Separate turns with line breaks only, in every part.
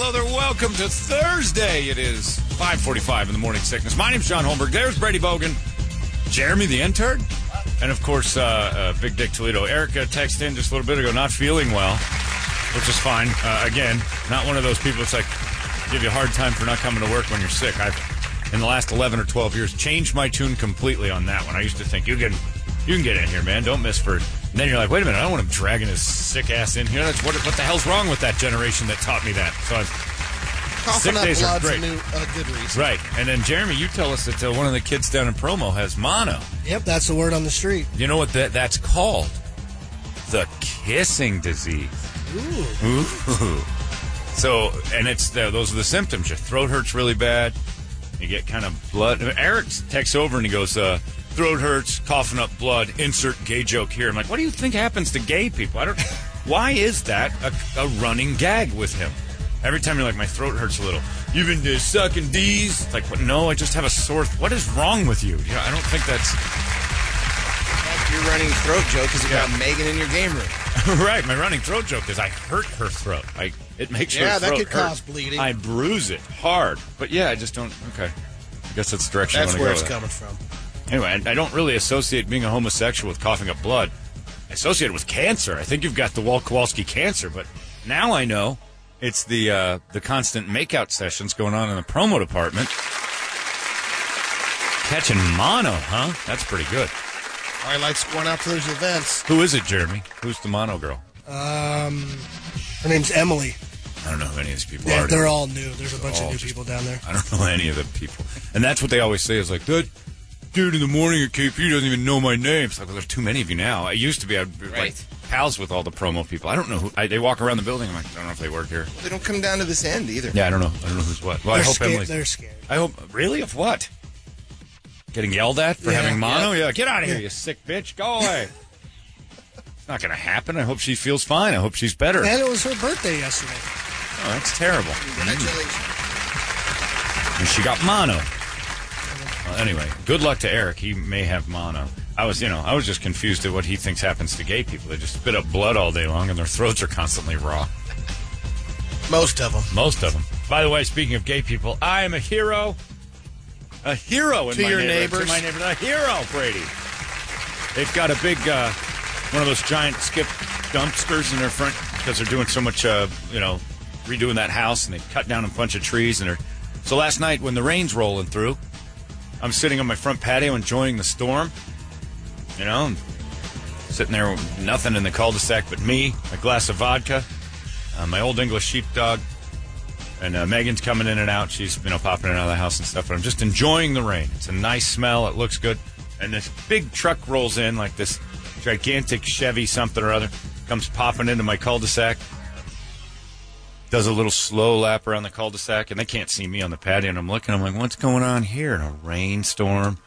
welcome to Thursday. It is 5:45 in the morning sickness. My name's John Holmberg. There's Brady Bogan, Jeremy the intern, and of course uh, uh, Big Dick Toledo. Erica texted in just a little bit ago, not feeling well, which is fine. Uh, again, not one of those people that's like give you a hard time for not coming to work when you're sick. I've in the last 11 or 12 years changed my tune completely on that one. I used to think you can you can get in here, man. Don't miss for. And then you're like, wait a minute, I don't want him dragging his sick ass in here. That's what, what the hell's wrong with that generation that taught me that? So I've Sick
Coughing up
days are
blood's
great.
a, new, a good reason.
Right. And then, Jeremy, you tell us that uh, one of the kids down in Promo has mono.
Yep, that's the word on the street.
You know what that, that's called? The kissing disease. Ooh. So, and it's the, those are the symptoms. Your throat hurts really bad. You get kind of blood. Eric texts over and he goes, uh, throat hurts, coughing up blood, insert gay joke here. I'm like, what do you think happens to gay people? I don't. Why is that a, a running gag with him? Every time you're like, my throat hurts a little. You've been just sucking D's. It's like, what? no, I just have a sore. Th- what is wrong with you? Yeah, I don't think that's.
Your running throat joke is about
Yeah.
Megan in your game room.
right, my running throat joke is I hurt her throat. I it makes
Yeah,
her
that
throat
could
hurt.
cause bleeding.
I bruise it hard, but yeah, I just don't. Okay, I guess that's the direction. I
That's
wanna
where
go
it's
with
coming from.
that. Anyway, I, I don't really associate being a homosexual with coughing up blood. I associate it with cancer. I think you've got the Walt Kowalski cancer, but now I know it's the uh, the constant makeout sessions going on in the promo department. Catching mono, huh? That's pretty good.
I like going out to those events.
Who is it, Jeremy? Who's the mono girl?
Um, Her name's Emily.
I don't know who any of these people
Yeah,
are.
they're all new. There's a bunch
all
of new
just-
people down there.
I don't know any of the people. And that's what they always say is like, that dude in the morning at KP doesn't even know my name. It's like, well, there's too many of you now. I used to be, I'd be
Right.
like pals with all the promo people. I don't know who, I, they walk around the building. I'm like, I don't know if they work here.
They don't come down to this end either.
Yeah, I don't know. I don't know who's what. Well, I
They're,
hope
scared,
Emily's.
they're scared.
I hope, really? Of what? Getting yelled at for
Yeah.
having mono? Yeah, get out of here, you sick bitch. Go away. it's not going to happen. I hope she feels fine. I hope she's better.
And it was her birthday yesterday.
oh, that's terrible.
Congratulations.
and she got mono. Well, anyway, good luck to Eric. He may have mono. I was, you know, I was just confused at what he thinks happens to gay people. They just spit up blood all day long, and their throats are constantly raw.
Most of them.
Most of them. By the way, speaking of gay people, I am a hero. A hero in
To
my
your
neighborhood. To
neighbors.
my neighbor, a hero, Brady. They've got a big, uh, one of those giant skip dumpsters in their front because they're doing so much, uh, you know, redoing that house, and they cut down a bunch of trees. And they're so last night when the rain's rolling through, I'm sitting on my front patio enjoying the storm. You know, and sitting there with nothing in the cul-de-sac but me, a glass of vodka, uh, my old English sheepdog, and uh, Megan's coming in and out. She's you know popping in and out of the house and stuff. But I'm just enjoying the rain. It's a nice smell. It looks good. And this big truck rolls in like this gigantic Chevy something or other. Comes popping into my cul-de-sac. Does a little slow lap around the cul-de-sac, and they can't see me on the patio. And I'm looking. I'm like, what's going on here? And a rainstorm.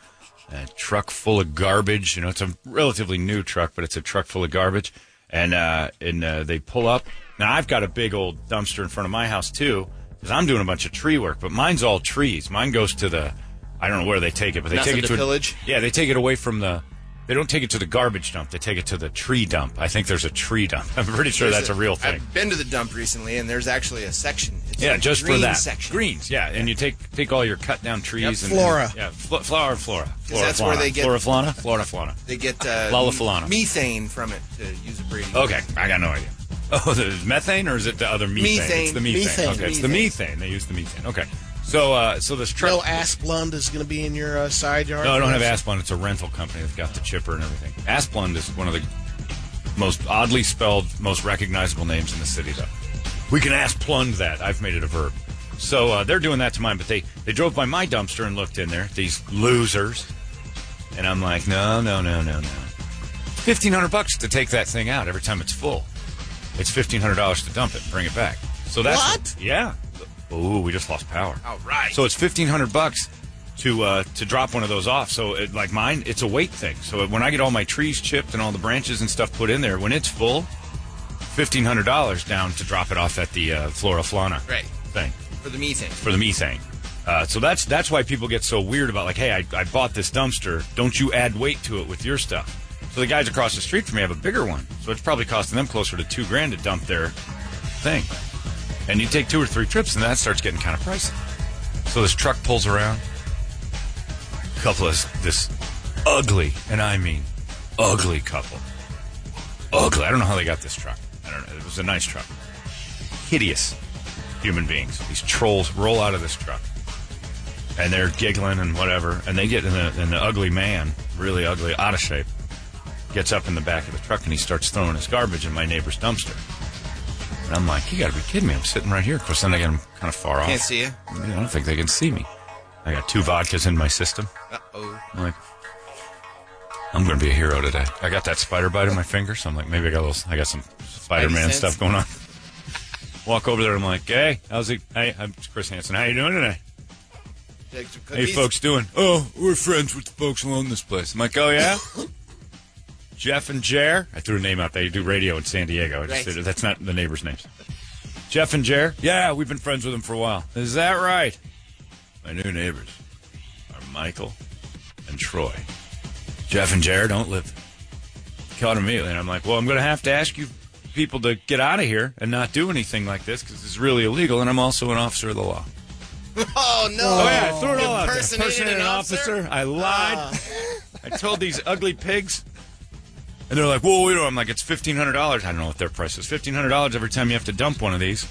A truck full of garbage. You know, it's a relatively new truck, but it's a truck full of garbage. And uh, and uh, they pull up. Now I've got a big old dumpster in front of my house too, because I'm doing a bunch of tree work. But mine's all trees. Mine goes to the, I don't know where they take it, but they
Nothing
take it to,
to
a-
pillage?
yeah, they take it away from the. They don't take it to the garbage dump. They take it to the tree dump. I think there's a tree dump. I'm pretty sure that's a, real thing.
I've been to the dump recently, and there's actually a section. It's
Yeah,
a
just
green
for that.
section.
Greens, yeah, and you take take all your cut down trees and
Flora.
and- yeah, fl- flower, flora, flora,
that's where
flora.
they get-
flora, flora, flora, flora.
They get uh,
Lalafalana.
methane from it to use a breeding.
Okay, I got no idea. Oh, the methane or is it the other methane?
Methane.
It's the methane.
Methane.
Okay, it's the methane. They use the methane. Okay, so uh, so this truck.
No Asplund is going to be in your uh, side yard.
No, I don't have Asplund. It's a rental company that's got the chipper and everything. Asplund is one of the most oddly spelled, most recognizable names in the city, though. We can Asplund that. I've made it a verb. So uh, they're doing that to mine, but they, they drove by my dumpster and looked in there, these losers. And I'm like, no, no, no, no, no. 1500 bucks to take that thing out every time it's full. It's $1,500 to dump it and bring it back. So that's.
What?
Yeah. Ooh, we just lost power.
All right.
So it's fifteen hundred bucks to uh, to drop one of those off. So it, like mine, it's a weight thing. So when I get all my trees chipped and all the branches and stuff put in there, when it's full, fifteen hundred dollars down to drop it off at the uh, Flora Flana
Right.
thing
for the methane.
for the methane. Uh, so that's that's why people get so weird about like, hey, I, I bought this dumpster. Don't you add weight to it with your stuff? So the guys across the street from me have a bigger one. So it's probably costing them closer to two grand to dump their thing. And you take two or three trips, and that starts getting kind of pricey. So this truck pulls around. Couple of this ugly, and I mean ugly couple. Ugly. I don't know how they got this truck. I don't know. It was a nice truck. Hideous human beings. These trolls roll out of this truck, and they're giggling and whatever. And they get in the, and the ugly man, really ugly, out of shape, gets up in the back of the truck and he starts throwing his garbage in my neighbor's dumpster. And I'm like, you got to be kidding me! I'm sitting right here. Of course, then I got him kind of far off.
Can't see you.
I don't think they can see me. I got two vodkas in my system.
Uh oh.
I'm like, I'm going to be a hero today. I got that spider bite on my finger, so I'm like, maybe I got a little, I got some Spider Man
sense.
stuff going on. Walk over there. I'm like, hey, how's it? Hey, I'm Chris Hansen. How you doing today? How you folks doing? Oh, we're friends with the folks who own this place. I'm like, oh yeah. Jeff and Jer. I threw a name out. They do radio in San Diego. I just
Right.
did- that's not the neighbors' names. Jeff and Jer. Yeah, we've been friends with them for a while. Is that right? My new neighbors are Michael and Troy. Jeff and Jer don't live. Caught immediately, and I'm like, well, I'm going to have to ask you people to get out of here and not do anything like this because it's really illegal, and I'm also an officer of the law.
Oh no.
Oh, yeah, I threw it all out there.
Impersonated
Impersonated
an officer? Oh.
I lied. I told these ugly pigs. And they're like, whoa, wait, I'm like, it's $1,500. I don't know what their price is. $1,500 every time you have to dump one of these.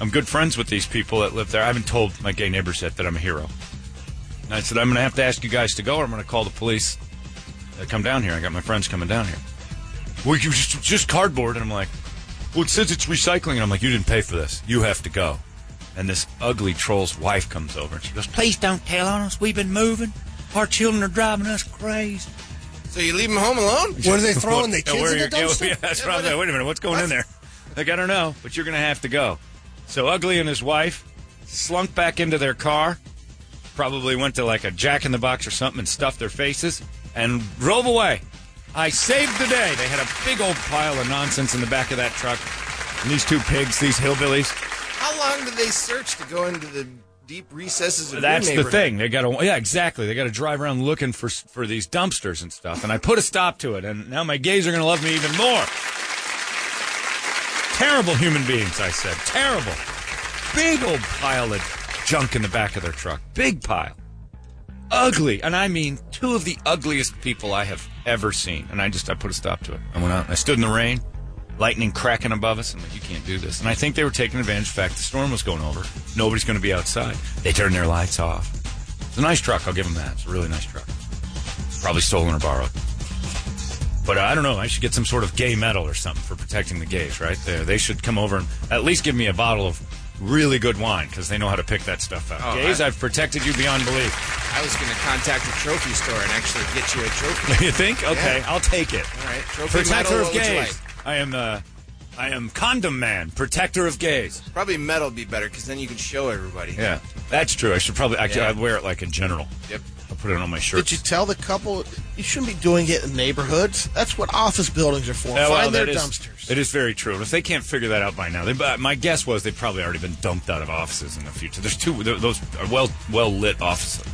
I'm good friends with these people that live there. I haven't told my gay neighbors yet that I'm a hero. And I said, I'm going to have to ask you guys to go, or I'm going to call the police. They come down here. I got my friends coming down here. Well, you just, just cardboard. And I'm like, well, it says it's recycling. And I'm like, you didn't pay for this. You have to go. And this ugly troll's wife comes over and she goes, please don't tell on us. We've been moving. Our children are driving us crazy.
So you leave him home alone?
What are they throwing? The
Yeah,
kids
where
in the
you're- yeah,
dumpster?
yeah, that's what I'm saying. Wait a minute, what's going in there? Like, I don't know, but you're going to have to go. So Ugly and his wife slunk back into their car, probably went to like a jack in the box or something and stuffed their faces and drove away. I saved the day. They had a big old pile of nonsense in the back of that truck. And these two pigs, these hillbillies,
How long do they search to go into the deep recesses of
That's
your
the
neighborhood?
thing. They got to yeah, exactly. They got to drive around looking for for these dumpsters and stuff. And I put a stop to it. And now my gays are going to love me even more. Terrible human beings, I said. Terrible. Big old pile of junk in the back of their truck. Big pile. Ugly, and I mean two of the ugliest people I have ever seen. And I just I put a stop to it. I went out. and I stood in the rain, lightning cracking above us. I'm like, you can't do this. And I think they were taking advantage of the fact the storm was going over. Nobody's going to be outside. They turned their lights off. It's a nice truck. I'll give them that. It's a really nice truck. Probably stolen or borrowed. But I don't know. I should get some sort of gay medal or something for protecting the gays, right? They, they should come over and at least give me a bottle of really good wine because they know how to pick that stuff out.
Oh,
gays,
I-
I've protected you beyond belief.
I was going to contact a trophy store and actually get you a trophy.
You think? Okay, I'll take it.
All right, trophy medal.
Protector of
what would you
gays. I am uh I am condom man, protector of gays.
like? Probably metal would be better because then you can show everybody.
Yeah. That's true. I should probably I
Yeah.
I'd wear it like a general.
Yep.
I'll put it on my Uh, shirt.
Did you tell the couple you shouldn't be doing it in neighborhoods? That's what office buildings are for.
Yeah,
Find
well,
their
that is-
dumpsters.
It is very true. And if they can't figure that out by now, they, but my guess was they've probably already been dumped out of offices in the future. There's two; th- those are well well lit offices.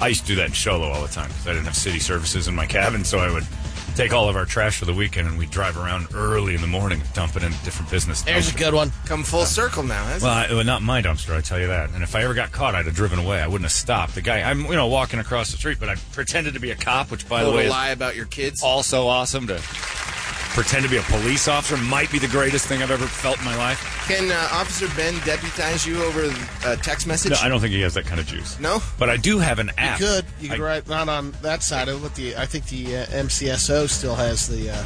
I used to do that in Sholo all the time because I didn't have city services in my cabin, so I would take all of our trash for the weekend and we'd drive around early in the morning, and dump it in different business.
There's
dumpsters.
a good one.
Come full circle now. That's
Well, I, well, not my dumpster, I tell you that. And if I ever got caught, I'd have driven away. I wouldn't have stopped. The guy, I'm you know walking across the street, but I pretended to be a cop, which by
a
the
little
way, is
lie about your kids.
also awesome to pretend to be a police officer. Might be the greatest thing I've ever felt in my life.
Can uh, Officer Ben deputize you over uh, text message?
No, I don't think he has that kind of juice.
No?
but I do have an app.
You could. You could
I-
write not on that side of it. But the I think the uh, MCSO still has the uh,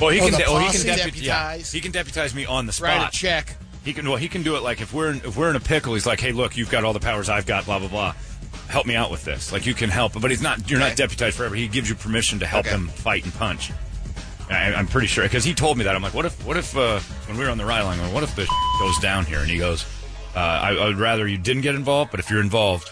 Well, he
Oh,
can.
the
de- oh, he
posse
can deputize.
deputize.
he can deputize me on the spot.
write a check.
He can. Well, he can do it. Like if we're in, if we're in a pickle, he's like, "Hey, look, you've got all the powers I've got. Blah blah blah. Help me out with this. Like you can help." But he's not. You're not
Okay.
deputized forever. He gives you permission to help
Okay.
him fight and punch. I, I'm pretty sure because he told me that. I'm like, "What if? What if? Uh, when we were on the ride line, what if this goes down here?" And he goes, uh, I, "I would rather you didn't get involved, but if you're involved,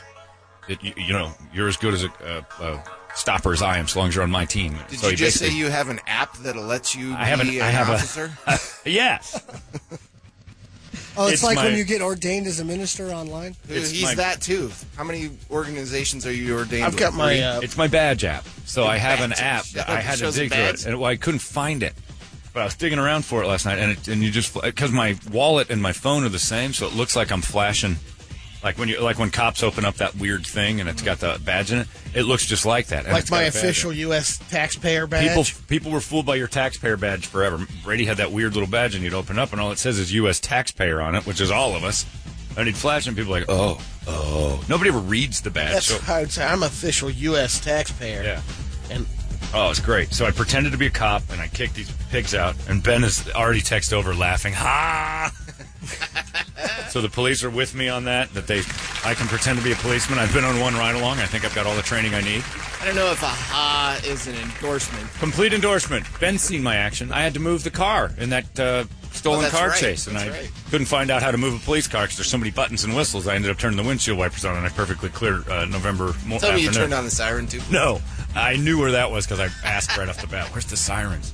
it, you, you know, you're as good as a, a, a stopper as I am, so long as you're on my team."
Did
So
you
he
just say
basically-
you have an app that'll let you
I have an-
be
I
an
have a-
officer?
Yes.
Oh, it's,
It's
like
my-
when you get ordained as a minister online.
Who-
It's
He's
my-
that too. How many organizations are you ordained?
I've got
with?
my uh,
It's my badge app. So I have an
badge.
app that
Yeah,
I
it
had to
shows the
dig through it,
badge.
and well, I couldn't find it. But I was digging around for it last night, and it, and you just because my wallet and my phone are the same, so it looks like I'm flashing, like when you like when cops open up that weird thing and it's got the badge in it. It looks just like that. and it's
like
got
my
a badge in it.
official U.S. taxpayer badge.
People, people were fooled by your taxpayer badge forever. Brady had that weird little badge, and you'd open up, and all it says is U.S. taxpayer on it, which is all of us. And he'd flash, and people were like, oh, oh. Nobody ever reads the badge.
That's
so,
how I would say. I'm official U.S. taxpayer.
Yeah.
And
oh, it's great. So I pretended to be a cop, and I kicked these pigs out. And Ben is already text over laughing, ha. so the police are with me on that. That they, I can pretend to be a policeman. I've been on one ride along. I think I've got all the training I need.
I don't know if a ha is an endorsement.
Complete endorsement. Ben's seen my action. I had to move the car in that uh,
Oh,
stolen
that's
car
right.
chase, and
That's
I
right.
couldn't find out how to move a police car because there's so many buttons and whistles. I ended up turning the windshield wipers on on a perfectly clear uh, November mo-
Tell
afternoon.
me you turned on the siren too.
No, I knew where that was because I asked right off the bat. Where's the sirens?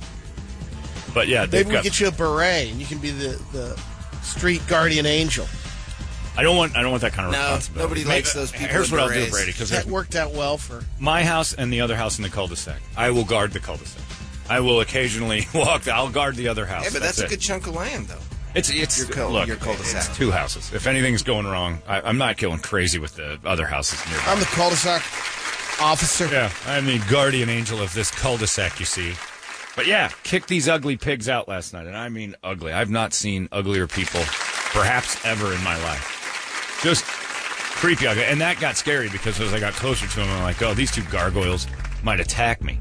But yeah, they've
maybe we
got.
get you a beret, and you can be the, the street guardian angel.
I don't want. I don't want that kind of
No,
responsibility.
nobody
Maybe-
likes those people
Here's
in
what I'll do,
berets.
Brady, because
That worked out well for.
my house and the other house in the cul-de-sac. I will guard the cul-de-sac. I will occasionally walk. I'll guard the other house.
Yeah, but that's, a
it.
good chunk of land though.
It's it's
Your cul-
look,
your cul-de-sac.
It's two houses. If anything's going wrong, I, I'm not going crazy with the other houses nearby.
I'm the cul-de-sac officer.
yeah, I'm the guardian angel of this cul-de-sac. You see, but yeah, kick these ugly pigs out last night, and I mean ugly. I've not seen uglier people, perhaps ever in my life. Just creepy ugly, and that got scary because as I got closer to them, I'm like, oh, these two gargoyles might attack me.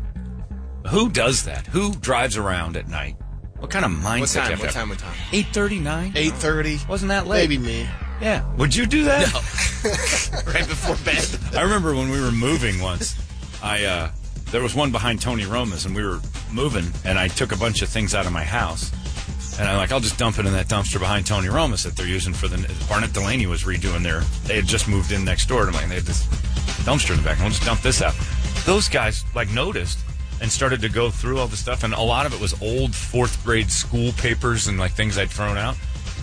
Who does that? Who drives around at night? What kind of mindset?
What
do you
time?
have to
What
have?
time? What time?
Eight thirty-nine.
Eight thirty.
Wasn't that late?
Maybe me.
Yeah. Would you do that?
Right before bed.
I remember when we were moving once, I uh, there was one behind Tony Roma's, and we were moving, and I took a bunch of things out of my house, and I'm like, I'll just dump it in that dumpster behind Tony Roma's that they're using for the Barnett Delaney was redoing their. They had just moved in next door, and I'm like, they had this dumpster in the back, and we'll just dump this out. Those guys like noticed and started to go through all the stuff, and a lot of it was old fourth grade school papers and like things I'd thrown out.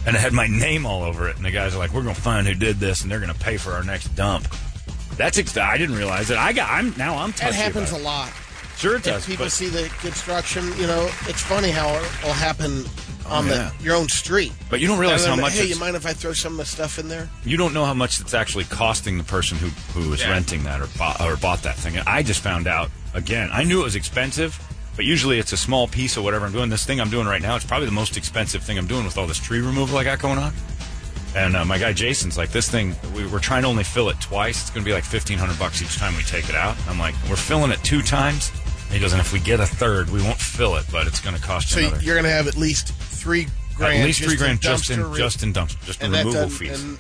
And it had my name all over it, and the guys are like, "We're gonna find who did this, and they're gonna pay for our next dump." That's ex- I didn't realize it. I got. I'm now. I'm.
That
touchy
happens a
about
lot.
it. Sure, it
If
does.
people
but
see the construction, you know, it's funny how it will happen on
yeah.
the, your own street.
But you don't realize
And
how
then,
much
Hey,
it's-
you mind if I throw some of the stuff in there?
you don't know how much it's actually costing the person who who is
Yeah.
renting that or bought, or bought that thing. And I just found out again. I knew it was expensive, but usually it's a small piece of whatever I'm doing. This thing I'm doing right now, it's probably the most expensive thing I'm doing with all this tree removal I got going on. And uh, my guy Jason's like, this thing, we, we're trying to only fill it twice. It's going to be like fifteen hundred bucks each time we take it out. I'm like, we're filling it two times. And he goes, and if we get a third, we won't fill it, but it's going to cost
So
you another.
you're going to have at least three grand.
at least three
just
grand
in
just in
dumpster re-
just in dumpster, just in
and that
removal
doesn't-
fees.
And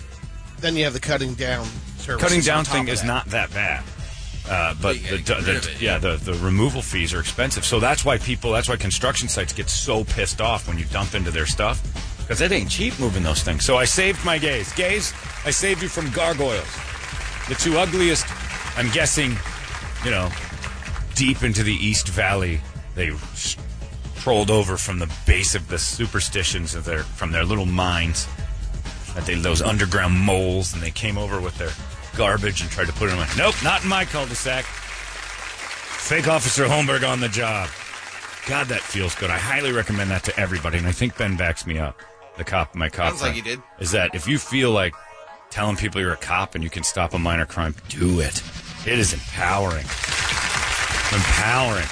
then you have the cutting down. services
Cutting
on
down
top
thing
of
is
that.
not that bad. Uh, but the,
you gotta get
the-
rid of it,
yeah, the, the removal fees are expensive, so that's why people, that's why construction sites get so pissed off when you dump into their stuff because it ain't cheap moving those things. So I saved my gays, gays. I saved you from gargoyles, the two ugliest. I'm guessing, you know, deep into the East Valley, they s- trolled over from the base of the superstitions of their from their little minds that they those underground moles and they came over with their garbage and tried to put it in my nope not in my cul-de-sac fake officer holmberg on the job god that feels good i highly recommend that to everybody and i think ben backs me up the cop my cop
Sounds like
friend,
you did.
is that if you feel like telling people you're a cop and you can stop a minor crime do it it is empowering empowering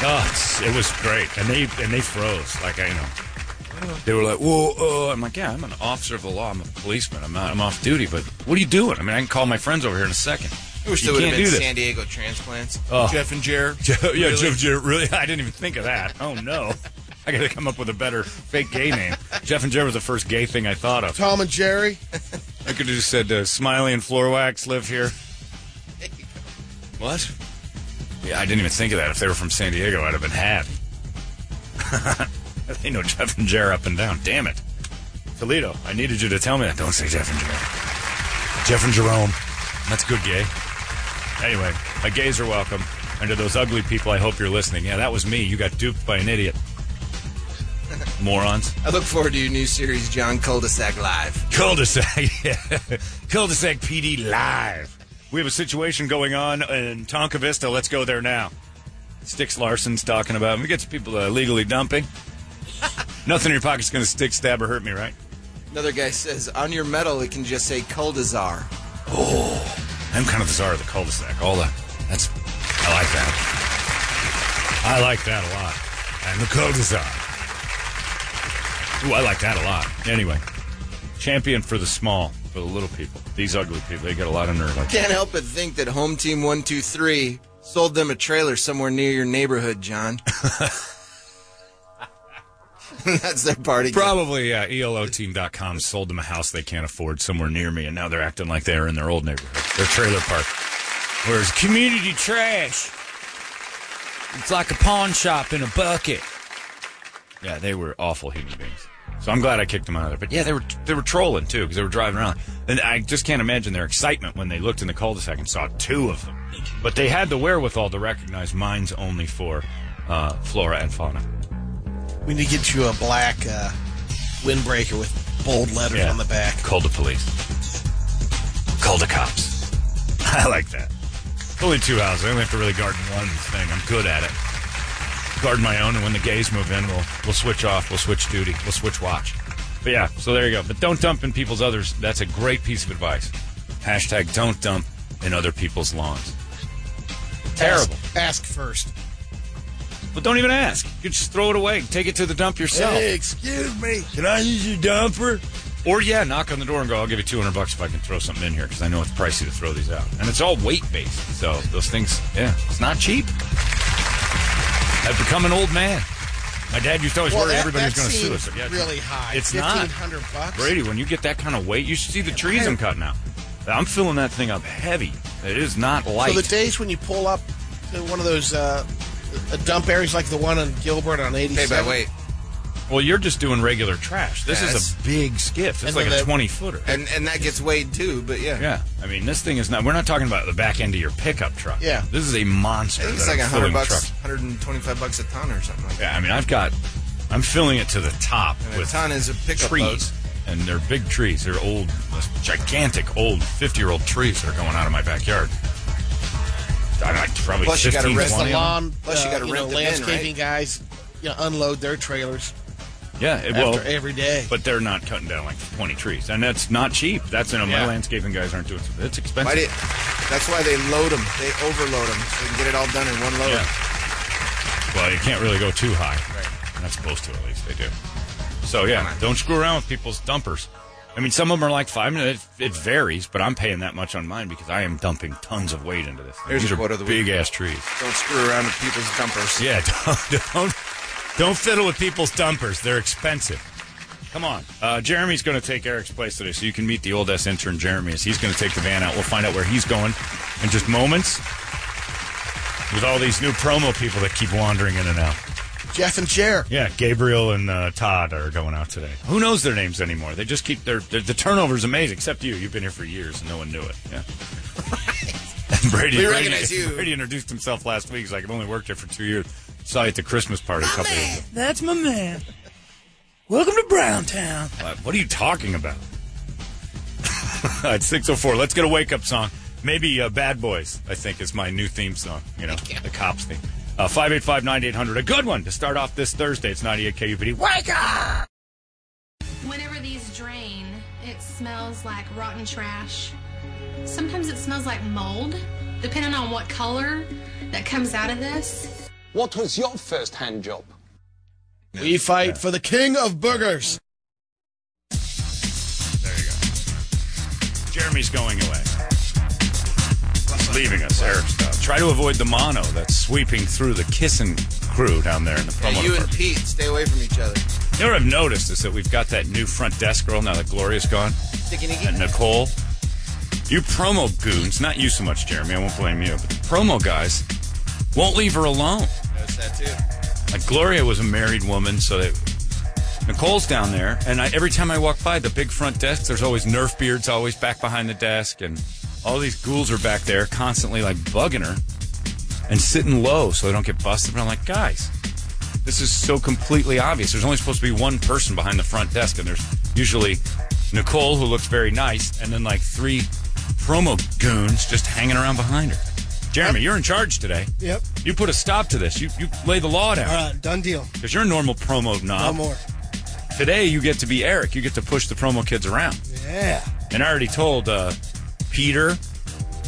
Oh, it's- it was great, and they and they froze. Like I know, they were like, "Whoa!" Uh. I'm like, "Yeah, I'm an officer of the law. I'm a policeman. I'm not. I'm off duty. But what are you doing? I mean, I can call my friends over here in a second.
I wish
you
there would
can't
have been
do this.
San Diego transplants.
Oh.
Jeff and Jer.
yeah,
Really?
Jeff, Jer- really? I didn't even think of that. Oh no, I got to come up with a better fake gay name. Jeff and Jer was the first gay thing I thought of.
Tom and Jerry.
I could have just said uh, Smiley and Floorwax live here. What? Yeah, I didn't even think of that. If they were from San Diego, I'd have been happy. they know Jeff and Jer up and down. Damn it. Toledo, I needed you to tell me that. Don't say Jeff and Jer. Jeff and Jerome. That's good, gay. Anyway, my gays are welcome. And to those ugly people, I hope you're listening. Yeah, that was me. You got duped by an idiot. Morons.
I look forward to your new series, John Cul-de-sac Live.
Cul-de-sac, yeah. Cul-de-sac PD live. We have a situation going on in Tonka Vista. Let's go there now. Sticks Larson's talking about. When it gets people uh, legally dumping, nothing in your pocket's going to stick, stab, or hurt me, right?
Another guy says, on your medal, it can just say Coldazar.
I'm kind of the czar of the cul-de-sac. All that. That's. I like that. I like that a lot. I'm the cul-de-sac. Ooh, I like that a lot. Anyway, champion for the small, for the little people. These ugly people, they get a lot of nerve. Like
Can't help but think that Home Team 123 sold them a trailer somewhere near your neighborhood, John. That's their party. game.
Probably uh, ELOteam.com sold them a house they can't afford somewhere near me, and now they're acting like they're in their old neighborhood, their trailer park. Where's community trash? It's like a pawn shop in a bucket. Yeah, they were awful human beings. So I'm glad I kicked them out of there. But yeah, they were they were trolling too because they were driving around, and I just can't imagine their excitement when they looked in the cul-de-sac and saw two of them. But they had the wherewithal to recognize mine's only for uh, flora and fauna.
We need to get you a black uh, windbreaker with bold letters on the back.
Call the police. Call the cops. I like that. Only two houses. I only have to really garden one thing. I'm good at it. Garden my own, and when the gays move in, we'll we'll switch off. We'll switch duty. We'll switch watch. But yeah, so there you go. But don't dump in people's others. That's a great piece of advice. Hashtag don't dump in other people's lawns. Terrible.
Ask, ask first.
But don't even ask. You just throw it away. Take it to the dump yourself.
excuse me.
Can I use your dumper? Or yeah, knock on the door and go. I'll give you two hundred bucks if I can throw something in here because I know it's pricey to throw these out, and it's all weight based. So those things, yeah, it's not cheap. I've become an old man. My dad used to always
Well,
worry
that-
everybody was
that
going to sue
seemed
us. Yeah, it's-
really high.
It's not
1,500 bucks?
Brady. When you get that kind of weight, you should see the trees I'm cutting out. I'm filling that thing up heavy. It is not light.
So the days when you pull up to one of those uh, uh, dump areas like the one in Gilbert on 87.
Hey, but wait.
well, you're just doing regular trash. This
Yeah,
is
it's-
a big skiff. It's
And
like
then
a
the-
twenty footer.
And, and that gets weighed too, but yeah.
Yeah, I mean, this thing is not. We're not talking about the back end of your pickup truck.
Yeah.
this is a monster.
I think it's
that
like
I'm
100
filling
bucks,
trucks.
125 bucks a ton or something like that.
Yeah, I mean, I've got, I'm filling it to the top
And a
with
ton is a pickup
trees,
load.
and they're big trees. They're old, gigantic, old, fifty-year-old trees that are going out of my backyard. I mean, like, probably
Plus you gotta
15,
rest the
20 of them.
Lawn,
Plus you
uh,
gotta
you know,
rent them in, right?
landscaping guys you know, unload their trailers
Yeah, it, well,
after every day.
but they're not cutting down like twenty trees, and that's not cheap. That's you know, my
Yeah.
landscaping guys aren't doing. It's expensive.
Why did, that's why they load them. They overload them so they can get it all done in one load.
Yeah. Well, you can't really go too high. Right. You're not supposed to, at least they do. So yeah, don't screw around with people's dumpers. I mean, some of them are like five. I mean, it, it varies, but I'm paying that much on mine because I am dumping tons of weight into this. Thing.
Here's
These
a
are
quote of the week.
big ass trees.
Don't screw around with people's dumpers.
Yeah, don't, don't don't fiddle with people's dumpers. They're expensive. Come on, uh, Jeremy's going to take Eric's place today, so you can meet the old S intern Jeremy. As he's going to take the van out, we'll find out where he's going in just moments. With all these new promo people that keep wandering in and out.
Jeff and Jer.
Yeah, Gabriel and uh, Todd are going out today. Who knows their names anymore? They just keep their, their the turnover's amazing. Except you, you've been here for years and no one knew it. Yeah. And Brady,
We
Brady-
recognize you.
Brady introduced himself last week. He's like, I've only worked here for two years. Saw you at the Christmas party a couple years ago.
That's my man. Welcome to Brown Town.
Uh, what are you talking about? It's 604. Let's get a wake up song. Maybe uh, Bad Boys, I think, is my new theme song. You know, the cops theme. Uh, 585 9800. A good one to start off this Thursday. It's 98 KUPD. Wake up!
Whenever these drain, it smells like rotten trash. Sometimes it smells like mold, depending on what color that comes out of this.
What was your first hand job?
We fight for the king of boogers.
There you go. Jeremy's going away. Leaving us, Eric stuff. Try to avoid the mono that's sweeping through the kissing crew down there in the promo
Yeah, you and
department.
Pete stay away from each other.
You know what I've noticed is that we've got that new front desk girl now that Gloria's gone,
Sticky nicky.
and Nicole. You promo goons, not you so much, Jeremy. I won't blame you, but the promo guys won't leave her alone.
Notice that too.
Like Gloria was a married woman, so that Nicole's down there, and I, every time I walk by the big front desk, there's always Nerf beards always back behind the desk, and all these ghouls are back there constantly like bugging her and sitting low so they don't get busted. But I'm like, guys, this is so completely obvious. There's only supposed to be one person behind the front desk, and there's usually Nicole who looks very nice, and then like three promo goons just hanging around behind her. Jeremy, you're in charge today.
Yep.
You You put a stop to this. You you lay the law
All
down
right, done deal.
because you're a normal promo
No
knob.
more.
Today you get to be Eric. You get to push the promo kids around.
Yeah.
And I already told uh, Peter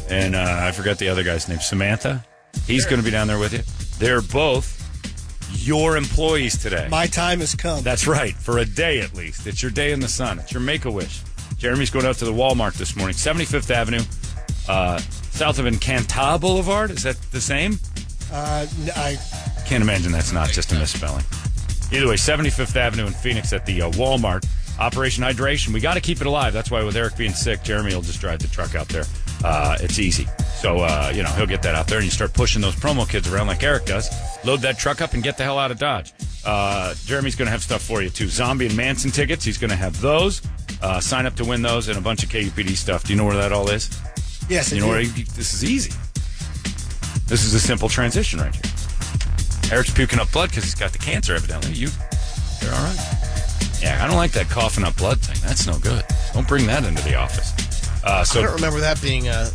and uh, I forgot the other guy's name, Samantha. He's going to be down there with you. They're both your employees today.
My time has come.
That's right, for a day at least. It's your day in the sun. It's your make a wish. Jeremy's going out to the Walmart this morning, 75th Avenue, uh, south of Encanta Boulevard. Is that the same?
Uh, n- I
Can't imagine that's not just a misspelling. Either way, 75th Avenue in Phoenix at the uh, Walmart. Operation Hydration. We got to keep it alive. That's why, with Eric being sick, Jeremy will just drive the truck out there. Uh, it's easy. So, uh, you know, he'll get that out there and you start pushing those promo kids around like Eric does. Load that truck up and get the hell out of Dodge. Uh, Jeremy's going to have stuff for you, too. Zombie and Manson tickets. He's going to have those. Uh, sign up to win those and a bunch of KUPD stuff. Do you know where that all is?
yes. I
You know
do.
where you- this is easy. This is a simple transition right here. Eric's puking up blood because he's got the cancer, evidently. You, you're all right. Yeah, I don't like that coughing up blood thing. That's no good. Don't bring that into the office. Uh, so
I don't remember that being a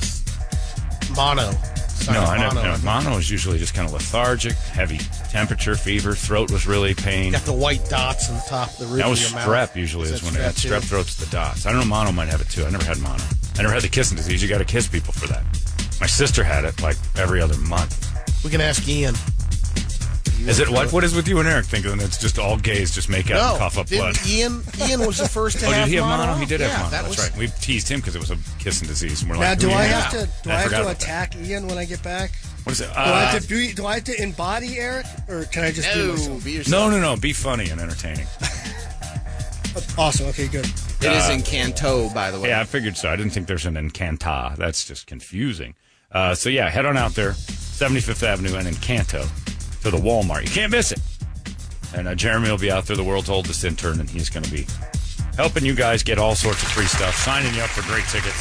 mono. Sign
no,
of
I know. Mono.
mono.
mono is usually just kind of lethargic, heavy temperature, fever, throat was really pain.
Got the white dots on the top of the roof.
That was
of your
strep.
mouth.
Usually is,
that
when it had
too?
strep throats the dots. I don't know. Mono might have it too. I never had mono. I never had the kissing disease. You got to kiss people for that. My sister had it like every other month.
We can ask Ian.
Is it what? What is with you and Eric thinking that it's just all gays just make out
no,
and cough up
didn't
blood?
Ian Ian was the first to
Oh,
have
did he have
mono.
mono? He did
yeah,
have mono.
That
That's
was,
right. We teased him because it was a kissing disease, and we're
Now,
like,
do
"Ooh,
I
yeah."
have to? Do
And
I have
forgot
to
about that.
attack Ian when I get back?
What is it?
Do I
Uh,
have to be, Do I have to embody Eric, or can I just do
No,
myself?
be
no,
yourself.
no, no. Be funny and entertaining.
Oh, Awesome. Okay, good.
It
Uh,
is in Canto, by the way.
Yeah, I figured so. I didn't think there's an Encanta. That's just confusing. Uh, so yeah, head on out there, 75th Avenue and Encanto to the Walmart. You can't miss it. And uh, Jeremy will be out there, the world's oldest intern, and he's going to be helping you guys get all sorts of free stuff, signing you up for great tickets,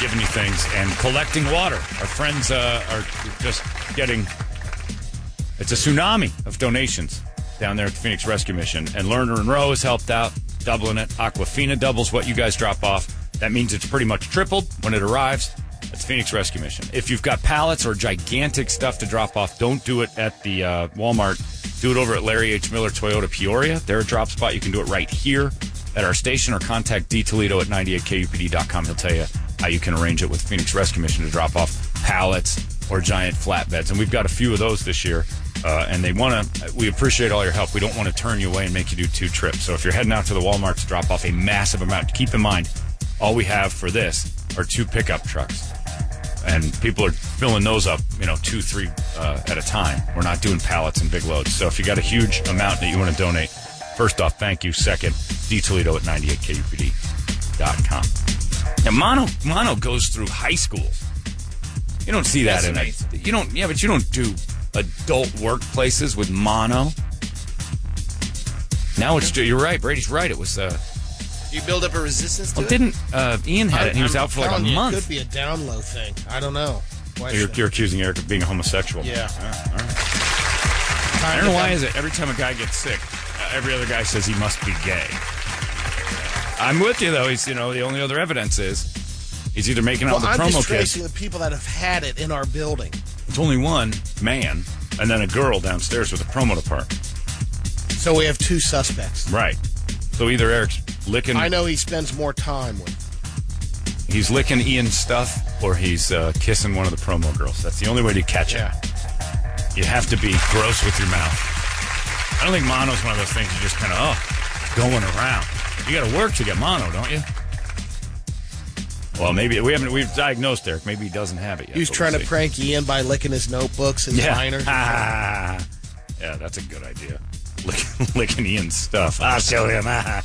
giving you things, and collecting water. Our friends uh, are just getting it's a tsunami of donations down there at the Phoenix Rescue Mission. And Lerner and Rowe has helped out, doubling it. Aquafina doubles what you guys drop off. That means it's pretty much tripled when it arrives. That's Phoenix Rescue Mission. If you've got pallets or gigantic stuff to drop off, don't do it at the uh, Walmart. Do it over at Larry H. Miller Toyota Peoria. They're a drop spot. You can do it right here at our station or contact D Toledo at 98kupd.com. He'll tell you how you can arrange it with Phoenix Rescue Mission to drop off pallets or giant flatbeds. And we've got a few of those this year. Uh, and they want to, we appreciate all your help. We don't want to turn you away and make you do two trips. So if you're heading out to the Walmart to drop off a massive amount, keep in mind, all we have for this are two pickup trucks and people are filling those up, you know, two, three uh, at a time. We're not doing pallets and big loads. So if you got a huge amount that you want to donate, first off, thank you. Second, dtoledo at 98kupd.com. Now, mono, mono goes through high school. You don't see that in a, you don't, yeah, but you don't do adult workplaces with mono. Now it's, you're right, Brady's right. It was, uh,
You build up a resistance to
well,
it.
didn't, uh, Ian had it. He was
I'm
out for like a
telling you,
month.
It could be a down low thing. I don't know. Why
You're,
should-
you're accusing Eric of being a homosexual.
Yeah.
All right. I don't know why is it every time a guy gets sick, uh, every other guy says he must be gay. I'm with you though. He's you know the only other evidence is he's either making out
Well,
with
I'm
the promo
just
kid.
tracing the people that have had it in our building.
It's only one man and then a girl downstairs with a promo department.
So we have two suspects.
Right. So either Eric's licking
I know he spends more time with.
he's licking Ian's stuff or he's uh, kissing one of the promo girls. That's the only way to catch it. You have to be gross with your mouth. I don't think mono's one of those things you just kind of, oh, going around. You got to work to get mono, don't you? Well, maybe we haven't, we've diagnosed Eric. Maybe he doesn't have it yet.
He was
but
trying
we'll
to
see.
prank Ian by licking his notebooks, his
Yeah.
minor.
Ah. yeah, that's a good idea. Lick, licking Ian's stuff. I'll show him. Ah.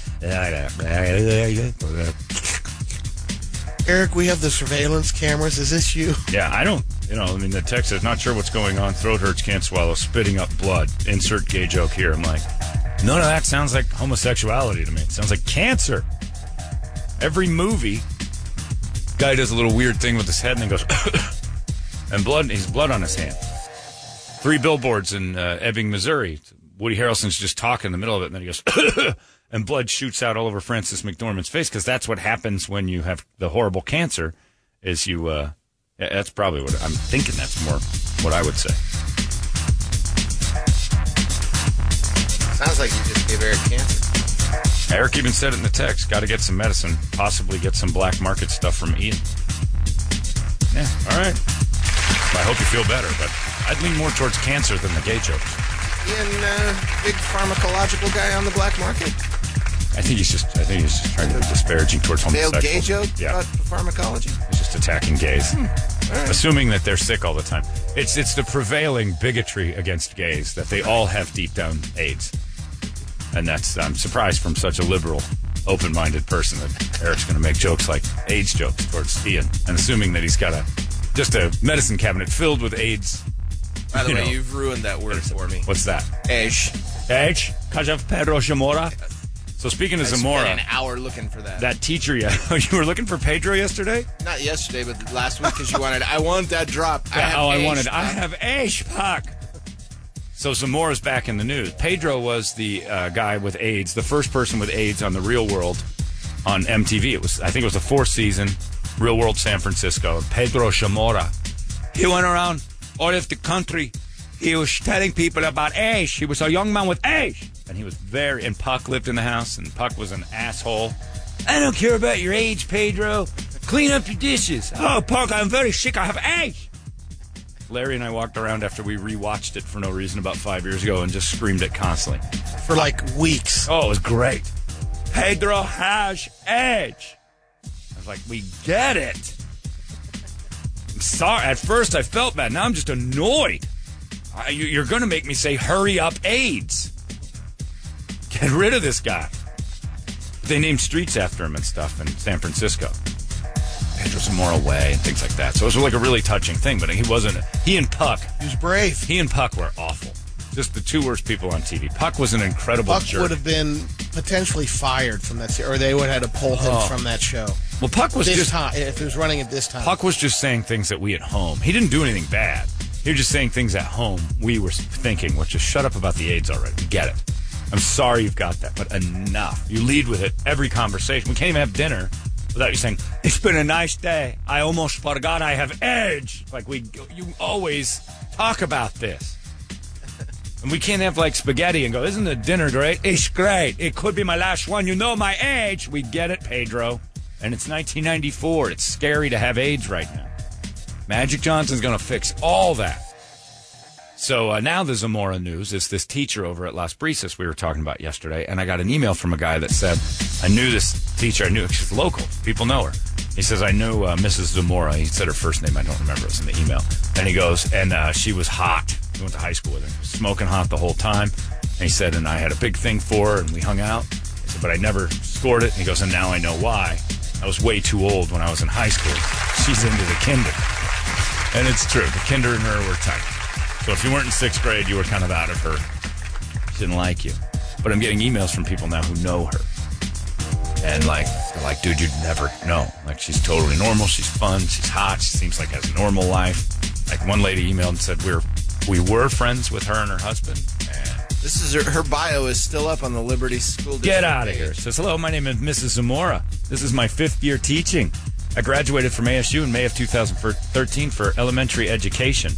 Eric, we have the surveillance cameras. Is this you?
Yeah, I don't. You know, I mean, the text says, not sure what's going on. Throat hurts, can't swallow, spitting up blood. Insert gay joke here. I'm like, none of that sounds like homosexuality to me. It sounds like cancer. Every movie, guy does a little weird thing with his head and then goes, and blood, he's blood on his hand. Three billboards in uh, Ebbing, Missouri. Woody Harrelson's just talking in the middle of it, and then he goes, and blood shoots out all over Francis McDormand's face because that's what happens when you have the horrible cancer. Is you uh, Yeah, That's probably what I'm thinking. That's more what I would say.
Sounds like you just gave Eric cancer.
Eric even said it in the text. Got to get some medicine. Possibly get some black market stuff from Ian. Yeah. All right. I hope you feel better, but I'd lean more towards cancer than the gay jokes.
Ian, uh, big pharmacological guy on the black market.
I think he's just. I think he's just trying to be disparaging towards
Male
homosexuals.
gay joke
Yeah.
about pharmacology.
It's just attacking gays, assuming that they're sick all the time. It's it's the prevailing bigotry against gays that they all have deep down AIDS, and that's I'm surprised from such a liberal, open-minded person that Eric's going to make jokes like AIDS jokes towards Ian, and assuming that he's got a just a medicine cabinet filled with AIDS.
By the
You
way,
know.
you've ruined that word for me.
What's that?
Ash.
AIDS? Because of Pedro Zamora. So speaking of
I spent
Zamora,
an hour looking for that.
that teacher you you were looking for Pedro yesterday.
Not yesterday, but last week because you wanted. I want that drop. I
Yeah,
have
oh, I
Ash.
wanted. I have Ash Puck. So Zamora's back in the news. Pedro was the uh, guy with AIDS, the first person with AIDS on the Real World on MTV. It was, I think, it was the fourth season, Real World San Francisco. Pedro Zamora, he went around all over the country. He was telling people about Ash. He was a young man with Ash, and he was very. And Puck lived in the house, and Puck was an asshole. I don't care about your age, Pedro. Clean up your dishes. Oh, Puck, I'm very sick. I have Ash. Larry and I walked around after we rewatched it for no reason about five years ago and just screamed it constantly.
for like weeks.
Oh, it was great. Pedro Hash Edge. I was like, we get it. I'm sorry. At first, I felt bad. Now I'm just annoyed. I, you, you're going to make me say, hurry up, AIDS. Get rid of this guy. They named streets after him and stuff in San Francisco. Pedro Zamora Way and things like that. So it was like a really touching thing, but he wasn't. He and Puck,
He was brave.
he and Puck were awful. Just the two worst people on TV. Puck was an incredible
Buck
jerk.
would have been potentially fired from that, se- or they would have had to pull
Oh.
him from that show.
Well, Puck was
This
just
time, if it was running at this time,
Puck was just saying things that we at home. He didn't do anything bad. He was just saying things at home we were thinking, which is shut up about the AIDS already. We get it. I'm sorry you've got that, but enough. You lead with it every conversation. We can't even have dinner without you saying, "It's been a nice day. I almost forgot I have edge." Like we, you always talk about this. And we can't have like spaghetti and go, isn't the dinner great? It's great. It could be my last one. You know my age. We get it, Pedro. And it's 1994. It's scary to have AIDS right now. Magic Johnson's going to fix all that. So uh, now the Zamora news is this teacher over at Las Brisas we were talking about yesterday, and I got an email from a guy that said, "I knew this teacher. I knew she's local. People know her." He says, "I knew uh, Mrs. Zamora." He said her first name. I don't remember. It was in the email. And he goes, "And uh, she was hot. We went to high school with her. She was Smoking hot the whole time." And he said, "And I had a big thing for her, and we hung out." I said, "But I never scored it." And he goes, "And now I know why. I was way too old when I was in high school. She's into the kinder." And it's true. The kinder and her were tight. So if you weren't in sixth grade, you were kind of out of her. She didn't like you. But I'm getting emails from people now who know her. And like, they're like, dude, you'd never know. Like, she's totally normal. She's fun. She's hot. She seems like has a normal life. Like one lady emailed and said we were we were friends with her and her husband. And
This is her, her bio is still up on the Liberty School. District
get out of
page.
here. Says hello. My name is Mrs. Zamora. This is my fifth year teaching. I graduated from ASU in May of 2013 for elementary education.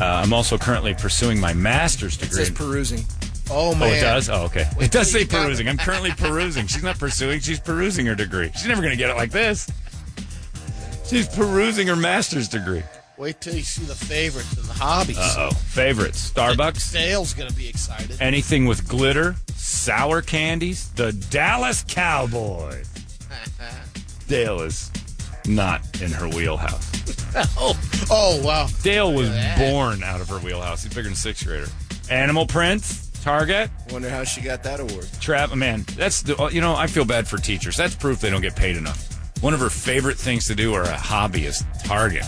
Uh, I'm also currently pursuing my master's
It
degree.
says
in-
perusing.
oh man,
Oh, it does? Oh, okay. It does say
you got-
perusing. I'm currently perusing. She's not pursuing, she's perusing her degree. She's never going to get it like this. She's perusing her master's degree.
Wait till you see the favorites and the hobbies.
Uh oh. Favorites Starbucks,
Dale's gonna be excited.
anything with glitter, sour candies, the Dallas Cowboys. Dale is not in her wheelhouse.
Oh, oh wow.
Dale was born out of her wheelhouse. He's bigger than sixth grader. Animal Prince, Target.
Wonder how she got that award.
Trav, man, that's the, you know, I feel bad for teachers. That's proof they don't get paid enough. One of her favorite things to do or a hobby is Target.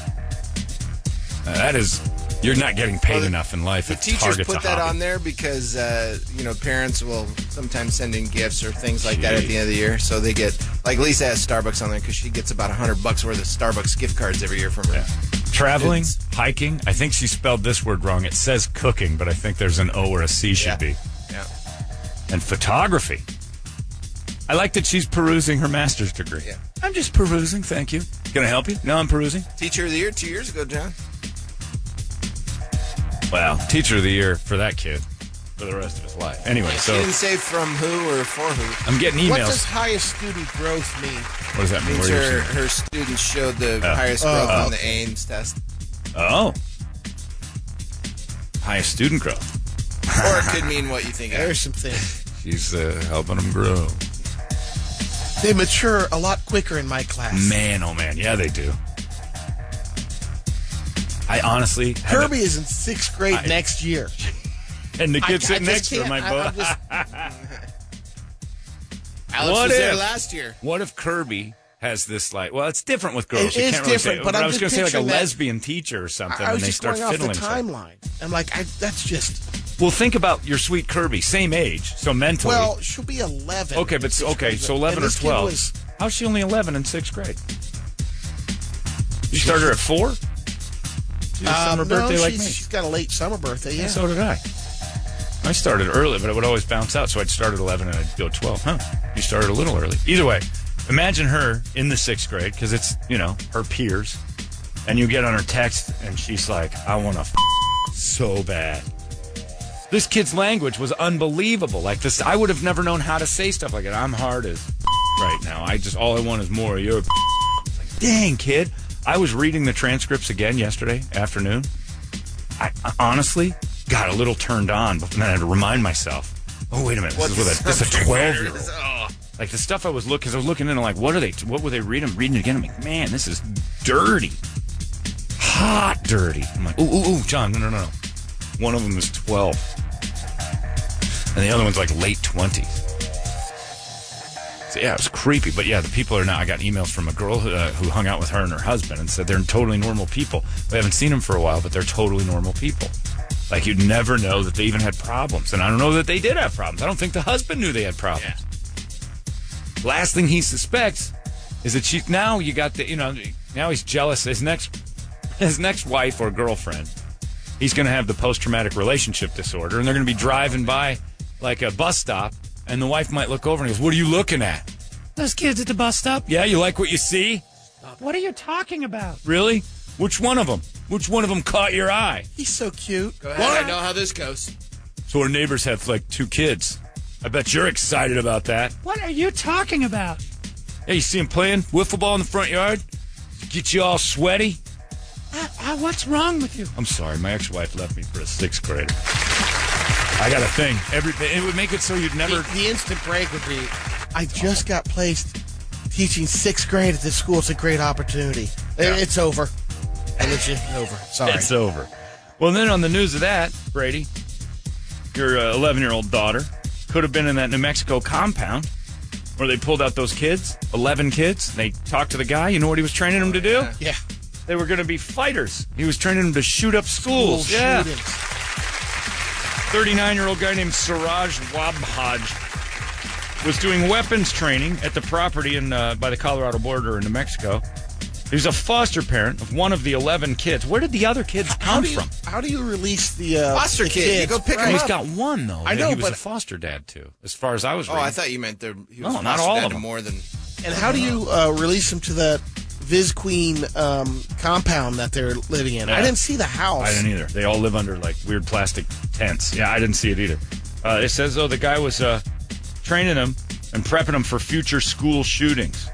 Now, that is, you're not getting paid
Well,
enough in life
The
if
teachers
Target's
put
a
that
hobby.
on there because uh, you know parents will sometimes send in gifts or things like that at
Jeez.
the end of the year. So they get like Lisa has Starbucks on there because she gets about hundred bucks worth of Starbucks gift cards every year from her.
Traveling,
It's-
hiking. I think she spelled this word wrong. It says cooking, but I think there's an O or a C should
Yeah.
be.
Yeah,
And photography. I like that she's perusing her master's degree.
Yeah.
I'm just perusing, thank you. Can I help you? No, I'm perusing.
Teacher of the year two years ago, John.
Wow, teacher of the year for that kid for the rest of his life. Anyway,
He
so
didn't say from who or for who.
I'm getting
What does
emails.
highest student growth mean?
What does that mean? What
Means
are you
her,
saying?
her students showed the highest growth on the Ames test.
Oh. Highest student growth.
Or it could mean what you think
There's
of.
some things.
She's uh, helping them grow.
They mature a lot quicker in my class.
Man, oh man. Yeah, they do. I honestly. haven't-
Kirby is in sixth grade
I-
next year.
And the
I-
kid
I
sitting
just
next to
can't.
my
I-
butt.
I'm just-
Alex
What
was there
if?
last year.
What if Kirby has this like? Well, it's different with girls.
It
you
is
can't really
different,
say,
but I'm
I was
just
gonna say like a
picturing that-
lesbian teacher or something,
I was
and they
just
start
going off the
fiddling. something.
timeline. I'm like, I, that's just.
Well, think about your sweet Kirby, same age, so mentally.
Well, she'll be 11.
okay, but
Sixth
okay,
grade,
so
but-
eleven
and
or
this kid
twelve.
was-
How's she only eleven in sixth grade? You started her at four. She was
Um,
summer
no,
birthday like
she's-
me.
She's got a late summer birthday. Yeah.
So did I. I started early, but it would always bounce out. So I'd start at 11 and I'd go 12. Huh. You started a little early. Either way, imagine her in the sixth grade because it's, you know, her peers. And you get on her text and she's like, I want to f- so bad. This kid's language was unbelievable. Like this, I would have never known how to say stuff like it. I'm hard as f- right now. I just, all I want is more of your. f-." It's like, Dang, kid. I was reading the transcripts again yesterday afternoon. I, I honestly got a little turned on, but then I had to remind myself. Oh wait a minute! This is with a this is a twelve year old. Like the stuff I was looking, because I was looking in, like, what are they? What were they reading? I'm reading it again. I'm like, man, this is dirty, hot, dirty. I'm like, ooh, ooh, ooh, John, no, no, no. no. One of them is twelve, and the other one's like late twenties. So, yeah, it was creepy. But yeah, the people are now. I got emails from a girl who, uh, who hung out with her and her husband and said they're totally normal people. We haven't seen them for a while, but they're totally normal people. Like you'd never know that they even had problems. And I don't know that they did have problems. I don't think the husband knew they had problems. Last thing he suspects is that she. Now you got the. You know. Now he's jealous. His next. His next wife or girlfriend. He's going to have the post traumatic relationship disorder, and they're going to be driving by like a bus stop, and the wife might look over and he goes, "What are you looking at?" Those kids at the bus stop. Yeah, you like what you see? What are you talking about? Really? Which one of them? Which one of them caught your eye?
He's so cute.
Go ahead, I know how this goes.
So our neighbors have like two kids. I bet you're excited about that. What are you talking about? Hey, you see him playing wiffle ball in the front yard? Get you all sweaty?
what's wrong with you?
I'm sorry, my ex-wife left me for a sixth grader. I got a thing. Every it would make it so you'd
The,
never.
the instant break would be. I just got placed teaching sixth grade at this school. It's a great opportunity. It- It's over. And it's just over. Sorry.
It's over. Well, then on the news of that, Brady, your 11 year old daughter could have been in that New Mexico compound where they pulled out those kids, 11 kids. And they talked to the guy. You know what he was training them to do?
yeah.
They were going to be fighters. He was training them to shoot up schools.
School
yeah.
shootings.
39 year old guy named Siraj Wabhaj was doing weapons training at the property in uh, by the Colorado border in New Mexico. He was a foster parent of one of the 11 kids. Where did the other kids
How
come
do you,
from?
how do you release the uh,
Foster
the
kid. You
kids?
go pick
Right.
Well, he's got one though.
I
that
know,
he was
but-
a foster dad too. As far as I was
Oh,
reading,
I thought you meant there. He was
No, not
fostered
all
dad
of
to
them.
More than
And how do you uh, release them to that Viz Queen um, compound that they're living in?
Yeah.
I didn't see the house.
I didn't either. They all live under like weird plastic tents. Yeah, I didn't see it either. Uh, it says though the guy was uh, training them and prepping them for future school shootings.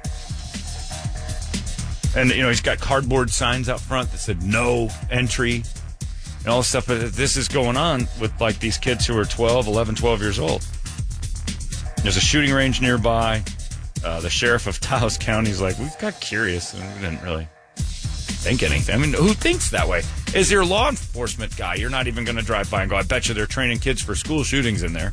And you know he's got cardboard signs out front that said "No Entry" and all this stuff. But this is going on with like these kids who are 12, 11, 12 years old. There's a shooting range nearby. Uh, the sheriff of Taos County is like, we got curious and we didn't really think anything. I mean, who thinks that way? Is your law enforcement guy? You're not even going to drive by and go, I bet you they're training kids for school shootings in there.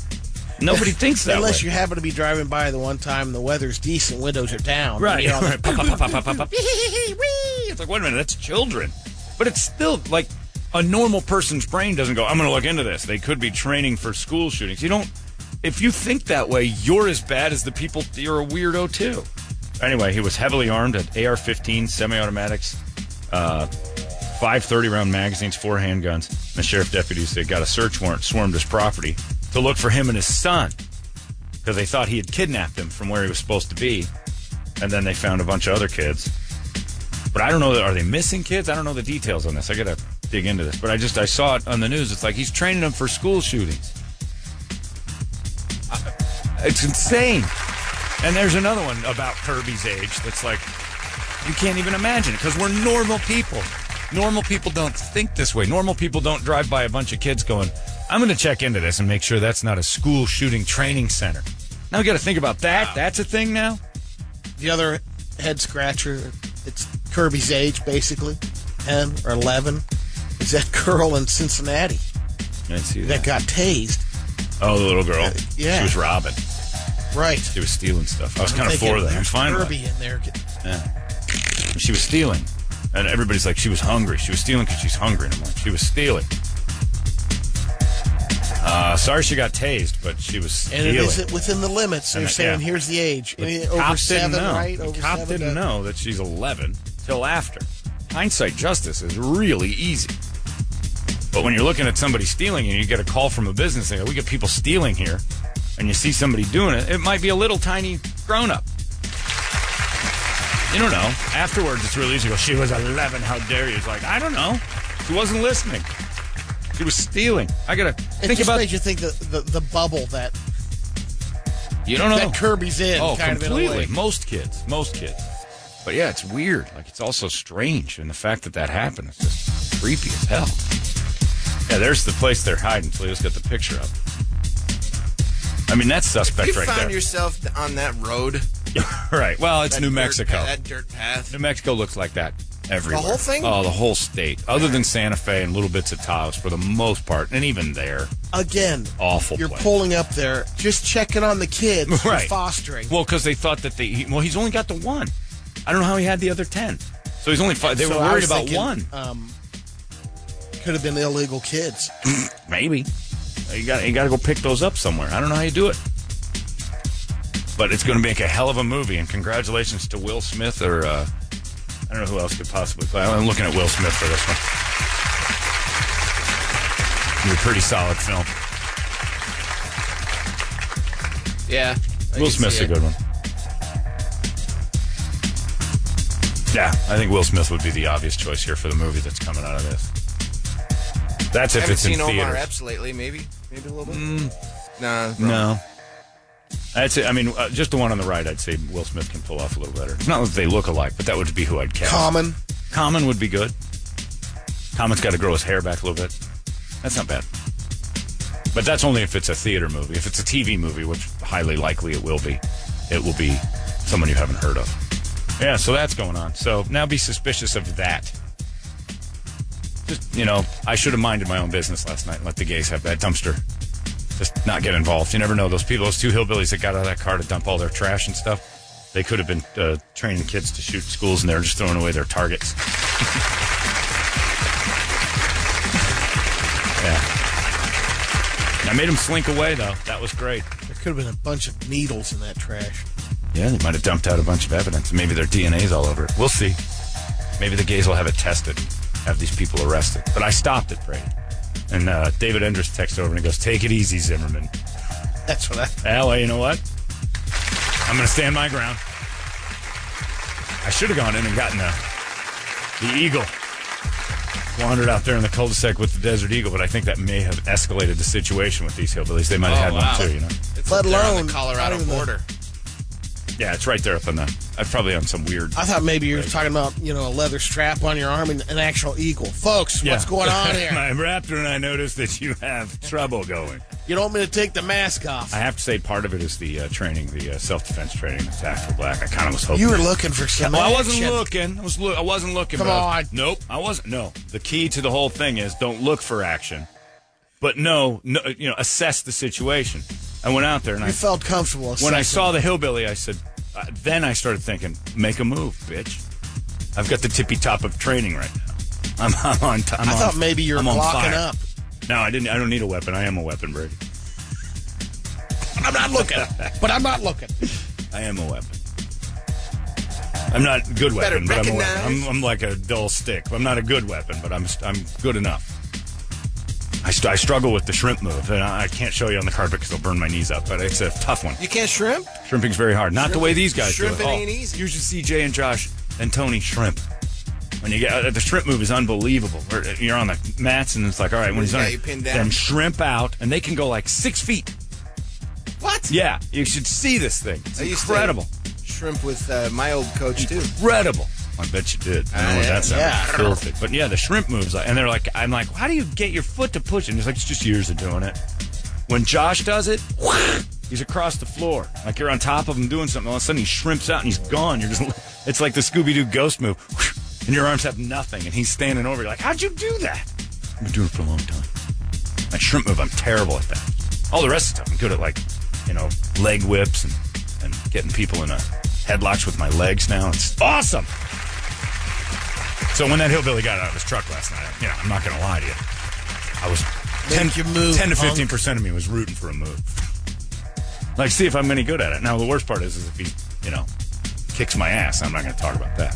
Nobody thinks that
Unless
way.
you happen to be driving by the one time the weather's decent, windows are down.
right.
You know,
Right. Pop, pop, pop, pop, pop, pop. Wee, wee, wee. It's like, wait a minute, that's children. But it's still like a normal person's brain doesn't go, I'm going to look into this. They could be training for school shootings. You don't, if you think that way, you're as bad as the people, you're a weirdo too. Anyway, he was heavily armed at AR 15 semi automatics. Uh, five 30 round magazines, four handguns. And the sheriff deputies that got a search warrant swarmed his property to look for him and his son because they thought he had kidnapped him from where he was supposed to be. And then they found a bunch of other kids. But I don't know. Are they missing kids? I don't know the details on this. I gotta dig into this. But I just I saw it on the news. It's like he's training them for school shootings. I- It's insane. And there's another one about Kirby's age that's like you can't even imagine it because we're normal people. Normal people don't think this way. Normal people don't drive by a bunch of kids going, I'm going to check into this and make sure that's not a school shooting training center. Now we got to think about that. That's a thing now.
The other head scratcher, it's Kirby's age, basically 10 or 11, is that girl in Cincinnati
I see
that got tased.
Oh, the little girl.
yeah.
She was robbing.
Right.
She was stealing stuff. I was
I'm
kind of
thinking
for that. I was
there's
fine with
Kirby in there.
that. Yeah. She was stealing. And everybody's like, she was hungry. She was stealing because she's hungry. And I'm like, she was stealing. Uh, sorry she got tased, but she was
And
stealing.
it isn't within the limits. They're
And, uh,
saying
yeah.
here's the age.
The
Eh, over
cop
seven,
didn't know.
right?
The
Over
cop
seven,
didn't
uh,
know that she's 11 till after. Hindsight justice is really easy. But when you're looking at somebody stealing and you get a call from a business, they go, we get people stealing here, and you see somebody doing it, it might be a little tiny grown up. You don't know. Afterwards, it's really easy to go, she was 11, how dare you? It's like, I don't know. She wasn't listening. She was stealing. I got to
It
think
just
about
made you think the, the, the bubble that,
You don't know.
that Kirby's in.
Oh,
kind Of in a
completely.
way.
Most kids. Most kids. But yeah, it's weird. Like it's also strange, and the fact that that happened is just creepy as hell. Yeah, there's the place they're hiding. Toledo's got the picture up. I mean, that's suspect
You
right
found
there.
yourself on that road.
right. Well, it's
that
New
dirt-
Mexico.
that dirt path.
New Mexico looks like that everywhere.
whole thing?
Oh, the whole state, other than Santa Fe and little bits of Taos, for the most part, and even there,
Again,
awful.
you're
place.
pulling up there, just checking on the kids, you're
Right.
fostering.
Well, because they thought that they. he- Well, he's only got the one. I don't know how he had the other ten. So he's only five. They
So
were
I
worried
was
about
thinking,
one.
Um, could have been illegal kids.
Maybe. You got you got to go pick those up somewhere. I don't know how you do it. But it's going to make a hell of a movie. And congratulations to Will Smith or uh, I don't know who else could possibly play. I'm looking at Will Smith for this one. It was a pretty solid film.
Yeah. I
Will
can
Smith's
see
a
it.
good one. Yeah, I think Will Smith would be the obvious choice here for the movie that's coming out of this. That's if
haven't
it's in
seen
theaters. Mm.
Omar Epps lately. Maybe, maybe a little bit. Nah,
No. That's it. I mean, uh, just the one on the right, I'd say Will Smith can pull off a little better. It's not that they look alike, but that would be who I'd cast.
Common.
Common would be good. Common's got to grow his hair back a little bit. That's not bad. But that's only if it's a theater movie. If it's a TV movie, which highly likely it will be, it will be someone you haven't heard of. Yeah, so that's going on. So now be suspicious of that. Just, you know, I should have minded my own business last night and let the gays have that dumpster. Just not get involved. You never know. Those people, those two hillbillies that got out of that car to dump all their trash and stuff, they could have been uh, training kids to shoot schools and they're just throwing away their targets. yeah. I made them slink away, though. That was great.
There could have been a bunch of needles in that trash.
Yeah, they might have dumped out a bunch of evidence. Maybe their DNA's all over it. We'll see. Maybe the gays will have it tested, have these people arrested. But I stopped it, Brady. And uh, David Enders texts over and he goes, Take it easy, Zimmerman.
That's what I.
Well, well, you know what? I'm going to stand my ground. I should have gone in and gotten the, the eagle. Wandered out there in the cul-de-sac with the desert eagle, but I think that may have escalated the situation with these hillbillies. They might have had
Oh, wow.
one too, you know.
It's
Let
up there on
alone-
the
not
Colorado
even the-
border.
Yeah, it's right there up on the. I'm probably on some weird.
I thought maybe you were talking about you know a leather strap on your arm and an actual eagle, folks. What's
Yeah.
going on here?
My raptor and I noticed that you have trouble going.
you don't want me to take the mask off?
I have to say, part of it is the uh, training, the uh, self-defense training, the tactical black. I kind of was hoping
you were
that-
looking for some.
Well, I wasn't
action.
looking. I was loo- I wasn't looking.
Come
bro.
on.
Nope. I wasn't. No. The key to the whole thing is don't look for action, but no, no you know, assess the situation. I went out there and I
You felt comfortable.
when I
assessing.
saw the hillbilly, I said, uh, then I started thinking, make a move, bitch. I've got the tippy top of training right now. I'm, I'm on. T- I'm
I
on-
thought maybe you were
I'm on
blocking
fire.
up.
No, I didn't. I don't need a weapon. I am a weapon, Brady.
I'm not looking, but I'm not looking.
I am a weapon. I'm not a good
Better
weapon, but I'm a
recognize.
weapon. I'm, I'm like a dull stick. I'm not a good weapon, but I'm I'm good enough. I, st- I struggle with the shrimp move, and I, I can't show you on the card because they'll burn my knees up. But it's a tough one.
You can't shrimp.
Shrimping's very hard. Not the way these guys do it. Oh,
Shrimping ain't easy.
You should see Jay and Josh and Tony shrimp. When you get uh, the shrimp move is unbelievable. Where You're on the mats and it's like, all right, when he's
Yeah,
on
you
it,
pin down.
them shrimp out, and they can go like six feet.
What?
Yeah, you should see this thing. It's
I used to-
incredible,
Shrimp with uh, my old coach too.
incredible. I bet you did. I don't know what
yeah.
that sounds
Yeah.
filthy. But yeah, the shrimp moves, like- and they're like, I'm like, how do you get your foot to push it? And he's like, it's just years of doing it. When Josh does it, he's across the floor, like you're on top of him doing something. All of a sudden, he shrimps out and he's gone. You're just, it's like the Scooby Doo ghost move, and your arms have nothing, and he's standing over you, like, how'd you do that? I've been doing it for a long time. That shrimp move, I'm terrible at that. All the rest of the stuff, I'm good at like, you know, leg whips and, and getting people in a headlocks with my legs now. It's awesome. So when that hillbilly got out of his truck last night, you know, I'm not going to lie to you. I was 10,
Make your move,
10 to
punk.
15% of me was rooting for a move. Like, see if I'm any good at it. Now, the worst part is, is if he, you know, kicks my ass, I'm not going to talk about that.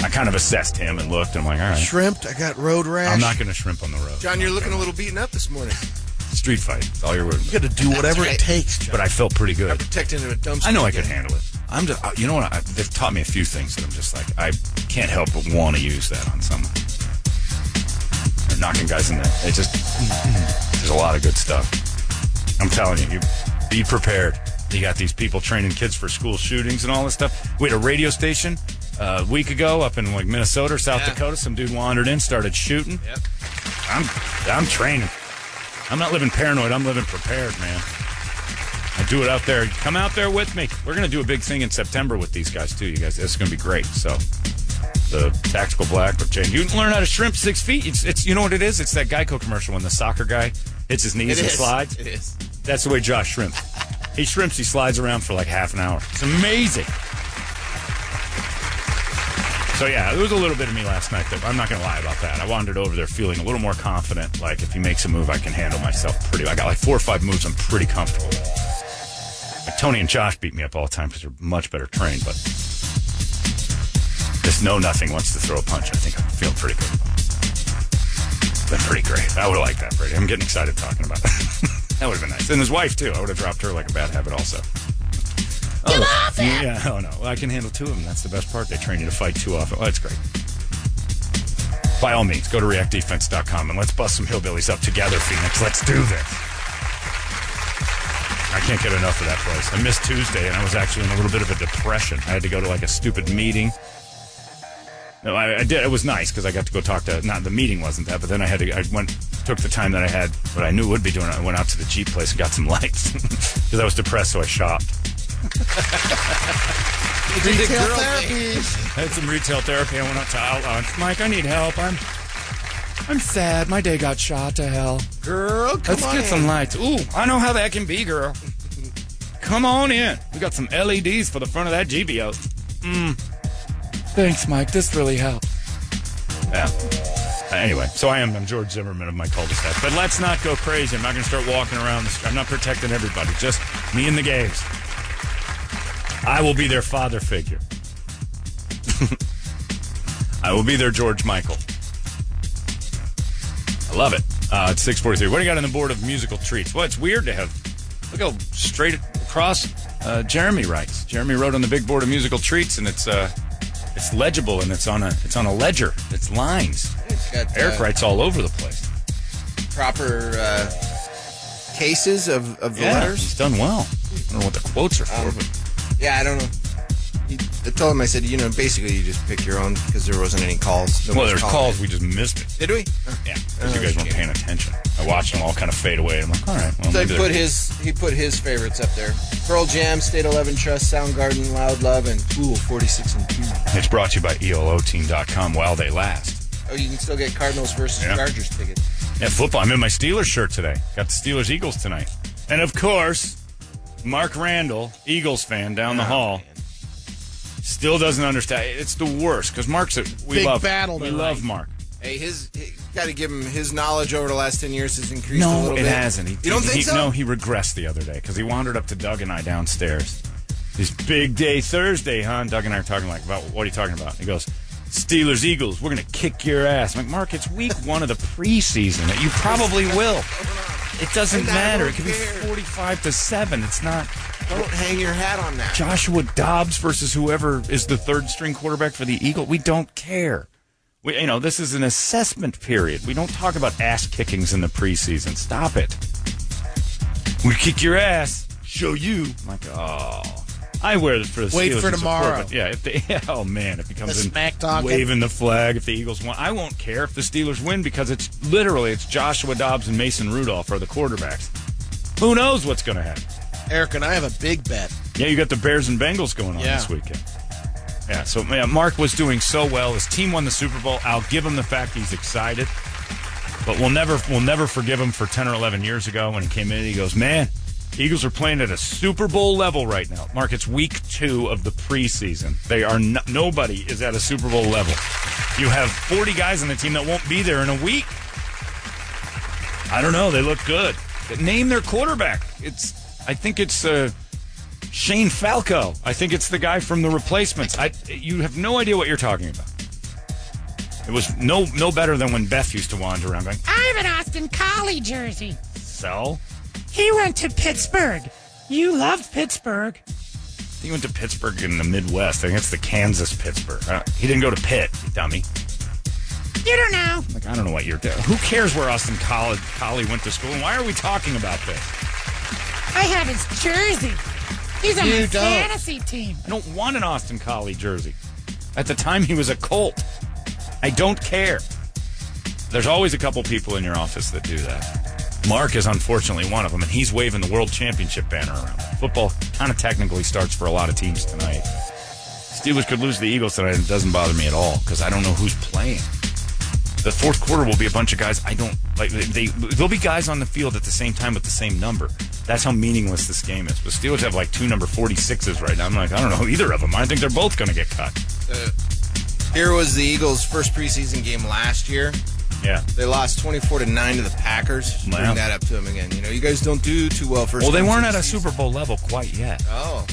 I kind of assessed him and looked, and I'm like, all right,
Shrimped. I got road rash.
I'm not going to shrimp on the road.
John, you're looking a little beaten up this morning.
Street fight. It's all your word.
You got to do whatever
right.
it takes. John.
But I felt pretty
I'm
good.
protecting him at dumpster.
I know I
again.
could handle it. I'm just, uh, you know what? I, they've taught me a few things that I'm just like, I can't help but want to use that on someone. They're knocking guys in the It just, there's a lot of good stuff. I'm telling you, you be prepared. You got these people training kids for school shootings and all this stuff. We had a radio station uh, a week ago up in like Minnesota or South
Yeah.
Dakota. Some dude wandered in, started shooting.
Yep.
I'm I'm training. I'm not living paranoid. I'm living prepared, man. I do it out there. Come out there with me. We're gonna do a big thing in September with these guys too. You guys, it's gonna be great. So the tactical black or chain. You can learn how to shrimp six feet. It's, it's you know what it is. It's that Geico commercial when the soccer guy hits his knees
It
and
is.
slides.
It is.
That's the way Josh shrimps. He shrimps. He slides around for like half an hour. It's amazing. So yeah, there was a little bit of me last night. That I'm not gonna lie about that. I wandered over there feeling a little more confident. Like if he makes a move, I can handle myself pretty. I got like four or five moves. I'm pretty comfortable. With. Like Tony and Josh beat me up all the time because they're much better trained. But this know nothing wants to throw a punch. I think I feel pretty good. about it. It's been pretty great. I would have liked that, Brady. I'm getting excited talking about that. that would have been nice. And his wife too. I would have dropped her like a bad habit also.
Come off it!
Yeah, oh no. Well, I can handle two of them. That's the best part. They train you to fight two off. Oh, that's great. By all means, go to reactdefense.com and let's bust some hillbillies up together, Phoenix. Let's do this. I can't get enough of that place. I missed Tuesday and I was actually in a little bit of a depression. I had to go to like a stupid meeting. No, I, I did. It was nice because I got to go talk to. Not the meeting wasn't that, but then I had to. I went, took the time that I had, what I knew would be doing. I went out to the Jeep place and got some lights because I was depressed, so I shopped.
Retail
girl
therapy.
I had some retail therapy. I went out to Outlaw. Mike, I need help. I'm I'm sad. My day got shot to hell.
Girl, come
Let's
on
get
in.
some lights. Ooh, I know how that can be, girl. Come on in. We got some LEDs for the front of that GBO. Mmm.
Thanks, Mike. This really helped.
Yeah. Uh, Anyway, so I am. I'm George Zimmerman of my cul-de-sac. But let's not go crazy. I'm not going to start walking around. The street. I'm not protecting everybody. Just me and the gays. I will be their father figure. I will be their George Michael. I love it. Uh, it's 643. What do you got on the board of musical treats? Well, it's weird to have. Look how straight across uh, Jeremy writes. Jeremy wrote on the big board of musical treats, and it's uh, it's legible, and it's on a it's on a ledger. It's lines.
It's got, uh,
Eric writes all over the place.
proper uh, cases of, of the
he's
letters.
done well. I don't know what the quotes are for,
Um,
but
Mm-hmm. Yeah, I don't know. He, I told him I said, you know, basically you just pick your own because there wasn't any calls. No
well,
one's
there's
calling.
calls we just missed it.
Did we?
Oh,
Yeah, because you guys weren't paying attention. I watched them all kind of fade away. I'm like, all right, well,
So he
maybe
put
they're-
his he put his favorites up there: Pearl Jam, State Eleven Trust, Soundgarden, Loud Love, and Tool 46 and 2.
It's brought to you by E ELOteam.com while they last.
Oh, you can still get Cardinals versus
Yeah.
Chargers tickets.
Yeah, football. I'm in my Steelers shirt today. Got the Steelers Eagles tonight. And of course, Mark Randall, Eagles fan down the hall, still doesn't understand. It's the worst because Mark's a we
Big
love
battle
we
tonight.
love Mark.
Hey, his got to give him his knowledge over the last 10 years has increased a
No,
little
it
bit.
hasn't. He,
you don't
he-
think
he-
so?
No, he regressed the other day because he wandered up to Doug and I downstairs. This big day Thursday, huh? And Doug and I are talking like about what are you talking about? And he goes, Steelers Eagles, we're gonna kick your ass. I'm like, Mark, it's week one of the preseason. You probably will. It doesn't
And I
matter.
don't
It could be
care.
45 to 7. It's not.
Don't hang your hat on that.
Joshua Dobbs versus whoever is the third string quarterback for the Eagle. We don't care. We, you know, this is an assessment period. We don't talk about ass kickings in the preseason. Stop it. We kick your ass. Show you. I'm like, oh, I wear it for the
Wait
Steelers
for
and support,
tomorrow.
but yeah, if they, oh man, if it comes
The
in
smack talking.
waving the flag, if the Eagles win, I won't care if the Steelers win because it's literally it's Joshua Dobbs and Mason Rudolph are the quarterbacks. Who knows what's going to happen?
Eric and I have a big bet.
Yeah, you got the Bears and Bengals going on
Yeah.
this weekend. Yeah, so yeah, Mark was doing so well. His team won the Super Bowl. I'll give him the fact he's excited, but we'll never we'll never forgive him for ten or eleven years ago when he came in. He goes, "Man, Eagles are playing at a Super Bowl level right now." Mark, it's week two of the preseason. They are no, nobody is at a Super Bowl level. You have forty guys on the team that won't be there in a week. I don't know. They look good. Name their quarterback. It's I think it's. Uh, Shane Falco. I think it's the guy from the replacements. I you have no idea what you're talking about. It was no no better than when Beth used to wander around going,
I have an Austin Collie jersey.
So?
He went to Pittsburgh. You loved Pittsburgh.
He went to Pittsburgh in the Midwest. I think it's the Kansas Pittsburgh. Uh, he didn't go to Pitt, you dummy.
You don't know.
Like, I don't know what you're doing. Who cares where Austin College Collie went to school and why are we talking about this?
I have his jersey. He's on
You
my
don't.
fantasy team.
I don't want an Austin Collie jersey. At the time he was a Colt. I don't care. There's always a couple people in your office that do that. Mark is unfortunately one of them, and he's waving the world championship banner around. Football kind of technically starts for a lot of teams tonight. Steelers could lose to the Eagles tonight, and it doesn't bother me at all because I don't know who's playing. The fourth quarter will be a bunch of guys I don't like. They, they there'll be guys on the field at the same time with the same number. That's how meaningless this game is. But Steelers have like two number forty sixes right now. I'm like I don't know who either of them. are. I think they're both going to get cut.
Here was the Eagles' first preseason game last year.
Yeah.
They lost 24 to 9 to the Packers. Just
Wow.
Bring that up to them again. You know, you guys don't do too well first
Well, they
games
weren't
of
at
the
a
season.
Super Bowl level quite yet.
Oh.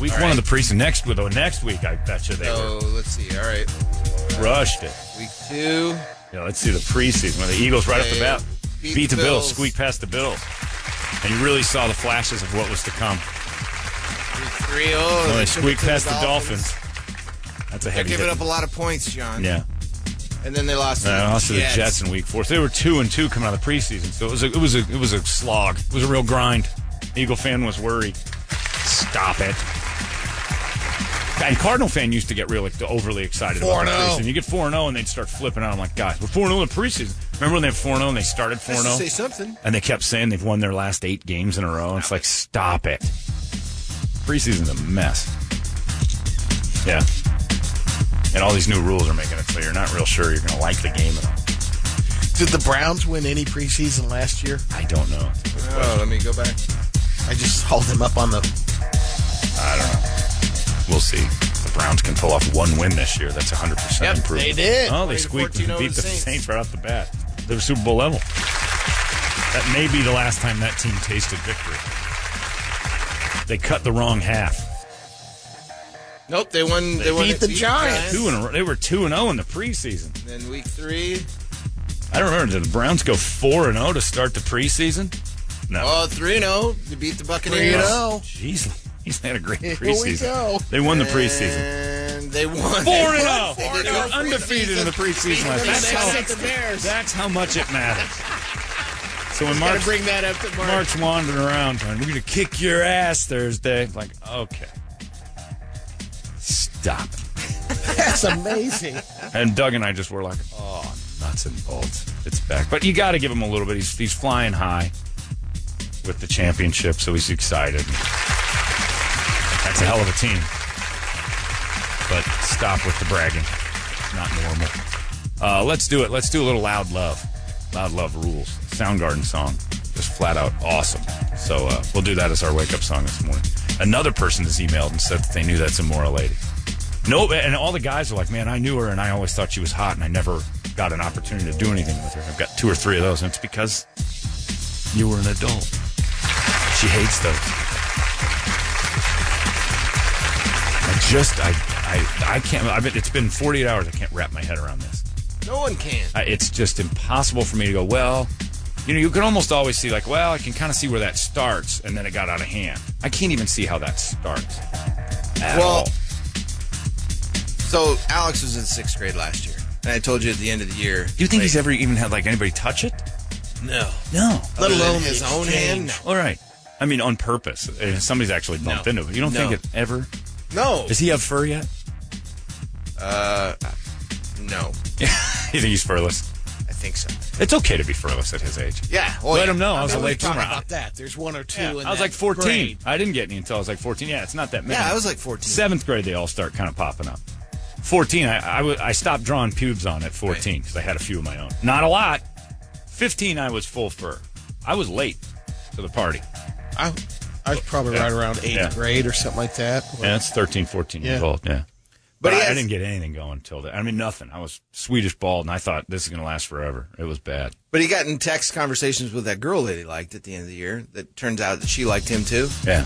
Week
All
one of
right.
the preseason. Next with oh, next week, I bet you they
So, let's see. All right. Oh.
were rushed it.
Week two.
Yeah, let's see the preseason where the Eagles right off the
They
bat beat,
beat
the
the
Bills.
Bills.
squeak past the Bills, and you really saw the flashes of what was to come.
Week three. Oh,
Well, they
took it
squeak
to the
past the Dolphins. That's a
They're
heavy.
giving
hit.
up a lot of points, John.
Yeah, Uh,
And then they lost to,
and
the,
also
Jets.
the Jets in Week Four. So they were two and two coming out of the preseason, so it was a, it was a it was a slog. It was a real grind. Eagle fan was worried. Stop it. And Cardinal fan used to get really overly excited about the
4-0.
preseason. You get four and zero, and they'd start flipping out. I'm like, guys, we're four and zero in the preseason. Remember when they were four and zero and they started four
Has
and oh? zero?
to Say something.
and they kept saying they've won their last eight games in a row. It's like, stop it. Preseason's a mess. Yeah. And all these new rules are making it so you're not real sure you're going to like the game at all.
Did the Browns win any preseason last year?
I don't know.
Oh, let me go back.
I just hauled them up on the.
We'll see. The Browns can pull off one win this year. That's 100%
Yep,
improvement.
they did.
Oh, they
Played
squeaked
14-0
beat the
the Saints.
Saints right off the bat. They were Super Bowl level. That may be the last time that team tasted victory. They cut the wrong half.
Nope, they won. They, won
beat
at
the Giants.
Two in a row. They were 2 and 0 in the preseason.
Then week three.
I don't remember. Did the Browns go four and zero to start the preseason? No.
Oh, 3 0. They beat the Buccaneers.
3-0.
Jeez, he's had a great
Here we
preseason.
go.
They won oh. the preseason.
And they won.
Four and
They
zero.
won. They
They
oh.
did
were
go
undefeated in the preseason last. That's how,
the Bears.
that's how much it matters. So when
Gotta
Mark's,
bring that up to Mark.
Mark's wandering around, going, "We're gonna kick your ass Thursday," like, okay, stop. it.
That's amazing.
And Doug and I just were like, oh, nuts and bolts. It's back. But you got to give him a little bit. He's, he's flying high with the championship, so he's excited. That's a hell of a team. But stop with the bragging. It's not normal. Uh, let's do it. Let's do a little Loud Love. Loud Love rules. Soundgarden song. Just flat out awesome. So uh, we'll do that as our wake up song this morning. Another person has emailed and said that they knew that's Immoral Lady. No, and all the guys are like, man, I knew her and I always thought she was hot and I never got an opportunity to do anything with her. And I've got two or three of those, and it's because you were an adult. She hates those. I just, I, I, I can't, I mean, it's been 48 hours. I can't wrap my head around this.
No one can.
I, it's just impossible for me to go, well, You know, you can almost always see, like, well, I can kind of see where that starts, and then it got out of hand. I can't even see how that starts. At
Well,
all.
So Alex was in sixth grade last year, and I told you at the end of the year.
do you think
like,
he's ever even had like anybody touch it?
no?
No.
Let alone his own hand.
All right. I mean, on purpose. If somebody's actually bumped
No.
into it. You don't
No.
think it ever?
No.
Does he have fur yet?
No.
You think he's furless?
I think so.
It's okay to be furless at his age.
Yeah. well,
Let
yeah.
him know. I was a
We're
late
talking
bloomer.
about that. There's one or two.
Yeah,
in
I was
that
like 14.
grade.
I didn't get any until I was like 14. Yeah, it's not that many.
Yeah, I was like 14.
Seventh grade, they all start kind of popping up. 14, I I wa- I stopped drawing pubes on at 14 because I had a few of my own. Not a lot. 15, I was full fur. I was late to the party.
I, I was probably right around eighth
Yeah.
grade or something like that.
Yeah, that's 13, 14 years
Yeah.
old. Yeah. But,
he
I, I
has-
didn't get anything going until then. I mean, nothing. I was Swedish bald, and I thought this is going to last forever. It was bad.
But he got in text conversations with that girl that he liked at the end of the year. That turns out that she liked him too.
Yeah.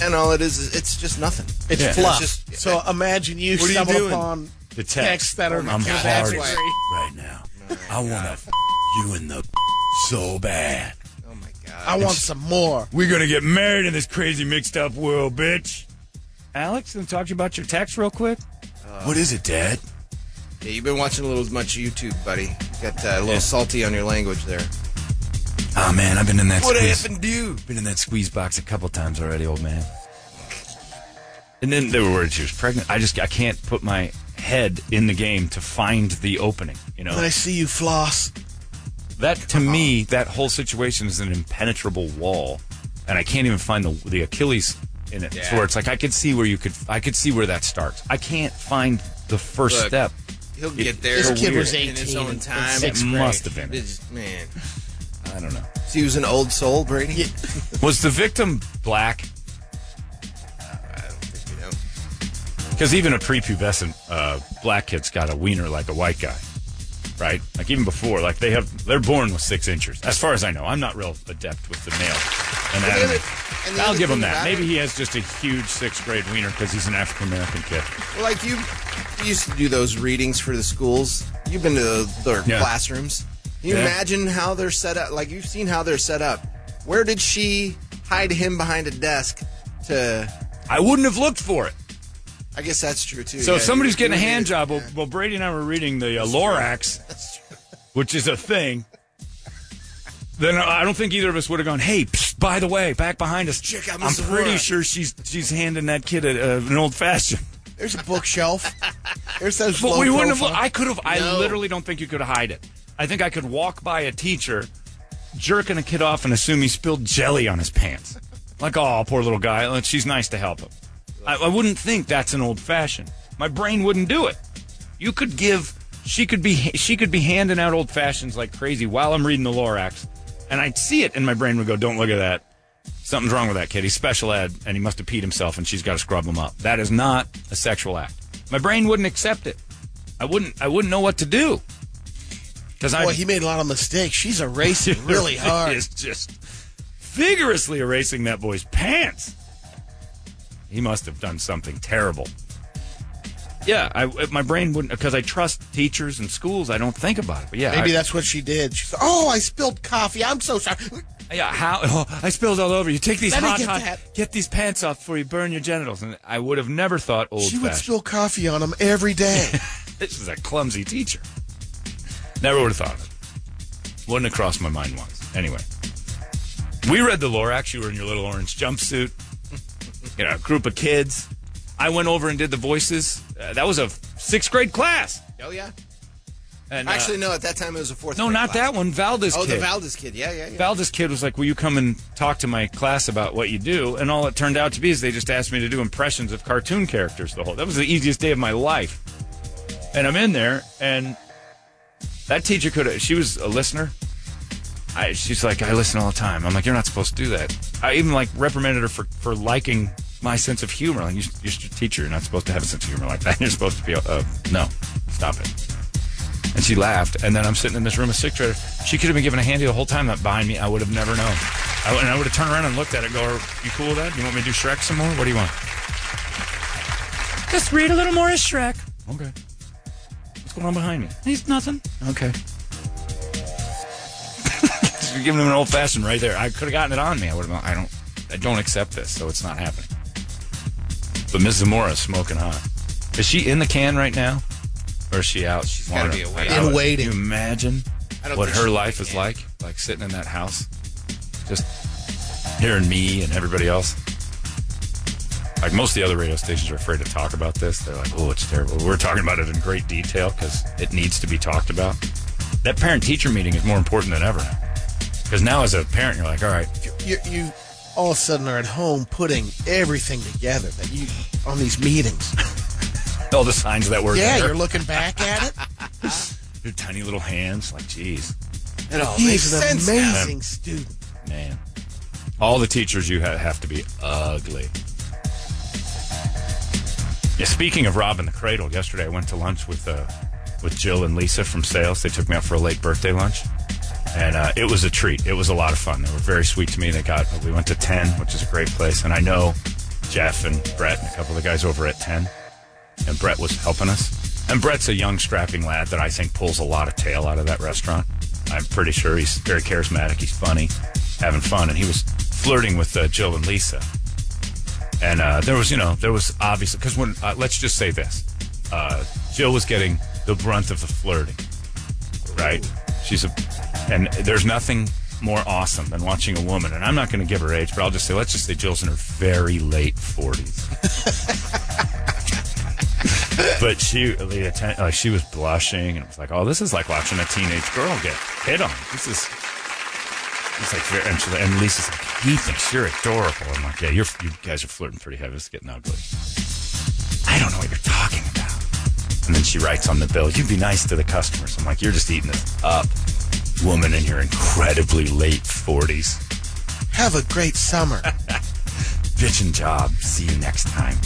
And all it is is it's just nothing.
It's
Yeah.
fluff.
It's just-
so imagine you
What are you
stumble
doing?
upon
The text.
texts that are
I'm
to
hard
that
as-
degree.
right now. I want to f- you in the f- so bad.
Oh my god.
I want some more.
We're gonna get married in this crazy mixed up world, bitch. Alex, can I talk to you about your text real quick?
what is it, Dad?
Yeah, you've been watching a little much YouTube, buddy. You got uh, a little salty on your language there.
Ah, man, I've been in that
What
squeeze.
happened, dude?
Been in that squeeze box a couple times already, old man. And then they were worried she was pregnant. I just I can't put my head in the game to find the opening. You know
When I see you floss,
that to me that whole situation is an impenetrable wall, and I can't even find the the Achilles in it. It's
Yeah.
where it's like I could see where you could I could see where that starts. I can't find the first
Look,
step.
He'll get there.
this
They're
kid was
weird.
eighteen
in his own
in
time.
It
sixth grade.
must have been.
It's- man,
I don't know.
so he was an old soul, Brady.
Yeah.
Was the victim black?
You know?
Because even a prepubescent uh, black kid's got a wiener like a white guy, right? Like even before, like they have, they're born with six inches. As far as I know, I'm not real adept with the male anatomy.
other- and the
I'll
other
give him
thing
that.
about it-
Maybe he has just a huge sixth grade wiener because he's an African American kid.
Well, Like you, you used to do those readings for the schools. You've been to the, their
Yeah.
classrooms. Can you
Yeah.
imagine how they're set up? Like you've seen how they're set up. Where did she hide him behind a desk? To
I wouldn't have looked for it.
I guess that's true too.
So
Yeah,
if somebody's
you-
getting a
you
hand
need-
job, well, well, Brady and I were reading the uh, Lorax, which is a thing. Then I I don't think either of us would have gone. Hey, psst, by the way, back behind us,
Check out
I'm
Miss
pretty
Lorax."
sure she's she's handing that kid a, uh, an old fashioned.
There's a bookshelf. There's those.
But
low
we wouldn't have.
profile-
I could have. I literally don't think you could hide it. I think I could walk by a teacher, jerking a kid off, and assume he spilled jelly on his pants. Like, oh, poor little guy. Like, She's nice to help him. I, I wouldn't think that's an old fashioned. My brain wouldn't do it. You could give. She could be. She could be handing out old fashions like crazy while I'm reading the Lorax, and I'd see it, and my brain would go, "Don't look at that. Something's wrong with that kid. He's special ed, and he must have peed himself, and she's got to scrub him up. That is not a sexual act. My brain wouldn't accept it. I wouldn't. I wouldn't know what to do. Because I
Boy, he made a lot of mistakes. She's erasing really hard.
is just vigorously erasing that boy's pants. He must have done something terrible. Yeah, I, my brain wouldn't because I trust teachers and schools. I don't think about it. But yeah,
Maybe
I-
that's what she did. She's like, oh, I spilled coffee. I'm so sorry.
Yeah, how oh, I spilled all over you. Take these
Let me
hot,
get
hot,
that.
get these pants off before you burn your genitals. And I would have never thought old
She would
fashioned.
spill coffee on him every day.
this is a clumsy teacher. Never would have thought of it. Wouldn't have crossed my mind once. Anyway, we read the Lorax. You were in your little orange jumpsuit. You know, a group of kids. I went over and did the voices. Uh, that was a sixth grade class.
Oh yeah.
And, uh,
Actually, no. At that time, it was a fourth.
no,
grade
not
class.
that one. Valdez.
Oh,
kid.
the Valdez kid. Yeah, yeah, yeah.
Valdez kid was like, "Will you come and talk to my class about what you do?" And all it turned out to be is they just asked me to do impressions of cartoon characters. The whole that was the easiest day of my life. And I'm in there, and that teacher could have. She was a listener. I, she's like, "I listen all the time." I'm like, "You're not supposed to do that." I even like reprimanded her for for liking my sense of humor. Like, you're, you're a teacher. You're not supposed to have a sense of humor like that. You're supposed to be uh, no, stop it. And she laughed. And then I'm sitting in this room of six trader. She could have been giving a handy the whole time that behind me. I would have never known. I, would- and I would have turned around and looked at it and go, Are you cool with that? You want me to do Shrek some more? What do you want?
Just read a little more of Shrek.
Okay. What's going on behind me?
He's nothing.
Okay. should have given him an old fashioned right there. I could have gotten it on me. I would have. I don't. I don't accept this, so it's not happening. But Ms. Zamora is smoking hot. Is she in the can right now, or is she out? She's
gotta be away.
In waiting.
Can you imagine
I don't
what
think
her
she's
life
in
is
the can.
like? Like sitting in that house, just hearing me and everybody else. Like most of the other radio stations are afraid to talk about this. They're like, "Oh, it's terrible." We're talking about it in great detail because it needs to be talked about. That parent-teacher meeting is more important than ever because now, as a parent, you're like, "All right,
you, you all of a sudden are at home putting everything together that you on these meetings.
all the signs that were
yeah,
there."
you're looking back at it.
Your tiny little hands, like, "Geez,
It all makes
He's an
sense.
amazing student.
man." All the teachers you ha- have to be ugly. Yeah, speaking of Rob in the Cradle, yesterday I went to lunch with uh, with Jill and Lisa from sales. They took me out for a late birthday lunch, and uh, it was a treat. It was a lot of fun. They were very sweet to me. They got we went to Ten, which is a great place, and I know Jeff and Brett and a couple of the guys over at Ten, and Brett was helping us. And Brett's a young, strapping lad that I think pulls a lot of tail out of that restaurant. I'm pretty sure he's very charismatic. He's funny, having fun, and he was flirting with uh, Jill and Lisa. And uh, there was, you know, there was obviously because when uh, let's just say this, uh, Jill was getting the brunt of the flirting, right? She's a, and there's nothing more awesome than watching a woman. And I'm not going to give her age, but I'll just say, let's just say Jill's in her very late 40s. but she, the atten- like she was blushing, and it was like, oh, this is like watching a teenage girl get hit on. This is He's like, "You're-" and, she's like- and Lisa's like, he thinks you're adorable. I'm like, yeah, you're, you guys are flirting pretty heavy. It's getting ugly. I don't know what you're talking about. And then she writes on the bill, you'd be nice to the customers. I'm like, you're just eating this up, woman, in your incredibly late 40s.
Have a great summer.
Bitchin' job. See you next time.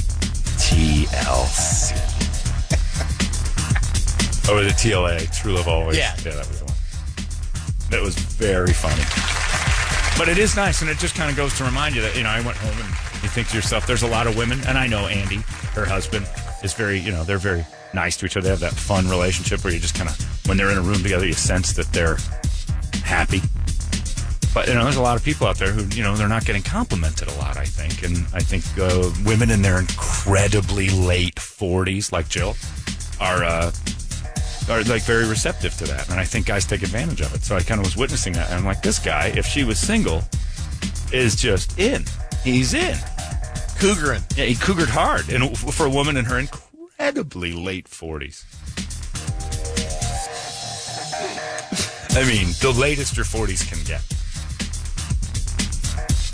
TLC. oh, the TLA, True Love Always.
Yeah.
Yeah, that was the one. That was very funny. But it is nice, and it just kind of goes to remind you that, you know, I went home and you think to yourself, there's a lot of women, and I know Andy, her husband, is very, you know, they're very nice to each other. They have that fun relationship where you just kind of, when they're in a room together, you sense that they're happy. But you know, there's a lot of people out there who you know they're not getting complimented a lot. I think, and I think uh, women in their incredibly late 40s, like Jill, are uh, are like very receptive to that, and I think guys take advantage of it. So I kind of was witnessing that, and I'm like, this guy, if she was single, is just in. He's in.
Cougarin.
Yeah, he cougared hard, and for a woman in her incredibly late 40s. I mean, the latest your 40s can get.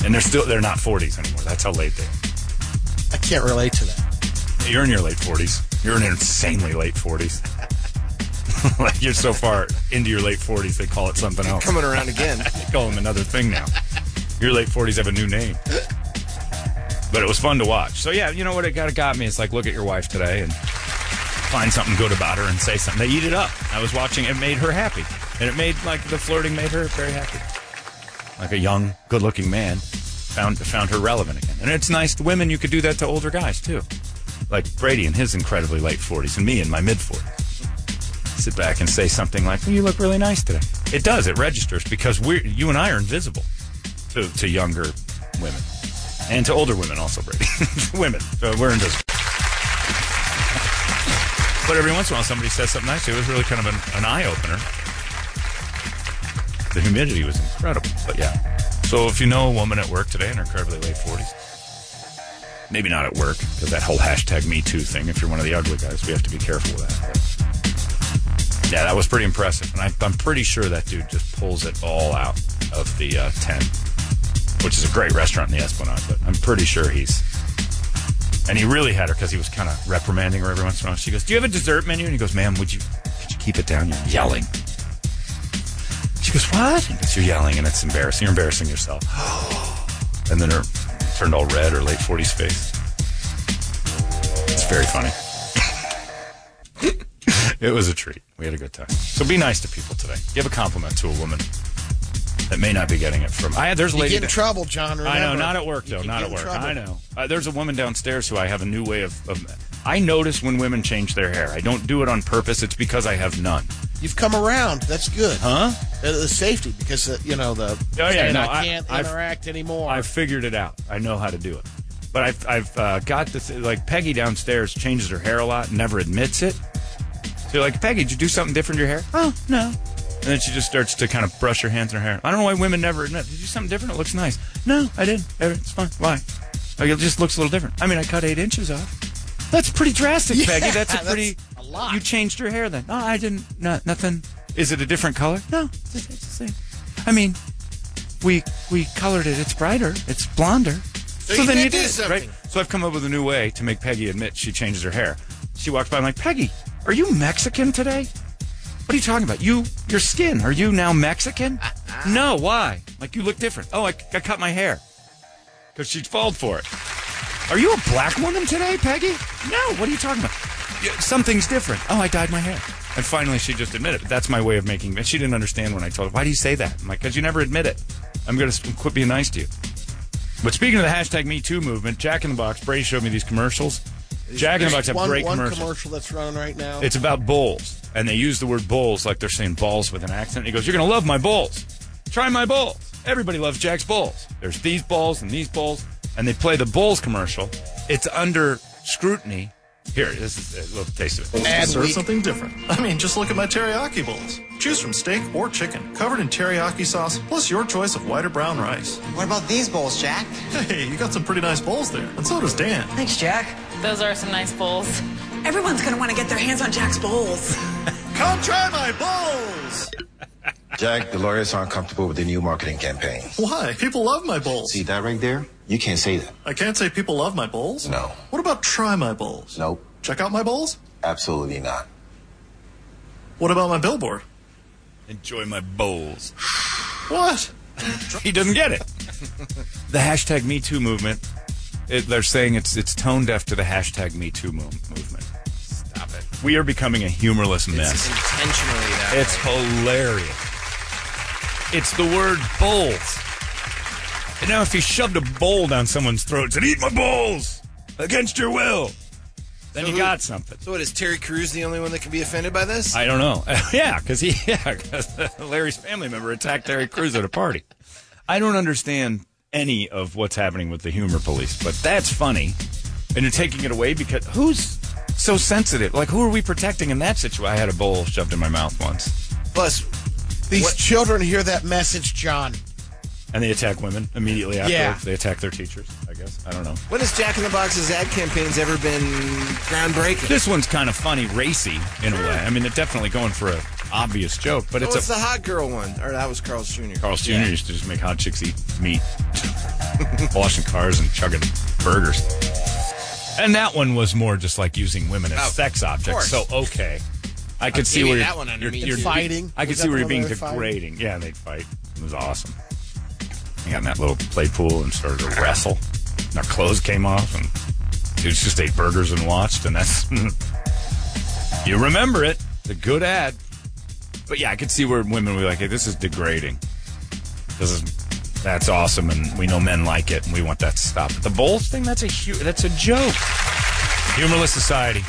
And they're still they're not 40s anymore. That's how late they are.
I can't relate to that.
You're in your late 40s. You're in your insanely late 40s. like you're so far into your late 40s, they call it something else.
Coming around again.
They call them another thing now. Your late forties have a new name. But it was fun to watch. So yeah, you know what it kind of got me? It's like look at your wife today and find something good about her and say something. They eat it up. I was watching. It made her happy, and it made like the flirting made her very happy. Like a young, good-looking man found found her relevant again. And it's nice to women. You could do that to older guys too, like Brady in his incredibly late forties, and me in my mid forties sit back and say something like, "You look really nice today." It does. It registers because we, are you and I, are invisible to, to younger women and to older women also, Brady. women, so we're invisible. but every once in a while, somebody says something nice. to you. It was really kind of an, an eye opener. The humidity was incredible, but yeah. So if you know a woman at work today in her incredibly late forties. Maybe not at work, because that whole hashtag Me Too thing. If you're one of the ugly guys, we have to be careful with that. But- yeah, that was pretty impressive, and I, I'm pretty sure that dude just pulls it all out of the uh, tent, which is a great restaurant in the Esplanade. But I'm pretty sure he's, and he really had her because he was kind of reprimanding her every once in a while. She goes, "Do you have a dessert menu?" And he goes, "Ma'am, would you could you keep it down? You're yelling." She goes, "What?" And he goes, "You're yelling, and it's embarrassing. You're embarrassing yourself." and then her turned all red, her late 40s face. It's very funny. It was a treat. We had a good time. So be nice to people today. Give a compliment to a woman that may not be getting it from. I there's a
You
lady.
get in
that-
trouble, John. Remember.
I know, not at work though,
You
not
get
at
in
work.
trouble.
I know. Uh, there's a woman downstairs who I have a new way of. of I notice when women change their hair. I don't do it on purpose. It's because I have none.
You've come around. That's good.
Huh?
Uh, the safety because uh, you know the
Oh, yeah,
and
no, I-
I can't
I've-
interact anymore.
I figured it out. I know how to do it. But I've, I've uh, got this, like, Peggy downstairs changes her hair a lot, never admits it. So you're like, Peggy, did you do something different to your hair? Oh, no. And then she just starts to kind of brush her hands in her hair. I don't know why women never admit. Did you do something different? It looks nice. No, I didn't. It's fine. Why? Like, it just looks a little different. I mean, I cut eight inches off. That's pretty drastic, Peggy. That's a
that's
pretty.
a lot.
You changed your hair then. No, I didn't. No, nothing. Is it a different color? No, it's, it's the same. I mean, we we colored it. It's brighter. It's blonder. So,
you
then
did
you
do
did it, right.
something.
So I've come up with a new way to make Peggy admit she changes her hair. She walks by. I'm like, Peggy, are you Mexican today? What are you talking about? You your skin? Are you now Mexican? no. Why? Like you look different. Oh, I, I cut my hair because she'd fall for it. Are you a black woman today, Peggy? No. What are you talking about? Yeah, Something's different. Oh, I dyed my hair. And finally, she just admitted it. That's my way of making. And she didn't understand when I told her. Why do you say that? I'm like, because you never admit it. I'm going to quit being nice to you. But speaking of the hashtag Me Too movement, Jack in the Box. Brady showed me these commercials. Jack in the Box have
one,
great
one
commercials.
commercial that's running right now.
It's about bulls, and they use the word bulls like they're saying balls with an accent. He goes, "You're gonna love my bulls. Try my bulls. Everybody loves Jack's bulls. There's these balls and these balls, and they play the bulls commercial. It's under scrutiny. Here, this is a little taste of it.
Ad
Serve
week.
something different. I mean, just look at my teriyaki bowls. Choose from steak or chicken, covered in teriyaki sauce, plus your choice of white or brown rice.
What about these bowls, Jack?
Hey, you got some pretty nice bowls there, and so does Dan.
Thanks, Jack.
Those are some nice bowls.
Everyone's going to want to get their hands on Jack's bowls.
Come try my bowls!
Jack, the lawyers aren't comfortable with the new marketing campaign.
Why? People love my bowls.
See that right there? You can't say that.
I can't say people love my bowls.
No.
What about try my bowls?
Nope.
Check out my bowls?
Absolutely not.
What about my billboard?
Enjoy my bulls.
What?
He doesn't get it. The hashtag Me Too movement. It, they're saying it's it's tone deaf to the hashtag Me Too mo- movement.
Stop it.
We are becoming a humorless mess.
It's intentionally that.
It's
way.
hilarious. It's the word bowls. And now, if you shoved a bowl down someone's throat and said, Eat my bowls against your will, then you
who-
got something.
So what is Terry Crews the only one that can be offended by this?
I don't know. yeah, because he, yeah, 'cause Larry's family member attacked Terry Crews at a party. I don't understand any of what's happening with the humor police, but that's funny. And you're taking it away because who's so sensitive? Like, who are we protecting in that situation? I had a bowl shoved in my mouth once.
Plus,
These
What-
children hear that message, John.
And they attack women immediately after.
Yeah.
They attack their teachers, I guess. I don't know.
when has Jack in the Box's ad campaigns ever been groundbreaking?
This one's kind of funny, racy in a way. I mean, they're definitely going for an obvious joke, but
oh,
it's
it's
a.
the hot girl one. Or that was Carl's Jr.
Carl's Jr. used to just make hot chicks eat meat, washing cars and chugging burgers. And that one was more just like using women as
Oh,
sex objects.
course.
So okay, I could
I'll
see
give you
where
that one under
you're,
Me
you're
Too.
Fighting.
I could
Was
see
that
where
the
you're
one
being
where they fight?
degrading. Yeah, and they'd fight. It was awesome. They got in that little play pool and started to wrestle. And our clothes came off, and dudes just ate burgers and watched. And that's you remember it. The good ad. But yeah, I could see where women would be like, "Hey, this is degrading. This is that's awesome, and we know men like it, and we want that to stop." But the bowls thing—that's a hu- that's a joke. Humorless society.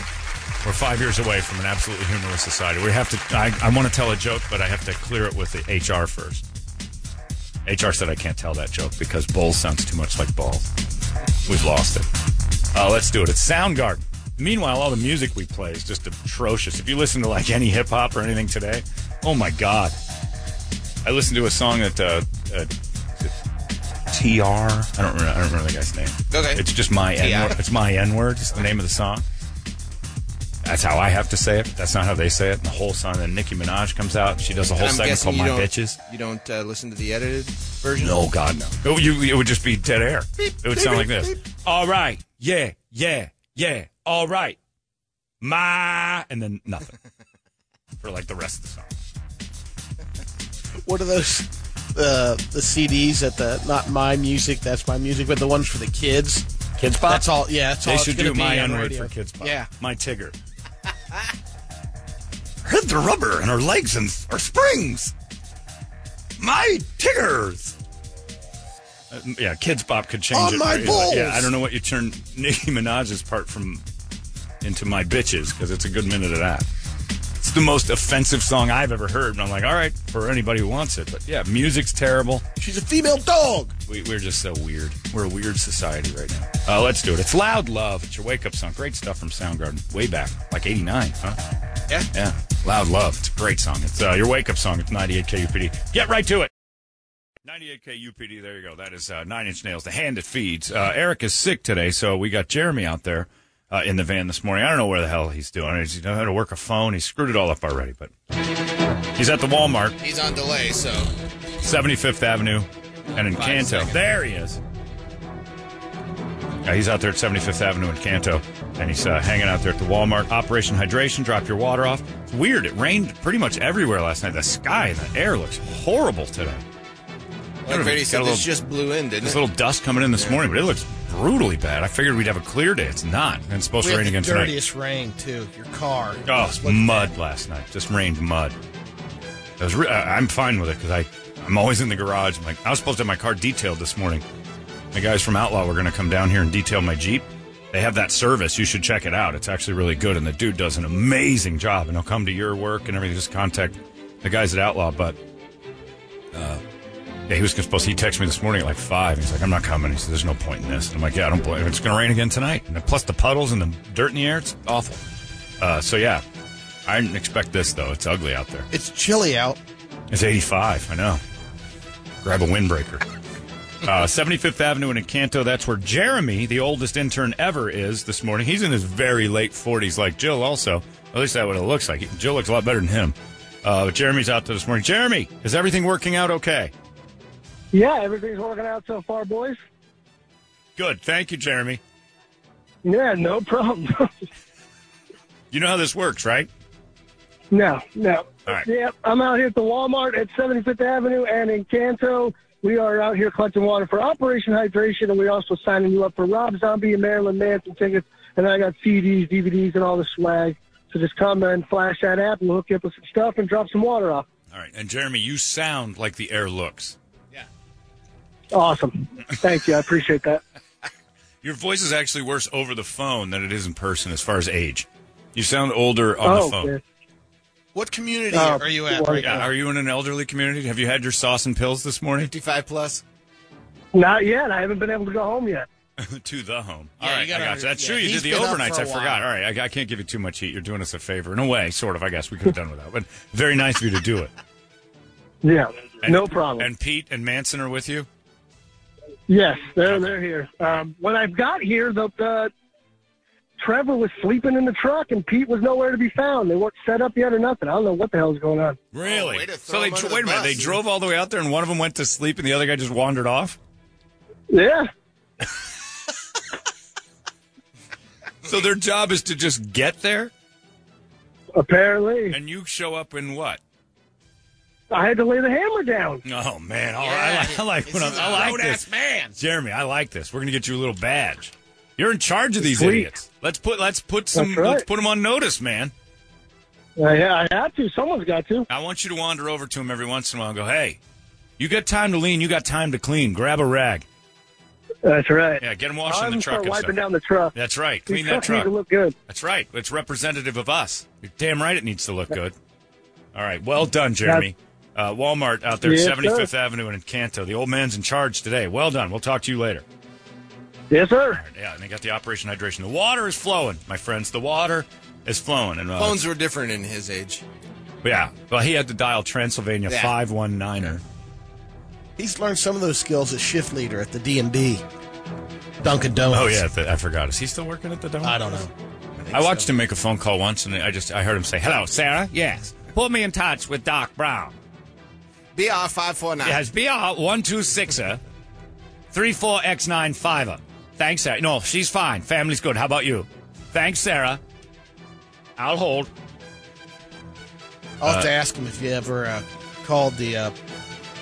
We're five years away from an absolutely humorless society. We have to. I, I want to tell a joke, but I have to clear it with the HR first. HR said I can't tell that joke because bowls sounds too much like balls. We've lost it. Uh, let's do it. It's Soundgarden. Meanwhile, all the music we play is just atrocious. If you listen to like any hip hop or anything today, oh my god! I listened to a song that uh, uh, TR. I don't remember. I don't remember the guy's name.
Okay.
It's just my
TI.
N word. It's my N word. It's the name of the song. That's how I have to say it. But that's not how they say it. And the whole song. Then Nicki Minaj comes out. She does a whole
And I'm
segment
guessing
called
you
"My
don't,
Bitches."
You don't uh, listen to the edited version?
No, God, no. It, you, it would just be dead air. it would sound like this. All right. Yeah, yeah, yeah. All right. My. And then nothing for like the rest of the song.
What are those? Uh, the CDs at the not my music, that's my music, but the ones for the kids.
Kids Pop?
That's all. Yeah, that's
They
all.
should
Oh, it's gonna
do my
be on
N word
radio.
for Kids Pop.
Yeah,
My Tigger.
Hit the rubber and her legs and her springs. My tiggers.
Uh, yeah, Kids Pop could change
On
it.
my
very easily.
balls.
Yeah, I don't know what you turned Nicki Minaj's part from into my bitches because it's a good minute of that. It's the most offensive song I've ever heard, and I'm like, all right, for anybody who wants it. But yeah, music's terrible.
She's a female dog.
We, we're just so weird. We're a weird society right now. Uh, let's do it. It's Loud Love. It's your wake up song. Great stuff from Soundgarden. Way back, like 89, huh? Yeah. Yeah. Loud Love. It's a great song. It's uh, your wake up song. It's 98 KUPD. Get right to it. 98 KUPD. There you go. That is uh, Nine Inch Nails, the hand that feeds. Uh, Eric is sick today, so we got Jeremy out there uh, in the van this morning. I don't know where the hell he's doing. He doesn't know how to work a phone. He screwed it all up already, but he's at the Walmart,
He's on delay, so
75th Avenue, and in
Five
Canto.
seconds.
There he is. Yeah, he's out there at 75th Avenue in Canto, and he's uh, hanging out there at the Walmart. Operation Hydration, drop your water off. It's weird. It rained pretty much everywhere last night. The sky and the air looks horrible today.
like Brady said,
Got a
this
little-
just blew in, didn't
There's
it?
a little dust coming in this morning, but it looks brutally bad. I figured we'd have a clear day. It's not. And it's supposed
We
to
had
rain
the
again tonight.
dirtiest rain too. Your car.
Oh, it's mud last night. Just rained mud. It was re- I- I'm fine with it because I I'm always in the garage. I'm like I was supposed to have my car detailed this morning. The guys from Outlaw were going to come down here and detail my Jeep. They have that service. You should check it out. It's actually really good, and the dude does an amazing job. And he'll come to your work and everything. Just contact the guys at Outlaw. But uh, yeah, he was supposed. He texted me this morning at like five. He's like, "I'm not coming." He said, "There's no point in this." And I'm like, "Yeah, I don't blame. It's going to rain again tonight, and plus the puddles and the dirt in the air. It's awful." Uh, so yeah, I didn't expect this though. It's ugly out there.
It's chilly out.
It's 85. I know. Grab a windbreaker. Uh, 75th Avenue in Encanto. That's where Jeremy, the oldest intern ever, is this morning. He's in his very late 40s, like Jill, also. At least that's what it looks like. Jill looks a lot better than him. Uh, but Jeremy's out there this morning. Jeremy, is everything working out okay?
Yeah, everything's working out so far, boys.
Good. Thank you, Jeremy.
Yeah, no problem.
You know how this works, right?
no, no.
All right.
Yeah, I'm out here at the Walmart at 75th Avenue and in Canto. We are out here collecting water for Operation Hydration, and we're also signing you up for Rob Zombie and Marilyn Manson tickets. And I got CDs, DVDs, and all the swag. So just come and flash that app, and we'll hook you up with some stuff and drop some water off.
All right. And Jeremy, you sound like the air looks.
Awesome. Thank you. I appreciate that.
Your voice is actually worse over the phone than it is in person as far as age. You sound older on
Oh,
the phone.
What community
Uh,
are you at right
Yeah,
now?
Are you in an elderly community? Have you had your sauce and pills this morning?
55 plus.
Not yet. I haven't been able to go home yet.
to the home.
Yeah,
All
you
right, I
gotta-
got you. That's
yeah,
true. You
he's
did the
been up
overnights.
for
I
a
forgot. All right, I, I can't give you too much heat. You're doing us a favor. In a way, sort of, I guess. We could have done without. But very nice of you to do it.
Yeah,
And-
no problem.
And Pete and Manson are with you?
Oh,
Yes, they're they're here. Um, when I got here, the, the Trevor was sleeping in the truck, and Pete was nowhere to be found. They weren't set up yet or nothing. I don't know what the hell's going on.
Really? so they dro- wait a minute. They drove all the way out there, and one of them went to sleep, and the other guy just wandered off.
Yeah.
So their job is to just get there.
Apparently.
And you show up in what?
I had to lay the hammer down.
Oh man! All right, I like. I like, when I'm- I like this, man. Jeremy, I like this. We're gonna get you a little badge. You're in charge of these
Sweet.
idiots. Let's put let's put some
That's right.
let's put them on notice, man.
Uh, I, I had to. Someone's got to.
I want you to wander over to him every once in a while and go, "Hey, you got time to lean? You got time to clean? Grab a rag."
That's right.
Yeah, get them washing
I'm
the
gonna
truck.
Start
and
wiping
stuff.
down the truck.
That's right.
These
Clean that
trucks need
truck.
to look good.
That's right. It's representative of us. You're damn right. It needs to look good. All right. Well done, Jeremy. Uh, Walmart out there,
Yes,
at 75th
sir.
Avenue and Encanto. The old man's in charge today. Well done. We'll talk to you later.
Yes, sir.
Yeah, and they got the Operation Hydration. The water is flowing, my friends. The water is flowing. And uh,
Phones were different in his age.
Yeah. Well, he had to dial Transylvania
Yeah.
five one niner.
He's learned some of those skills as shift leader at the D and D, Dunkin' Donuts.
Oh yeah, th- I forgot. Is he still working at the Dunkin'?
I don't know.
I watched him make a phone call once, and I just I heard him say, "Hello, Sarah. Yes, put me in touch with Doc Brown.
BR five four nine.
Yes, BR one two sixer, three four X nine fiver. Thanks, Sarah. No, she's fine. Family's good. How about you? Thanks, Sarah. I'll hold.
I'll have to
Uh,
ask him if you ever uh, called the. Uh,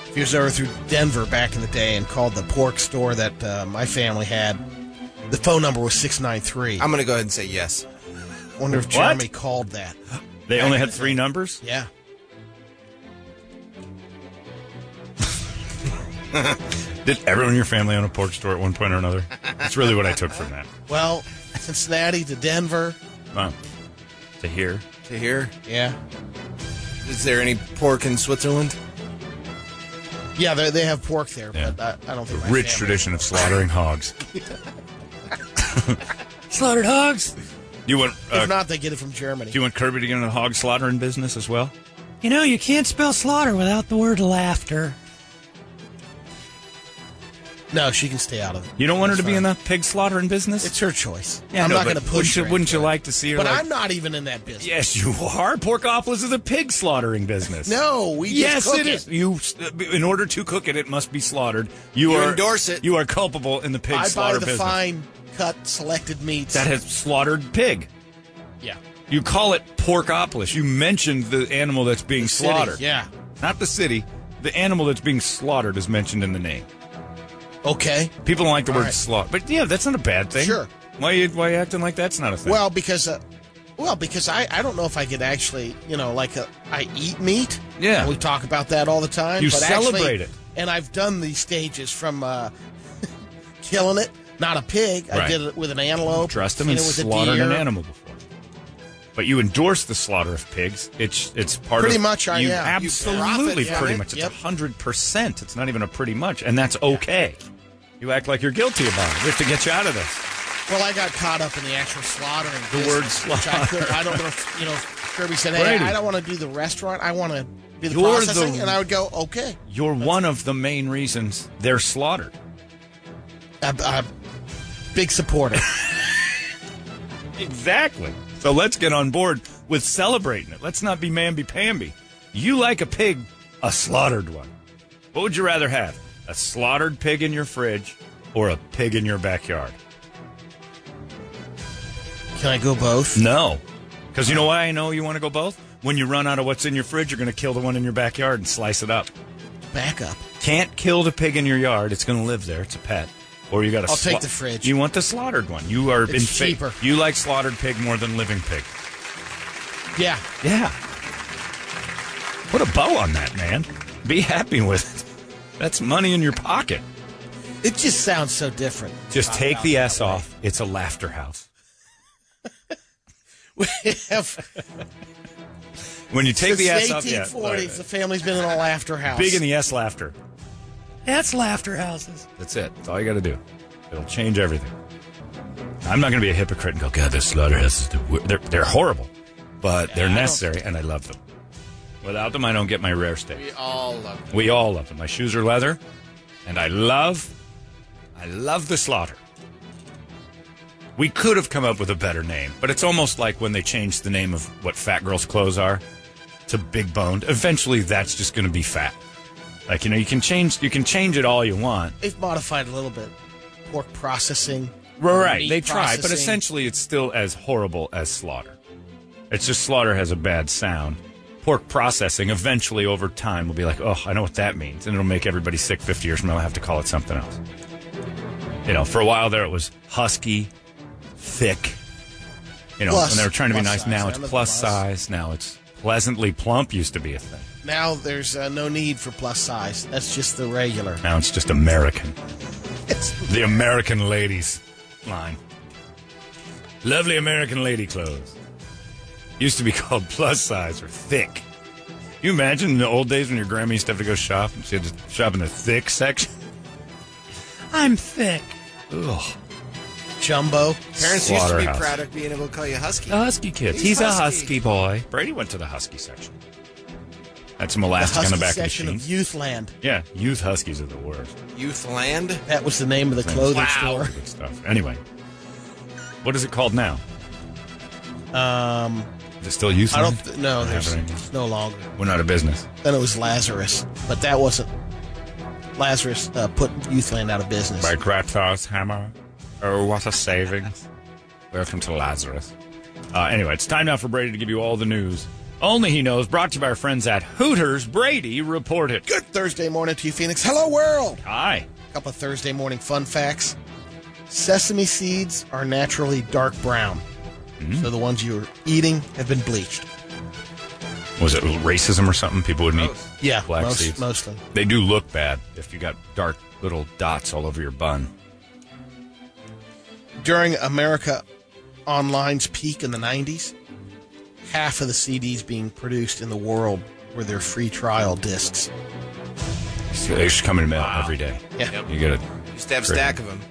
if he was ever through Denver back in the day and called the pork store that uh, my family had, the phone number was six nine three.
I'm going to go ahead and say yes.
Wonder if
What?
Jeremy called that.
They only had three numbers.
Yeah.
Did everyone in your family own a pork store at one point or another? That's really what I took from that.
Well, Cincinnati to Denver,
Wow. To hear.
To hear?
Yeah.
Is there any pork in Switzerland?
Yeah, they they have pork there,
Yeah.
but I, I don't
The
think my
rich
family-
tradition of slaughtering hogs.
Slaughtered hogs.
You want? Uh,
if not, they get it from Germany.
do you want Kirby to get in the hog slaughtering business as well?
You know, you can't spell slaughter without the word laughter.
No, she can stay out of it.
You don't want her
That's
to be
fine.
in the pig slaughtering business?
It's her choice.
Yeah, I
I'm
know,
not
but
going to push
wouldn't you-
her
wouldn't you
into it.
like to see her,
But
like-
I'm not even in that business.
Yes, you are. Porkopolis is a pig slaughtering business.
No, we just
yes,
cook
it
it.
is. You, uh, in order to cook it, it must be slaughtered. You,
You
are,
endorse it.
You are culpable in the pig
I buy
slaughter
the
business.
fine cut selected meats.
That has slaughtered pig.
yeah.
You call it porkopolis. You mentioned the animal that's being
city,
slaughtered.
yeah.
Not the city. The animal that's being slaughtered is mentioned in the name.
Okay.
People don't like the
All
word
right.
slaughter. But yeah, that's not a bad thing.
Sure.
Why you why you acting like that's not a thing?
Well, because uh, well, because I, I don't know if I could actually, you know, like uh, I eat meat.
Yeah.
We talk about that all the time.
You
but
celebrate
actually,
it.
And I've done these stages from uh, killing it, not a pig. I
Right.
did it with an antelope.
dressed them
and
and
it was a
slaughtered an
deer.
animal before. But you endorse the slaughter of pigs. It's it's part
Pretty
of
much, I-
you
yeah. You
absolutely
profit from
pretty
it,
much. It's
yep.
It's hundred percent. It's not even a pretty much, and that's okay. You act like you're guilty about it. We have to get you out of this.
Well, I got caught up in the actual slaughtering.
The
business,
word
which I, could,
slaughter.
I don't know. If, you know, if Kirby said, "Hey,
Brady.
I don't want to do the restaurant. I want to do the
You're the-
processing," and I would go, "Okay."
You're one of the main reasons they're slaughtered.
i i big supporter.
Exactly. So let's get on board with celebrating it. Let's not be mamby pamby. You like a pig, a slaughtered one. What would you rather have? A slaughtered pig in your fridge or a pig in your backyard?
Can I go both?
No. Because you know why I know you want to go both? When you run out of what's in your fridge, you're going to kill the one in your backyard and slice it up.
Back up.
Can't kill the pig in your yard. It's going to live there. It's a pet. Or you got to
I'll take the fridge.
You want the slaughtered one. You are
It's
in fa-
cheaper.
You like slaughtered pig more than living pig.
Yeah.
Yeah. Put a bow on that, man. Be happy with it. That's money in your pocket.
It just sounds so different.
Just
Not
take
about
the
that
S off. It's a laughter house.
way. We have-
When you take
since
the S off, yeah.
1840s, the family's been in a laughter house.
Big in the S laughter.
That's laughter houses.
That's it. That's all you got to do. It'll change everything. I'm not going to be a hypocrite and go, God, this slaughterhouse is the wor-" They're, they're horrible, but they're necessary, and I love them. Without them, I don't get my rare steak.
We all love them.
We all love them. My shoes are leather, and I love, I love the slaughter. We could have come up with a better name, but it's almost like when they changed the name of what fat girls' clothes are to big boned. Eventually, that's just going to be fat. Like you know, you can change, you can change it all you want.
They've modified a little bit. Pork processing.
Right,
meat
they try, but
processing.
essentially it's still as horrible as slaughter. It's just slaughter has a bad sound. Pork processing eventually over time will be like, oh, I know what that means, and it'll make everybody sick 50 years from now. I have to call it something else. You know, for a while there it was husky, thick. You know,
Plus-
when they were trying to be nice,
plus size,
now it's
remember the
plus
plus?
size. Now it's pleasantly plump. Used to be a thing.
Now there's uh, no need for plus size. That's just the regular.
Now it's just American.
It's
The American ladies line. Lovely American lady clothes. Used to be called plus size or thick. Can you imagine in the old days when your grandma used to have to go shop and she had to shop in the thick section?
I'm thick.
Ugh.
jumbo.
Parents used to be
Slaughterhouse.
proud of being able to call you husky.
The
Uh-huh.
husky kids.
He's
He's, a
husky.
husky boy. Brady went to the husky section. Had some
The
elastic on
husky
the back of the
section
jeans.
of Youthland.
yeah, youth huskies are the worst.
Youth land.
That was the name of the clothing
wow.
store.
Good stuff. Anyway, what is it called now?
Um,
Is it still youth?
I don't.
Land?
Th- no,
Doesn't have
there's
it anymore.
it's no longer.
We're not a business.
Then it was Lazarus, but that wasn't. Lazarus uh, put Youthland out of business.
By Grandpa's hammer. Oh, what a savings. Welcome to Lazarus. Uh, anyway, it's time now for Brady to give you all the news. Only he knows, brought to you by our friends at Hooters. Brady, report it.
Good Thursday morning to you, Phoenix. Hello, world.
Hi.
couple of Thursday morning fun facts. Sesame seeds are naturally dark brown.
Hmm.
So the ones you're eating have been bleached.
Was it racism or something? People wouldn't eat.
Yeah,
Black
most-
seeds.
mostly.
They do look bad if you got dark little dots all over your bun.
During America online's peak in the 90s, half of the CDs being produced in the world were their free trial discs.
So they just come in the mail every day.
Yeah.
You got
Used to have a stack of them.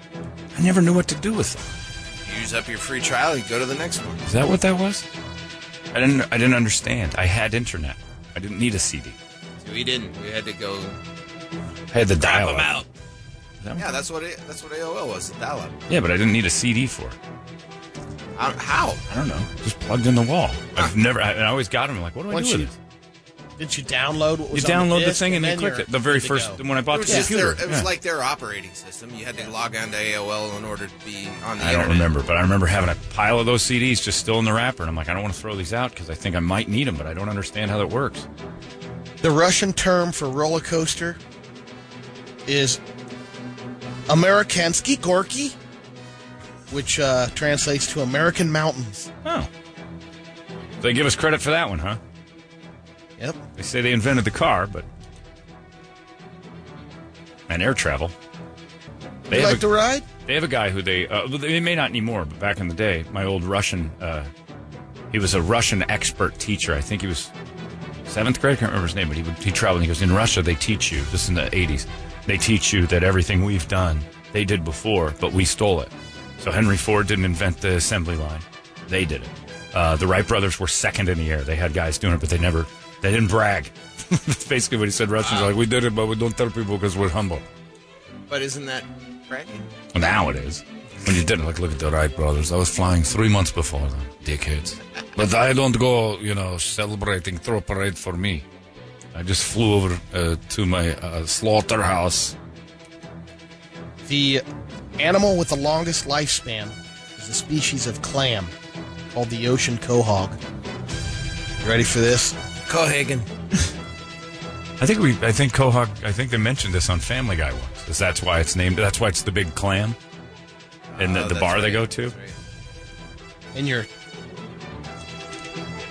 I never knew what to do with them.
Use up your free trial, you go to the next one.
Is that what that was? I didn't. I didn't understand. I had internet. I didn't need a CD.
So we didn't. We had to go.
I had the dial.
them out.
That-
Yeah, that's what it, that's what AOL was. The dial-up.
Yeah, but I didn't need a CD for it.
I don't- How?
I don't know. Just plugged in the wall. I've never. I, and I always got them. Like, what do I
Once
do
you-
with it?
Didn't you download what
You
was on
download the
disc,
thing and you
then
click
you're
it. The very
good to
first-
go.
when I bought
It
the
was, just
computer,
their, it was
yeah.
like their operating system. You had to log on to AOL in order to be on the
I
internet.
don't remember, but I remember having a pile of those CDs just still in the wrapper, and I'm like, I don't want to throw these out because I think I might need them, but I don't understand how that works.
The Russian term for roller coaster is Amerikansky Gorky, which uh, translates to American mountains.
Oh. They give us credit for that one, huh?
Yep.
They say they invented the car, but and air travel.
You
have
like
a-
to ride?
They have a guy who they uh, well, they may not anymore, but back in the day, my old Russian, uh, he was a Russian expert teacher. I think he was seventh grade. I can't remember his name, but he would, he traveled. And he goes in Russia. They teach you this is in the eighties. They teach you that everything we've done they did before, but we stole it. So Henry Ford didn't invent the assembly line; they did it. Uh, the Wright brothers were second in the air. They had guys doing it, but they never they didn't brag. That's basically what he said. Russians are like we did it, but we don't tell people because we're humble.
But isn't that bragging?
Well, now it is. When you didn't, like, look at the Wright brothers. I was flying three months before them, dickheads.
But I don't go, you know, celebrating, throw a parade for me. I just flew over uh, to my uh, slaughterhouse.
The animal with the longest lifespan is a species of clam called the ocean quahog. You ready for this?
Cohagen.
I think we, I think Quahog, I think they mentioned this on Family Guy once. Is that's why it's named? That's why it's the big clam, and
Oh,
the, the
that's
bar they
right,
go to.
And you're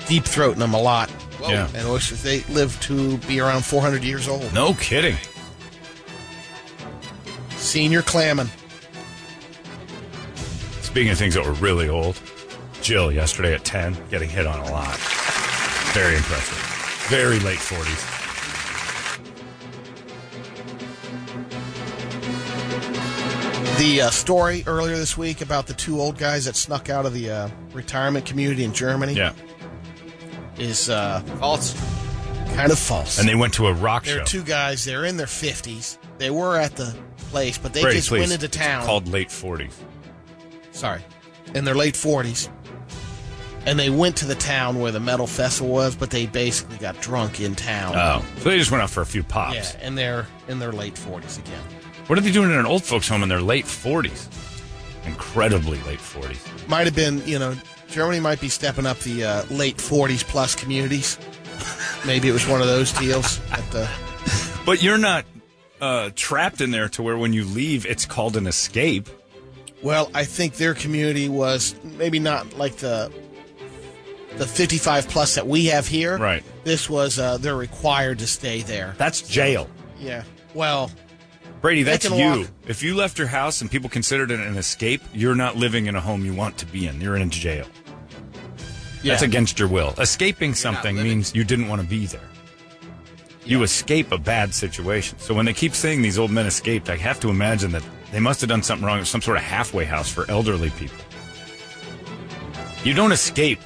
deep throating them a lot.
Whoa. Yeah.
And oysters, they live to be around 400 years old.
No kidding.
Senior clamming.
Speaking of things that were really old, Jill yesterday at ten getting hit on a lot. Very impressive. Very late forties.
The uh, story earlier this week about the two old guys that snuck out of the uh, retirement community in Germany.
Yeah.
Is uh,
false.
Kind of false.
And they went to a rock
There
show.
are two guys. They're in their fifties. They were at the place, but they
Brady,
just
please.
went into
It's
town.
called late forties.
Sorry, in their late forties, and they went to the town where the metal festival was. But they basically got drunk in town.
Oh, so they just went out for a few pops.
yeah, and they're in their late forties again.
What are they doing in an old folks' home in their late forties? Incredibly late forties.
Might have been, you know, Germany might be stepping up the uh, late forties plus communities. Maybe it was one of those deals uh, at the.
But you're not uh, trapped in there to where when you leave, it's called an escape.
Well, I think their community was maybe not like the the 55 plus that we have here.
Right.
This was uh, they're required to stay there.
That's jail.
Yeah. Well,
Brady,
They
that's
can
you.
walk.
If you left your house and people considered it an escape, you're not living in a home you want to be in. You're in jail.
Yeah.
That's against your will. Escaping something means you didn't want to be there. You escape a bad situation. So when they keep saying these old men escaped, I have to imagine that they must have done something wrong. It was some sort of halfway house for elderly people. You don't escape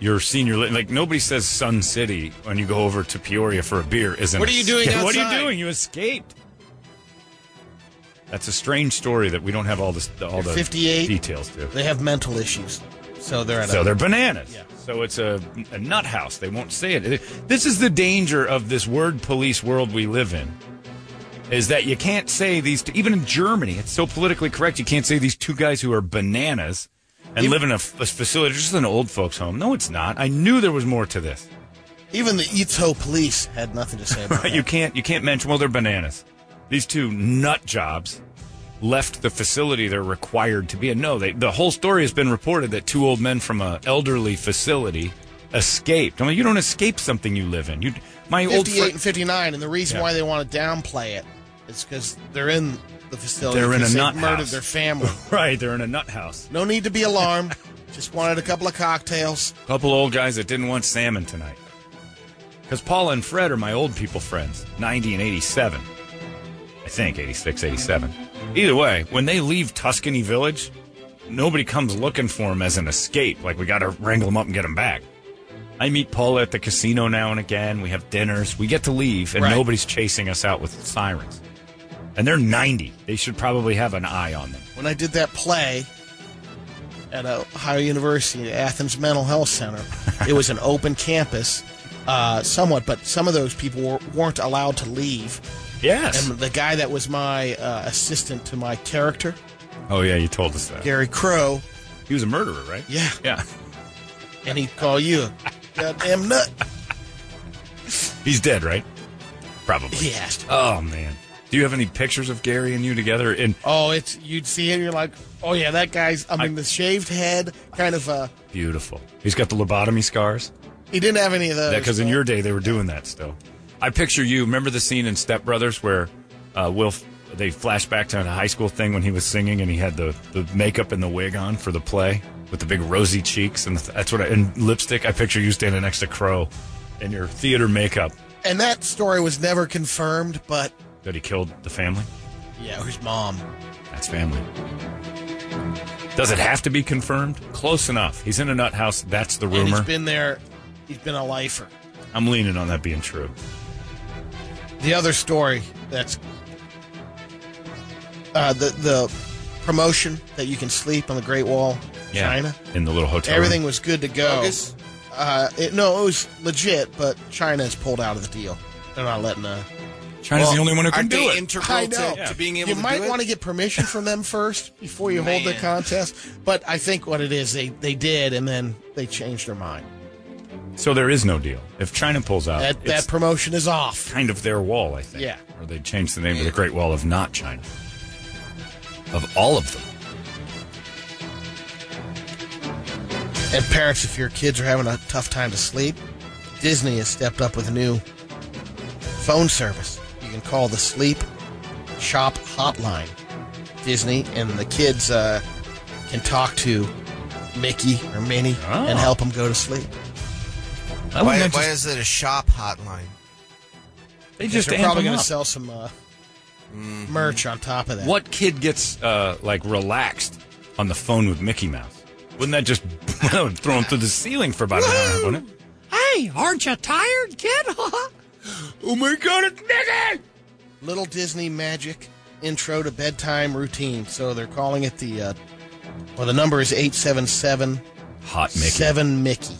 your senior li- like nobody says Sun City when you go over to Peoria for a beer. Isn't
What are you doing
What are you
outside?
doing? You escaped. That's a strange story that we don't have all this all the
58
details to.
They have mental issues. So they're at
So
a,
they're bananas. So it's a, a nut house. They won't say it. This is the danger of this word police world we live in. Is that you can't say these, two, even in Germany, it's so politically correct. You can't say these two guys who are bananas and live in a, f- a facility, just an old folks' home. No, it's not. I knew there was more to this.
Even the Ito police had nothing to say about it.
you can't you can't mention well they're bananas. These two nut jobs left the facility they're required to be in. No, they, the whole story has been reported that two old men from a elderly facility escaped. I mean, you don't escape something you live in. You my
58
old fri-
and 59, and the reason
Yeah.
why they want to downplay it is because they're in the facility.
They're in a
because they've
nut
murdered
house.
their family.
right, they're in a nut house.
No need to be alarmed. Just wanted a couple of cocktails.
Couple old guys that didn't want salmon tonight. Because Paula and Fred are my old people friends, 90 and 87. I think 86, 87. Either way, when they leave Tuscany Village, nobody comes looking for them as an escape. Like, we got to wrangle them up and get them back. I meet Paula at the casino now and again. We have dinners. We get to leave, and
Right.
nobody's chasing us out with sirens. And they're 90. They should probably have an eye on them.
When I did that play at Ohio University, Athens Mental Health Center, it was an open campus, uh, somewhat, but some of those people were, weren't allowed to leave.
Yes.
And the guy that was my uh, assistant to my character,
Oh, yeah, you told us that.
Gary Crow,
He was a murderer, right?
Yeah.
Yeah.
and he'd call you a goddamn nut.
He's dead, right? Probably.
He has to.
Oh man. Do you have any pictures of Gary and you together? And
Oh, it's you'd see him, you're like, oh yeah, that guy's. I mean, the shaved head, kind of. Uh,
beautiful. He's got the lobotomy scars.
he didn't have any of those.
Because in your day they were doing that still. I picture you. Remember the scene in Step Brothers where uh, Will they flash back to a high school thing when he was singing and he had the, the makeup and the wig on for the play with the big rosy cheeks and that's what I, and lipstick. I picture you standing next to Crow in your theater makeup
and that story was never confirmed, but
that he killed the family.
yeah, his mom.
That's family. Does it have to be confirmed? Close enough. He's in a nut house. That's the
And he's
rumor.
been there. He's been a lifer.
I'm leaning on that being true.
The other story that's uh, the the promotion that you can sleep on the Great Wall,
Yeah.
China.
In the little hotel. room.
Everything was good to go. Uh, it, no, it was legit, but China has pulled out of the deal. They're not letting. Uh,
China's the only one who can
aren't
do
they
it.
integral
I
to-
know.
to being able
you
to
might
do it?
want to get permission from them first before you hold the
Man.
contest. But I think what it is, they they did, and then they changed their mind.
so there is no deal. If China pulls
Oh,
out,
that
it's
that promotion is off.
kind of their wall, I think.
Yeah.
Or they changed the name to the Great Wall of not China. Of all of them.
And parents, if your kids are having a tough time to sleep, Disney has stepped up with a new phone service. You can call the Sleep Shop Hotline. Disney and the kids uh, can talk to Mickey or Minnie
Oh.
and help them go to sleep.
Why, why is it a shop hotline?
They
Because
just
they're
amp
probably
them
gonna
up.
sell some uh,
Mm-hmm.
merch on top of that.
What kid gets uh, like relaxed on the phone with Mickey Mouse? Wouldn't that just that would throw him through the ceiling for about an hour, wouldn't it?
Hey, aren't you tired, kid?
oh my god, it's Mickey!
Little Disney magic intro to bedtime routine. So they're calling it the. Uh, well, the number is eight seven seven
Hot Mickey.
seven Mickey.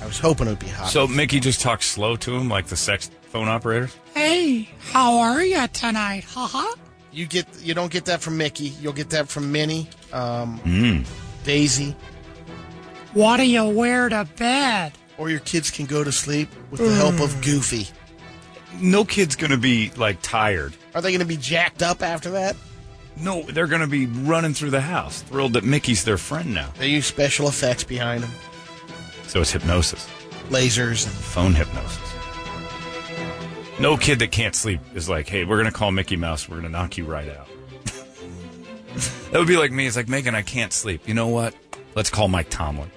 I was hoping it would be hot.
So Mickey just talks slow to him like the sex phone operators?
hey, how are you tonight? Haha.
you get you don't get that from Mickey. You'll get that from Minnie, um,
Mm.
Daisy,
What do you wear to bed?
or your kids can go to sleep with the help of Goofy.
No kid's going to be like tired.
Are they going to be jacked up after that?
No, they're going to be running through the house, thrilled that Mickey's their friend now.
They use special effects behind them,
So it's hypnosis,
lasers and
phone hypnosis. No kid that can't sleep is like, hey, we're going to call Mickey Mouse. We're going to knock you right out. that would be like me. It's like, Megan, I can't sleep. You know what? Let's call Mike Tomlin.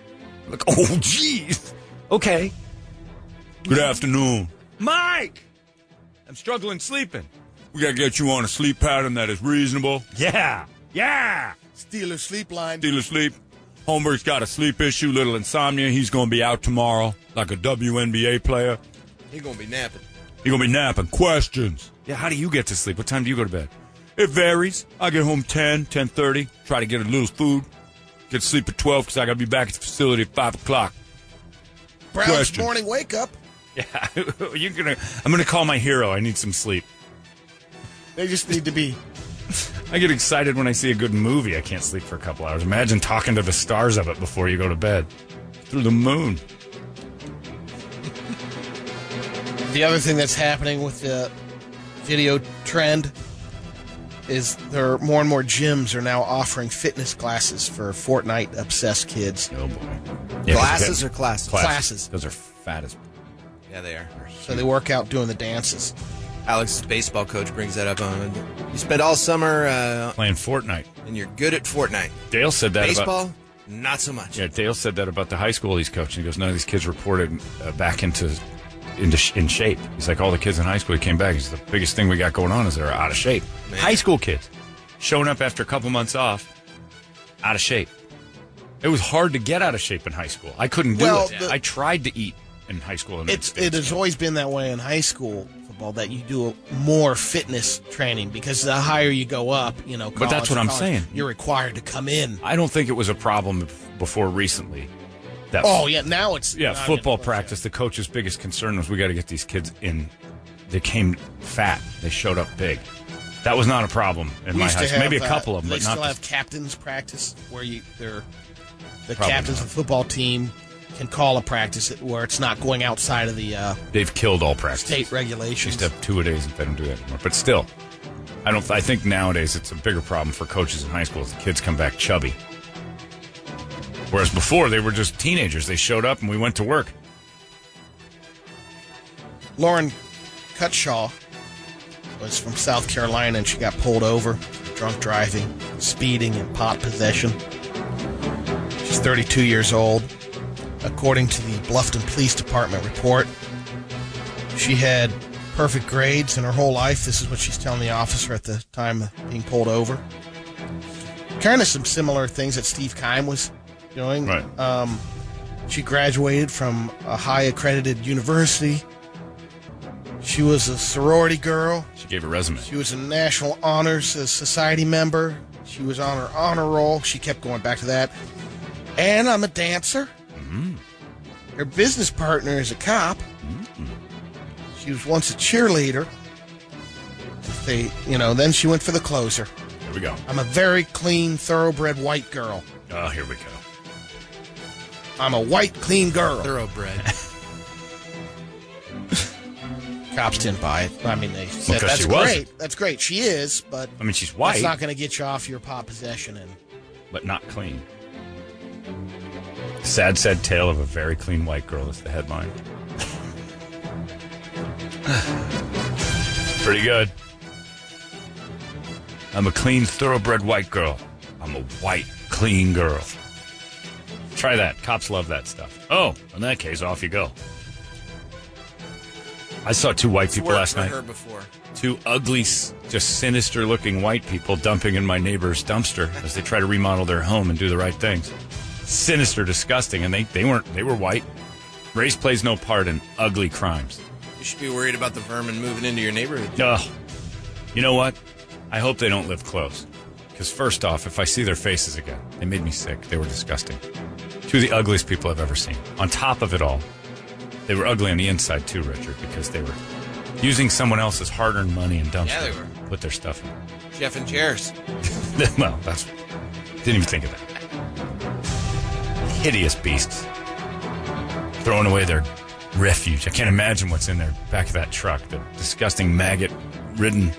Like, oh, jeez. Okay. Good afternoon. Mike! I'm struggling sleeping. We gotta get you on a sleep pattern that is reasonable. Yeah, yeah.
Steeler sleep line.
Steal a sleep. Holmberg's got a sleep issue, little insomnia. He's gonna be out tomorrow, like a WNBA player.
You're gonna be napping.
He's gonna be napping. Questions. Yeah, how do you get to sleep? What time do you go to bed? It varies. I get home 10, 10.30, try to get a little food, get to sleep at 12 because I gotta be back at the facility at 5 o'clock.
Brown's
Question.
morning wake up.
Yeah, you're gonna. I'm gonna call my hero. I need some sleep.
They just need to be.
I get excited when I see a good movie. I can't sleep for a couple hours. Imagine talking to the stars of it before you go to bed. Through the moon.
The other thing that's happening with the video trend is there are more and more gyms are now offering fitness classes for Fortnite obsessed kids.
Oh boy.
Glasses or classes?
Classes.
Those are fat as.
Yeah, they are.
So they work out doing the dances.
Alex's baseball coach brings that up on. You spent all summer uh,
Playing Fortnite.
and you're good at Fortnite.
Dale said that
Baseball,
about
Not so much.
Yeah, Dale said that about the high school he's coaching. He goes, none of these kids reported uh, back into into sh- in shape. He's like, all the kids in high school he came back. He's the biggest thing we got going on is they're out of shape. High school kids showing up after a couple months off, out of shape. It was hard to get out of shape in high school. I couldn't do
Well,
it.
the-
I tried to eat in high school. And
It's it has always been that way in high school football that you do more fitness training because the higher you go up, you know.
But that's
college
what
to
I'm
college,
saying.
You're required to come in.
I don't think it was a problem before recently. That
oh yeah, now it's
Yeah,
I mean,
football practice. The coach's biggest concern was we got to get these kids in. They came fat. They showed up big. That was not a problem in
we
my
used
high
to
school. Maybe a
have, uh,
couple of them,
They
but
still
not. the-
have captains practice where you they're the
Probably
captains
not.
of the football team can call a practice that- where it's not going outside of the uh,
they've killed all practice.
state regulations.
Just have two a days if they don't do that anymore. But still, I don't. I think nowadays it's a bigger problem for coaches in high school is the kids come back chubby. Whereas before they were just teenagers. They showed up and we went to work.
Lauren Cutshaw was from South Carolina and she got pulled over for drunk driving, speeding, and pot possession. She's 32 years old. According to the Bluffton Police Department report, she had perfect grades in her whole life. This is what she's telling the officer at the time of being pulled over. Kind of some similar things that Steve Kime was doing.
Right.
Um, she graduated from a high accredited university. She was a sorority girl.
She gave a resume.
She was a National Honors uh, Society member. She was on her honor roll. She kept going back to that. And I'm a dancer. Mm-hmm. Her business partner is a cop. Mm-hmm. She was once a cheerleader. They, you know, then she went for the closer.
Here we go.
I'm a very clean, thoroughbred white girl.
Oh, here we go.
I'm a white, clean girl.
Thoroughbred.
Cops didn't buy it. I mean, they said
Because
that's
she
great.
wasn't.
That's great. She is, but
I mean, she's white,
That's not going to get you off your pot possession and
but not clean. Sad, sad tale of a very clean white girl is the headline. Pretty good. I'm a clean, thoroughbred white girl. I'm a white, clean girl. Try that. Cops love that stuff. Oh, in that case, off you go. I saw two white people
worked
last
for
night.
her before.
Two ugly, s- just sinister looking white people dumping in my neighbor's dumpster as they try to remodel their home and do the right things. Sinister, disgusting, and they, they weren't, they were white. Race plays no part in ugly crimes.
You should be worried about the vermin moving into your neighborhood.
Ugh. You know what? I hope they don't live close. Because first off, if I see their faces again, they made me sick. They were disgusting. Two of the ugliest people I've ever seen. On top of it all, they were ugly on the inside too, Richard, because they were using someone else's hard-earned money and dumpster.
Yeah, they were.
to Put their stuff in.
Jeff and Jers.
well, that's didn't even think of that. Hideous beasts throwing away their refuge. I can't imagine what's in their back of that truck. The disgusting maggot-ridden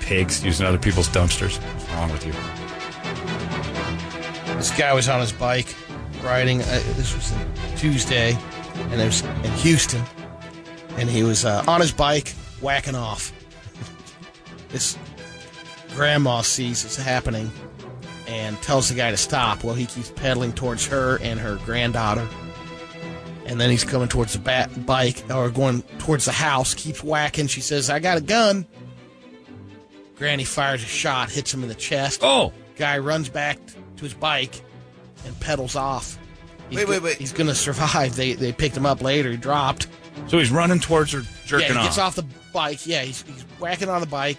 pigs using other people's dumpsters. What's wrong with you?
This guy was on his bike riding. Uh, this was a Tuesday, and it was in Houston, and he was uh, on his bike whacking off. this grandma sees it's happening and tells the guy to stop. Well, he keeps pedaling towards her and her granddaughter, and then he's coming towards the bat- bike or going towards the house. Keeps whacking. She says, "I got a gun." Granny fires a shot, hits him in the chest.
Oh.
Guy runs back to his bike and pedals off. He's
Wait,
go-
wait, wait.
He's going to survive. They they picked him up later. He dropped.
So he's running towards her, jerking
yeah, he
off.
gets off the bike. Yeah, he's, he's whacking on the bike,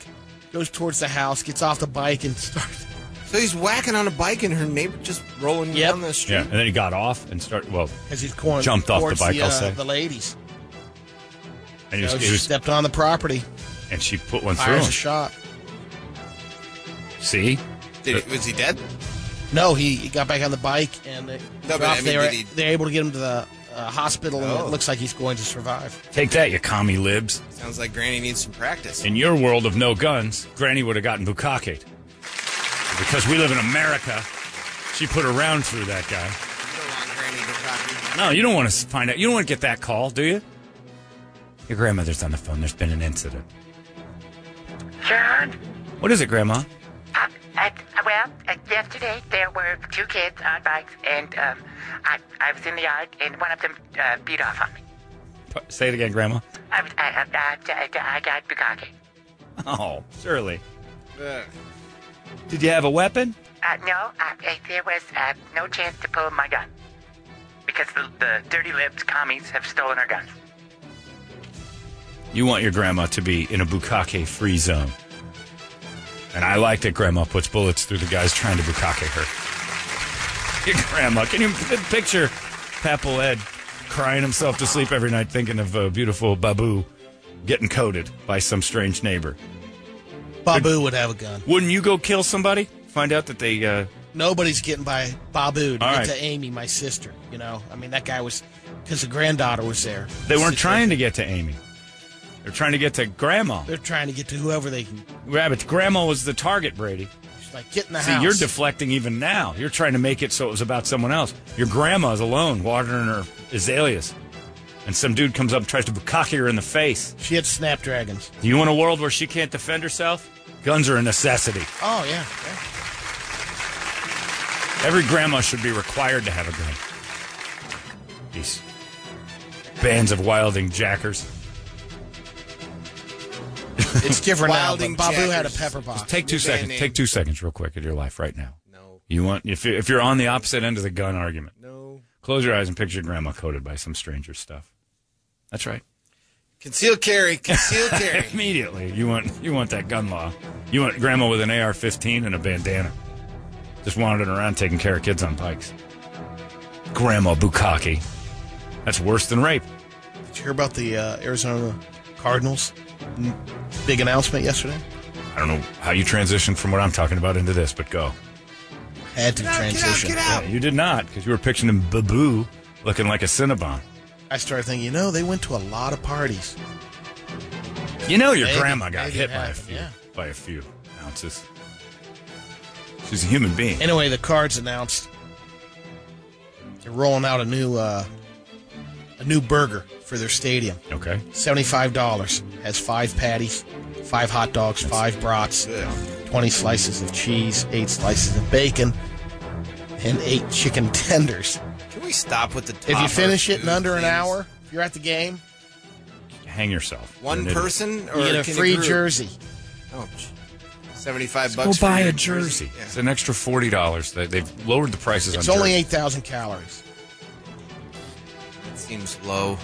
goes towards the house, gets off the bike, and starts.
So he's whacking on a bike and her neighbor just rolling
Yep.
down the street.
Yeah, and then he got off and started. Well,
As he's going
jumped off the
towards
bike,
uh,
I'll say,
the ladies.
and he
So
was,
she
he was-
stepped on the property,
and she put one through
fires
him.
a shot.
See,
Did he, was he dead?
No, he, he got back on the bike and they,
No, but
dropped-
I mean,
they were,
did he-
they're able to get him to the uh, hospital, and
Oh.
it looks like he's going to survive.
take that, you commie libs.
Sounds like Granny needs some practice.
In your world of no guns, Granny would have gotten bukaked. Because we live in America, she put a round through that guy.
You don't want Granny to copy.
No, you don't want to find out. You don't want to get that call, do you? Your grandmother's on the phone. There's been an incident.
John,
What is it, Grandma?
I, I, I well, uh, yesterday there were two kids on bikes, and um, I, I was in the yard, and one of them uh, beat off on me.
Say it again, Grandma.
I, was- I, I, I, I, I got bukkake.
Oh, surely. Did you have a weapon?
Uh, no, I, I, there was uh, no chance to pull my gun because the, the dirty-lipped commies have stolen our guns.
You want your grandma to be in a bukkake free zone. And I like that grandma puts bullets through the guys trying to bukkake her. Your grandma. Can you p- picture Papal Ed crying himself to sleep every night thinking of a beautiful babu getting coated by some strange neighbor?
Babu would have a gun.
Wouldn't you go kill somebody? Find out that they. Uh,
Nobody's getting by Babu to
All
get
right.
to Amy, my sister. You know, I mean, that guy was because the granddaughter was there.
They weren't trying to get to Amy. They're trying to get to Grandma.
They're trying to get to whoever they can.
Rabbit, Grandma was the target, Brady.
She's like, get in the
See,
house.
you're deflecting even now. You're trying to make it so it was about someone else. Your grandma's alone watering her azaleas. And some dude comes up and tries to bukkake her in the face.
She had snapdragons.
Do you want a world where she can't defend herself? Guns are a necessity.
Oh yeah, yeah.
Every grandma should be required to have a gun. These bands of wilding jackers.
It's different now.
Wilding
But Babu had a
Jackers.
pepper box.
Just take two seconds. Take two seconds, real quick, of your life right now. No. You want if you- if you're on the opposite end of the gun argument. No. Close your eyes and picture grandma coated by some stranger stuff. That's right.
Conceal carry, conceal carry.
Immediately, you want you want that gun law. You want grandma with an AR-15 and a bandana, just wandering around taking care of kids on bikes. Grandma bukkake. That's worse than rape.
Did you hear about the uh, Arizona Cardinals n- big announcement yesterday?
I don't know how you transitioned from what I'm talking about into this, but go.
Had to transition.
Yeah, you did not because you were picturing Babu looking like a Cinnabon.
I started thinking, you know, they went to a lot of parties.
You know your
Maybe-
grandma got
maybe
hit
it
by a
happened,
few
yeah.
by a few ounces. She's a human being.
Anyway, the Cards announced they're rolling out a new uh, a new burger for their stadium.
Okay,
seventy five dollars. Has five patties, five hot dogs, five brats, twenty slices of cheese, eight slices of bacon, and eight chicken tenders.
Can we stop with the?
If you
topper
finish it in
food
under an
things?
hour, if you're at the game,
Hang yourself.
One
You're an idiot.
person or
you get a
can
free
group?
jersey.
Oh, gee. seventy-five
Go
bucks. for
buy
your
a jersey. It's an extra forty dollars. They, they've lowered the prices.
It's
on
only
jerseys.
eight thousand calories.
It seems low.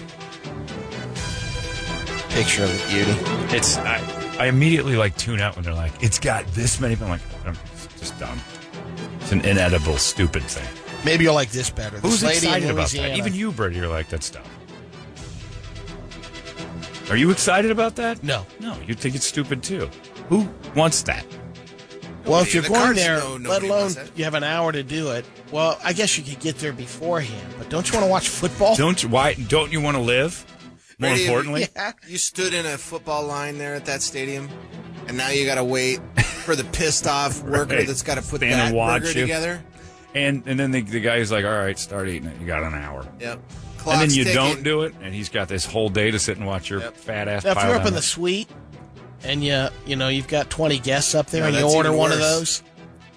Picture of the beauty.
It's I, I immediately like tune out when they're like, it's got this many. I'm like, I'm it's just dumb. It's an inedible, stupid thing.
Maybe you'll like this better. This
Who's
lady in
excited about that?
Louisiana-
Even you, Brady, you're like, that's dumb. Are you excited about that?
No.
No, you think it's stupid too. Who wants that?
Well,
Nobody-
if you're
the
going
cards
there,
know
let
nobody
alone
wants that.
you have an hour to do it. Well, I guess you could get there beforehand, but don't you want to watch football?
Don't you, why? Don't you want to live? More
Brady,
importantly,
yeah. you stood in a football line there at that stadium, and now you got to wait for the pissed off worker
Right.
that's got to put
Stand
that
and watch
burger
you.
together.
and and then the, the guy is like, all right, start eating it. You got an hour.
Yep.
and then
Clock's
you
ticking.
don't do it, and he's got this whole day to sit and watch your fat ass.
Now, if
pile
you're up
down
in the suite and you you know you've got 20 guests up there
No,
and you
that's
order
even
one of
worse.
those,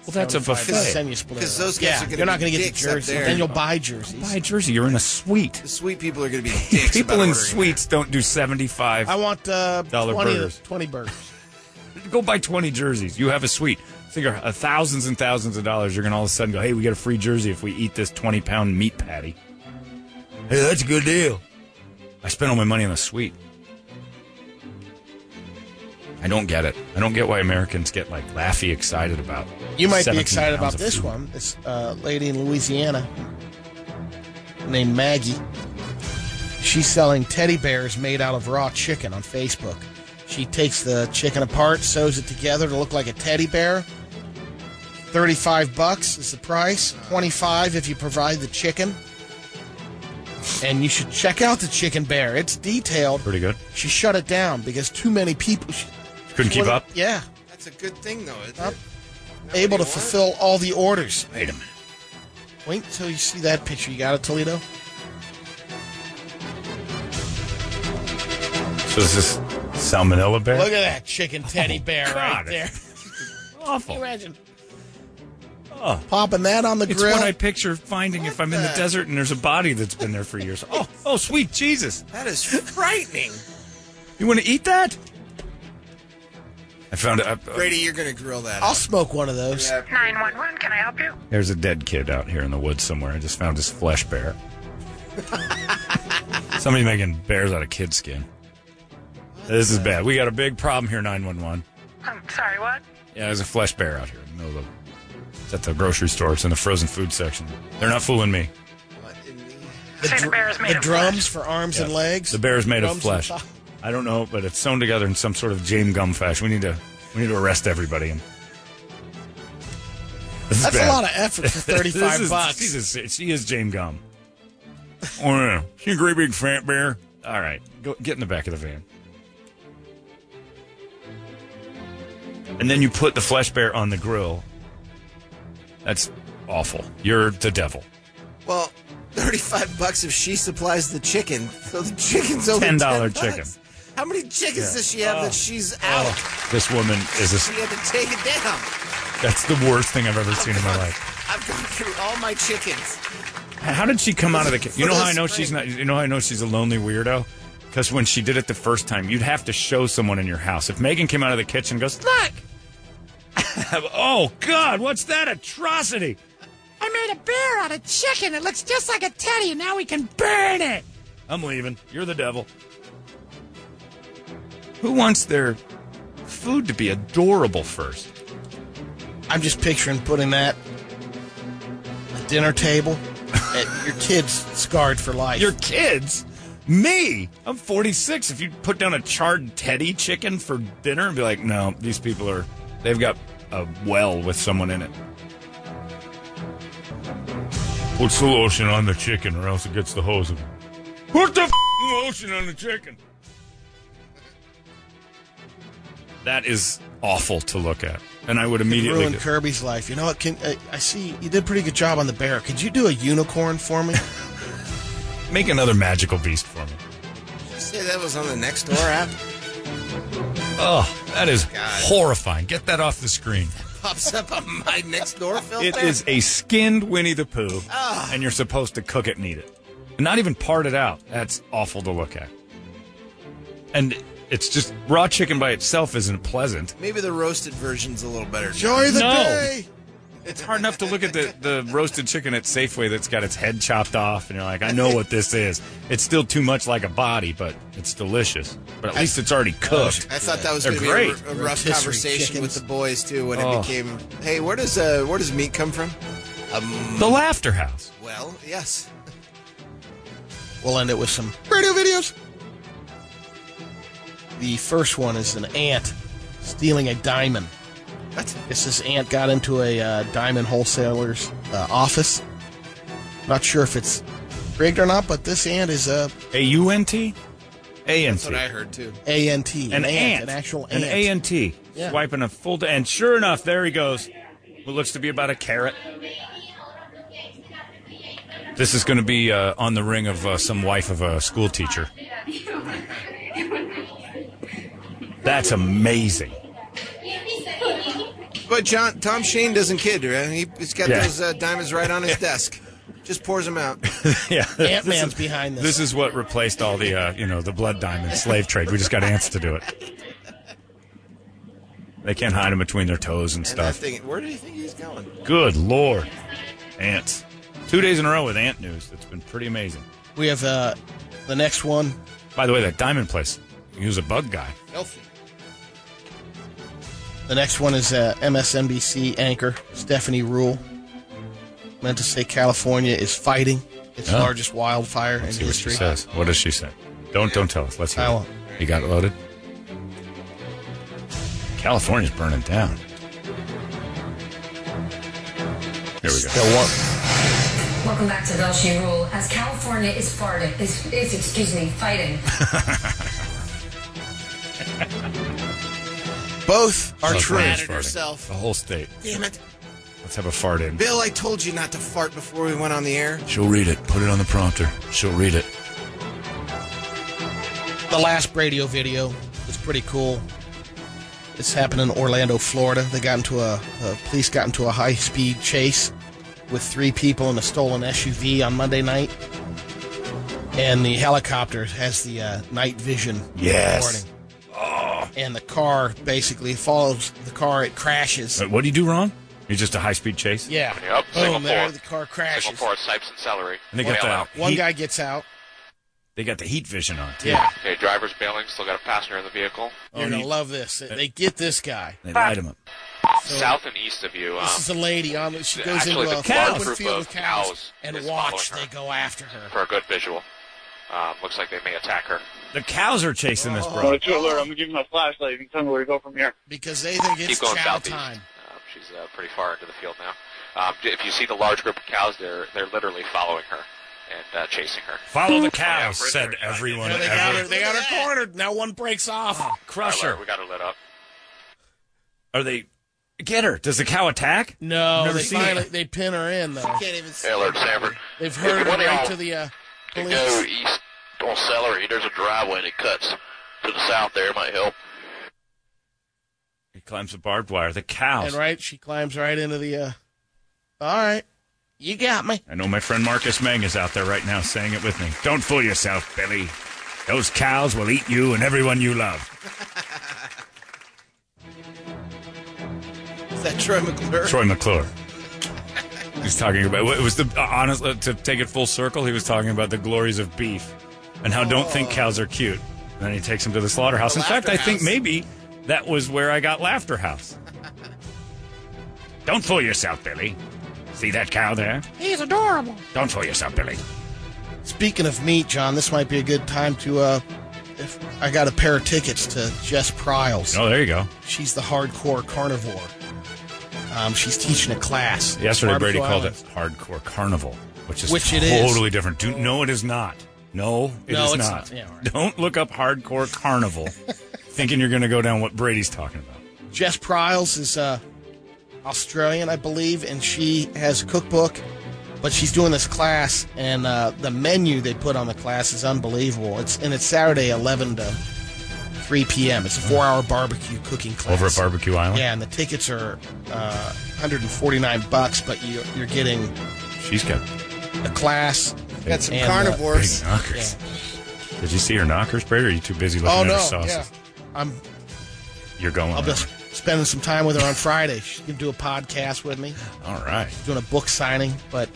Well, that's a
$75,
buffet.
Send you a split.
'Cause those guys
yeah,
are gonna
you're not
be
going to get
dicks
the
up
jerseys.
there.
Then you'll buy jerseys.
buy a jersey. You're in a suite.
The sweet people are going to be dicks.
People
about
in
ordering.
suites don't do seventy-five.
I want uh,
Dollar
20,
burgers.
20 burgers.
Go buy twenty jerseys. You have a suite. Think of uh, thousands and thousands of dollars. You're gonna all of a sudden go, "Hey, we get a free jersey if we eat this twenty-pound meat patty." Hey, that's a good deal. I spent all my money on the suite. I don't get it. I don't get why Americans get like laughy excited about.
You might be
17
excited
pounds
about
of
this
food.
one. This uh, lady in Louisiana named Maggie. She's selling teddy bears made out of raw chicken on Facebook. She takes the chicken apart, sews it together to look like a teddy bear. 35 bucks is the price. 25 if you provide the chicken. And you should check out the chicken bear. It's detailed.
Pretty good.
She shut it down because too many people she,
Couldn't keep up.
Yeah,
That's a good thing, though. Isn't
Up.
it?
able to fulfill all the orders.
Wait a minute.
Wait until you see that picture. You got it, Toledo?
So is this salmonella bear?
Look at that chicken teddy bear
Oh God,
right there.
Awful.
Imagine. Oh. Popping that on the
it's
grill.
what I picture finding if I'm in the
the-
desert and there's a body that's been there for years. Oh, oh, sweet Jesus!
That is frightening.
You want to eat that?
I found uh, it.
Brady, you're going to grill that.
I'll smoke one of those.
911, can I help you?
There's a dead kid out here in the woods somewhere. I just found his flesh bear. Somebody's making bears out of kid skin. This is bad. We got a big problem here, 911.
I'm sorry, what?
Yeah, there's a flesh bear out here in the middle of the, it's at the grocery store. It's in the frozen food section. They're not fooling me.
The,
Say the
dr-
bear is made
the
of
drums for arms
Yeah.
and legs.
The bear's made of
Drums and
flesh.
thigh-
I don't know, but it's sewn together in some sort of James Gum fashion. We need to we need to arrest everybody. And This is
That's a
bad.
lot of effort for 35
This is-
bucks.
She's a, she is James Gum. oh yeah, she a great big fat bear. All right, go get in the back of the van. And then you put the flesh bear on the grill. That's awful. You're the devil.
Well, 35 bucks if she supplies the chicken. So the chicken's only
$10
$10
chicken.
How many chickens
Yeah.
does she have that she's out?
Oh, This woman is
She
a,
had to take it down.
that's the worst thing I've ever seen in my life.
I've gone through all my chickens.
How did she come out of the ca- You know how I know
Spring.
she's not you know how I know she's a lonely weirdo? Because when she did it the first time, you'd have to show someone in your house. If Megan came out of the kitchen and goes, Look! oh God, what's that atrocity?
I made a bear out of chicken. It looks just like a teddy, and now we can burn it.
I'm leaving. You're the devil. Who wants their food to be adorable first?
I'm just picturing putting that on the dinner table. and your kid's scarred for life.
Your kids? Me? I'm 46. If you put down a charred teddy chicken for dinner and be like, no, these people are, they've got a well with someone in it.
Put the lotion on the chicken, or else it gets the hose of it.
Put the f- lotion on the chicken. That is awful to look at. And I would immediately.
ruined Kirby's life. You know what? Can I, I see you did a pretty good job on the bear. Could you do a unicorn for me?
Make another magical beast for me.
Did you say that was on the next door app?
Oh, that is horrifying. Get that off the screen.
Pops up on my next door filter.
It is a skinned Winnie the Pooh, and you're supposed to cook it and eat it. And not even part it out. That's awful to look at. And it's just raw chicken by itself isn't pleasant.
Maybe the roasted version's a little better.
Enjoy the
No.
day.
It's hard enough to look at the, the roasted chicken at Safeway that's got its head chopped off, and you're like, I know what this is. It's still too much like a body, but it's delicious. But at least it's already cooked.
I thought that was
They're
going to be a,
great.
r- a rough
Rotisserie
conversation with
chickens.
the boys too when
Oh.
it became, "Hey, where does uh, where does meat come from?" Um,
The Laughter House.
well, yes.
We'll end it with some radio videos. The first one is an ant stealing a diamond.
What?
It's this ant got into a uh, diamond wholesaler's uh, office. Not sure if it's rigged or not, but this ant is a
A U N T? A N
That's what
T.
I heard too.
ant. An,
An ant.
An actual
An
ant.
A N T.
Yeah.
Swiping a full. d- and sure enough, there he goes. What looks to be about a carrot. This is going to be uh, on the ring of uh, some wife of a school teacher. That's amazing.
But John Tom Shane doesn't kid, right? He, he's got
Yeah.
those uh, diamonds right on his desk. Just pours them out.
yeah, this
Ant-Man's
is-
behind this.
This is what replaced all the uh, you know the blood diamond slave trade. We just got ants to do it. They can't hide them between their toes and
And that
stuff.
thing, where do you think he's going?
Good lord, ants! Two days in a row with ant news. That's been pretty amazing.
We have uh, the next one.
By the way, that diamond place. He was a bug guy.
Healthy.
The next one is uh, MSNBC anchor Stephanie Rule. Meant to say California is fighting its
Oh.
largest wildfire
Let's
in
see what she
history.
says. What does she say? Don't don't tell us. Let's hear.
I
it.
won't.
You got it loaded. California's burning down. Here we go.
Welcome back to Belshi Rule. As California is farting, is, is excuse me, fighting.
Both are
California's
true.
farting.
herself.
The whole state.
Damn it,
Let's have a fart in.
Bill! I told you not to fart before we went on the air.
She'll read it. Put it on the prompter. She'll read it.
The last radio video was pretty cool. This happened in Orlando, Florida. They got into a, a police got into a high speed chase with three people in a stolen SUV on Monday night, and the helicopter has the uh, night vision
Yes.
recording. And the car basically follows the car. It crashes.
What do you do wrong? You're just a high speed chase.
Yeah.
Yep.
Boom,
Single
there
four.
the car crashes.
Single four. Snipes and celery.
And they got
Bail
the-
out.
One guy gets out.
They got the heat vision on too.
Yeah. Oh,
Okay, driver's bailing. Still got a passenger in the vehicle.
You're gonna love this. They- They get this guy.
They light him up.
South and east of you. Um,
This is a lady on. the- She
the-
goes
actually,
into
the
a farm
group
field
of
with cows,
cows
and
is
watch. They
following
go after her.
for a good visual. Um, looks like they may attack her.
The cows are chasing this,
Oh,
bro.
it's alert. I'm gonna give you my flashlight. You can tell me where to go from here.
Because they think
Keep going southeast. Um, she's uh, pretty far into the field now. Um, j- if you see the large group of cows, they're they're literally following her and uh, chasing her.
Follow the cows, said everyone.
Now they
ever.
got her. They got her cornered. Now one breaks off.
Crush
Alright,
her.
We got her lit up.
Are they? Get her. Does the cow attack?
No,
Never
they
seen
finally
it.
they pin her in though.
Can't even
Hey, Alert Sanford.
They've
If
heard
you
her
want
right
y'all
to the uh,
to
police.
go east on Celery, there's a driveway that cuts to the south there. It might help.
He climbs the barbed wire. The cows.
And right, she climbs right into the. Uh, All right, you got me.
I know my friend Marcus Mang is out there right now saying it with me. Don't fool yourself, Billy. Those cows will eat you and everyone you love.
Is that Troy McClure?
Troy McClure. He's talking about it was the uh, honest uh, to take it full circle. He was talking about the glories of beef and how don't
Oh.
think cows are cute. And then he takes them to the slaughterhouse.
The
In fact,
laughter
I think
house.
maybe that was where I got laughter house. don't fool yourself, Billy. See that cow there?
He's adorable.
Don't fool yourself, Billy.
Speaking of meat, John, this might be a good time to. Uh, if I got a pair of tickets to Jess Pryles.
Oh, there you go.
She's the hardcore carnivore. Um, she's teaching a class.
Yesterday, Brady
Barbecue
called
Island.
it hardcore carnival, which is
Which it is.
totally different. Do, no, it is not. No, it
No,
is
it's
not.
not. Yeah, all right.
Don't look up hardcore carnival thinking you're going to go down what Brady's talking about.
Jess Pryles is uh, Australian, I believe, and she has a cookbook, but she's doing this class, and uh, the menu they put on the class is unbelievable. It's and it's Saturday, eleven to three p.m. It's a four-hour barbecue cooking class
Over at Barbecue Island?
Yeah, and the tickets are uh, one hundred and forty-nine bucks, but you, you're getting
She's got
the class.
Got some
and, uh,
carnivores. Big knockers. Did you see her knockers, Brady? Or are you too busy looking
Oh
at her
no!
sauces?
Yeah, I'm
You're going.
I'll be
there.
spending some time with her on Friday. She's gonna do a podcast with me.
All right.
doing a book signing, but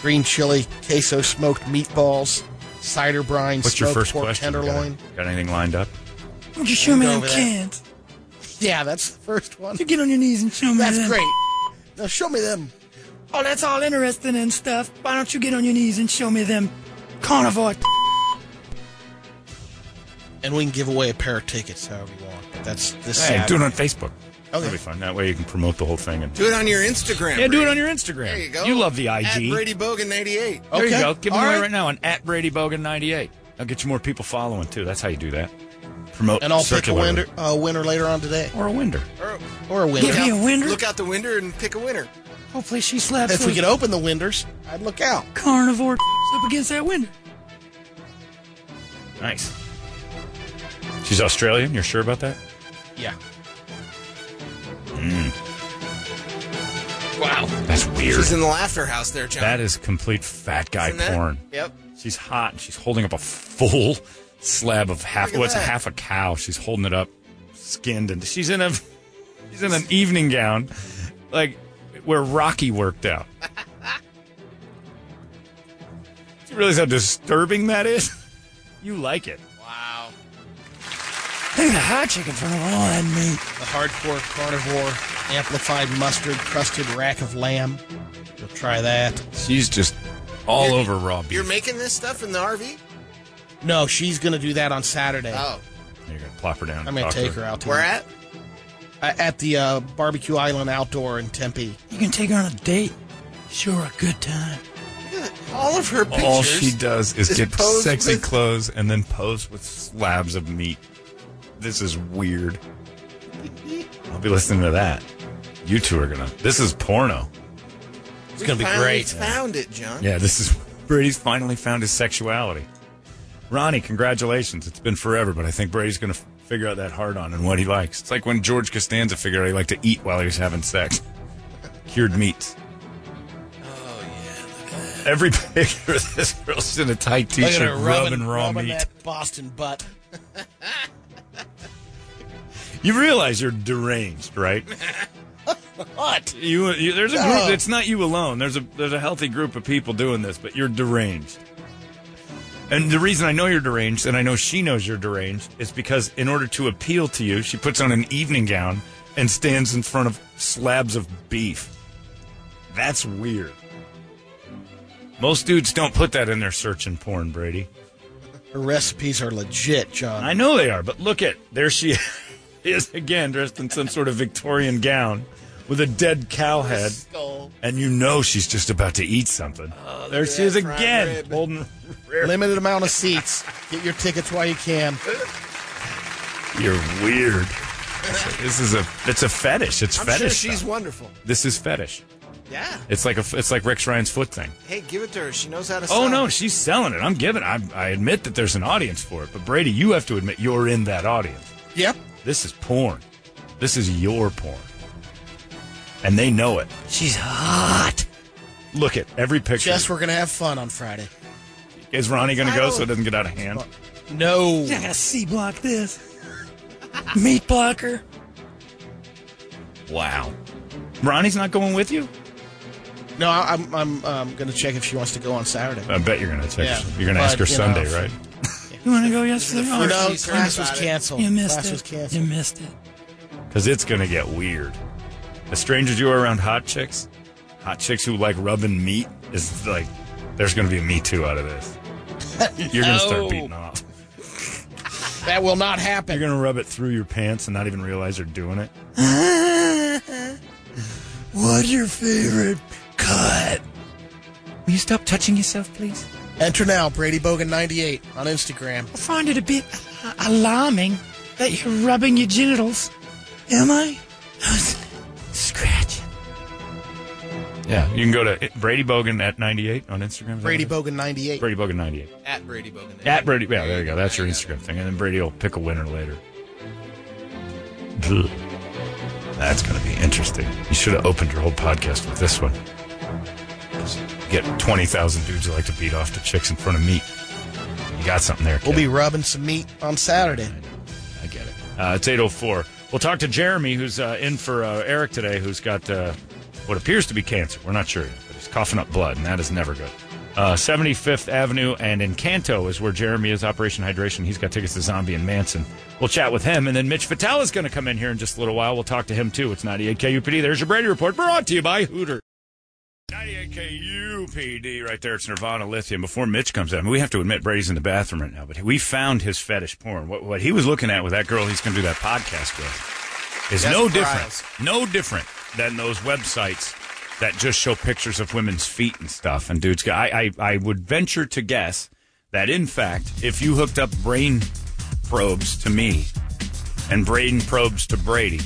green chili, queso smoked meatballs, cider brine,
What's
smoked
your first
pork
question?
tenderloin.
Got, got anything lined up?
Would
you show me them
cans? Yeah, that's the first one.
You get on your knees and show me
That's
them.
great. Now show me them.
Oh, that's all interesting and stuff. Why don't you get on your knees and show me them carnivore?
And we can give away a pair of tickets however you want. But that's this.
Hey, do it
Saturday.
on Facebook. That'll be fun. That way you can promote the whole thing. And
Do it on your
Instagram.
Yeah, do it
Brady.
on your Instagram.
There you go.
You love the Oh. IG.
At Brady Bogan 98.
There you
Okay.
go. Give
All
them away
right.
right now on at Brady Bogan 98. I'll get you more people following, too. That's how you do that. Promote
And I'll pick a
circular.
winner, a winner later on today,
or a winner,
or, a winner.
Give me a winner.
Look
out the window and pick a winner. Hopefully she
out.
slaps.
If we
those
could open the winders, I'd look out.
carnivore up against that window.
Nice. She's Australian. You're sure about that? Hmm.
Yeah.
Wow.
That's weird.
She's in the laughter house there, John.
That is complete fat guy
Isn't that-
porn.
Yep.
She's hot and she's holding up a full slab of half
Look at
what's
that.
half a cow. She's holding it up, skinned, and she's in a she's in an evening gown, like where Rocky worked out. Do you realize how disturbing that is? You like it.
Wow.
Look at the hot chick in front of all that meat.
The hardcore carnivore, amplified mustard, crusted rack of lamb. You'll try that.
She's just all over raw beef.
You're making this stuff in the RV?
No, she's going to do that on Saturday.
Oh.
You're gonna plop her down. and
I'm going
talk
to take her out. To
Where at?
Uh, at the uh, Barbecue Island Outdoor in Tempe.
You can take her on a date. Sure, a good time.
All of her pictures.
All she does is get
pose
sexy
with-
clothes and then pose with slabs of meat. This is weird. I'll be listening to that. You two are gonna. This is porno.
We
gonna be
finally
great.
Found it, John.
Yeah, this is. Brady's finally found his sexuality. Ronnie, congratulations. It's been forever, but I think Brady's gonna f- figure out that hard on and what he likes. It's like when George Costanza figured out he liked to eat while he was having sex. Cured meats. Oh yeah. Every picture of this girl's in a tight
Look at
t-shirt
her
rubbing, raw
rubbing
meat.
that Boston butt.
You realize you're deranged, right?
What?
You, you there's a
No.
group. It's not you alone. There's a there's a healthy group of people doing this, but you're deranged. And the reason I know you're deranged, and I know she knows you're deranged, is because in order to appeal to you, she puts on an evening gown and stands in front of slabs of beef. That's weird. Most dudes don't put that in their search in porn, Brady.
Her recipes are legit, John.
I know they are, but look at there she is again, dressed in some sort of Victorian gown with a dead cow head, and you know she's just about to eat something.
Oh,
there she is again, holding.
Limited amount of seats. Get your tickets while you can.
You're weird. This is a it's a fetish. It's
I'm sure
fetish.
she's
stuff.
wonderful.
This is fetish.
Yeah.
It's like a it's like Rick Ryan's foot thing.
Hey, give it to her. She knows how to.
Oh
sell.
no, she's selling it. I'm giving. I, I admit that there's an audience for it, but Brady, you have to admit you're in that audience.
Yep.
This is porn. This is your porn, and they know it.
She's hot.
Look at every picture.
Jess, we're gonna have fun on Friday.
is Ronnie going to go so it doesn't get out of hand?
No.
I gotta C block this. Meat blocker.
Wow. Ronnie's not going with you.
No, I- I'm I'm um, gonna check if she wants to go on Saturday.
I bet you're going to take.
Yeah,
you're going to ask her
but, you know,
Sunday, right?
You wanna go yesterday?
No, class was
Oh,
canceled.
You missed
Class
it.
was canceled.
You missed it.
Because it's going to get weird. The strangers you are around hot chicks, hot chicks who like rubbing meat, is like, there's going to be a Me Too out of this. You're going to
No.
start beating off.
That will not happen.
You're going to rub it through your pants and not even realize you're doing it.
What's your favorite cut?
Will you stop touching yourself, please?
Enter now, Brady Bogan ninety eight on Instagram.
I find it a bit a- alarming that you're rubbing your genitals. Am I? Scratch.
Yeah. You can go to Brady Bogan at 98 on Instagram. is that
Brady
what
Bogan ninety
it is?
eight.
Brady Bogan 98.
At Brady Bogan.
At Brady. Yeah, there you go. That's your Instagram thing. And then Brady will pick a winner later. Ugh. That's going to be interesting. You should have opened your whole podcast with this one. Get 20,000 dudes who like to beat off to chicks in front of meat. You got something there.
We'll
kid.
be rubbing some meat on Saturday.
I get it. Uh, it's 804. We'll talk to Jeremy, who's uh, in for uh, Eric today, who's got uh, what appears to be cancer. We're not sure yet, but he's coughing up blood, and that is never good. Uh, 75th Avenue and Encanto is where Jeremy is, Operation Hydration. He's got tickets to Zombie and Manson. We'll chat with him, and then Mitch Vitale is going to come in here in just a little while. We'll talk to him, too. It's 98 KUPD. There's your Brady Report, brought to you by Hooter. 98 KUPD right there. It's Nirvana Lithium. Before Mitch comes in, I mean, we have to admit Brady's in the bathroom right now, but we found his fetish porn. What, what he was looking at with that girl he's going to do that podcast with is
That's
no
prize.
different, no different than those websites that just show pictures of women's feet and stuff. And dudes, I, I, I would venture to guess that in fact, if you hooked up brain probes to me and brain probes to Brady,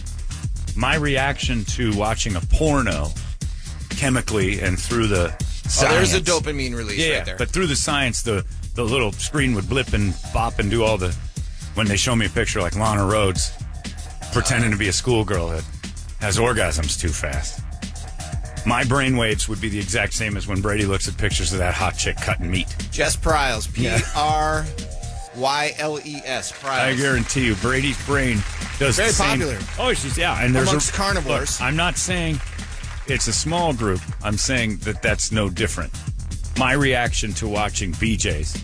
my reaction to watching a porno chemically and through the
Oh,
science.
there's a dopamine release
yeah,
right there.
but through the science, the the little screen would blip and bop and do all the. When they show me a picture like Lana Rhodes pretending to be a schoolgirl that has orgasms too fast, my brain waves would be the exact same as when Brady looks at pictures of that hot chick cutting meat.
Jess Pryles. P R Y L E S.
I
Pryles.
guarantee you, Brady's brain does
Very
the same-
popular.
Oh, she's yeah, and there's
Amongst
a,
carnivores.
look, I'm not saying it's a small group. I'm saying that that's no different. My reaction to watching BJ's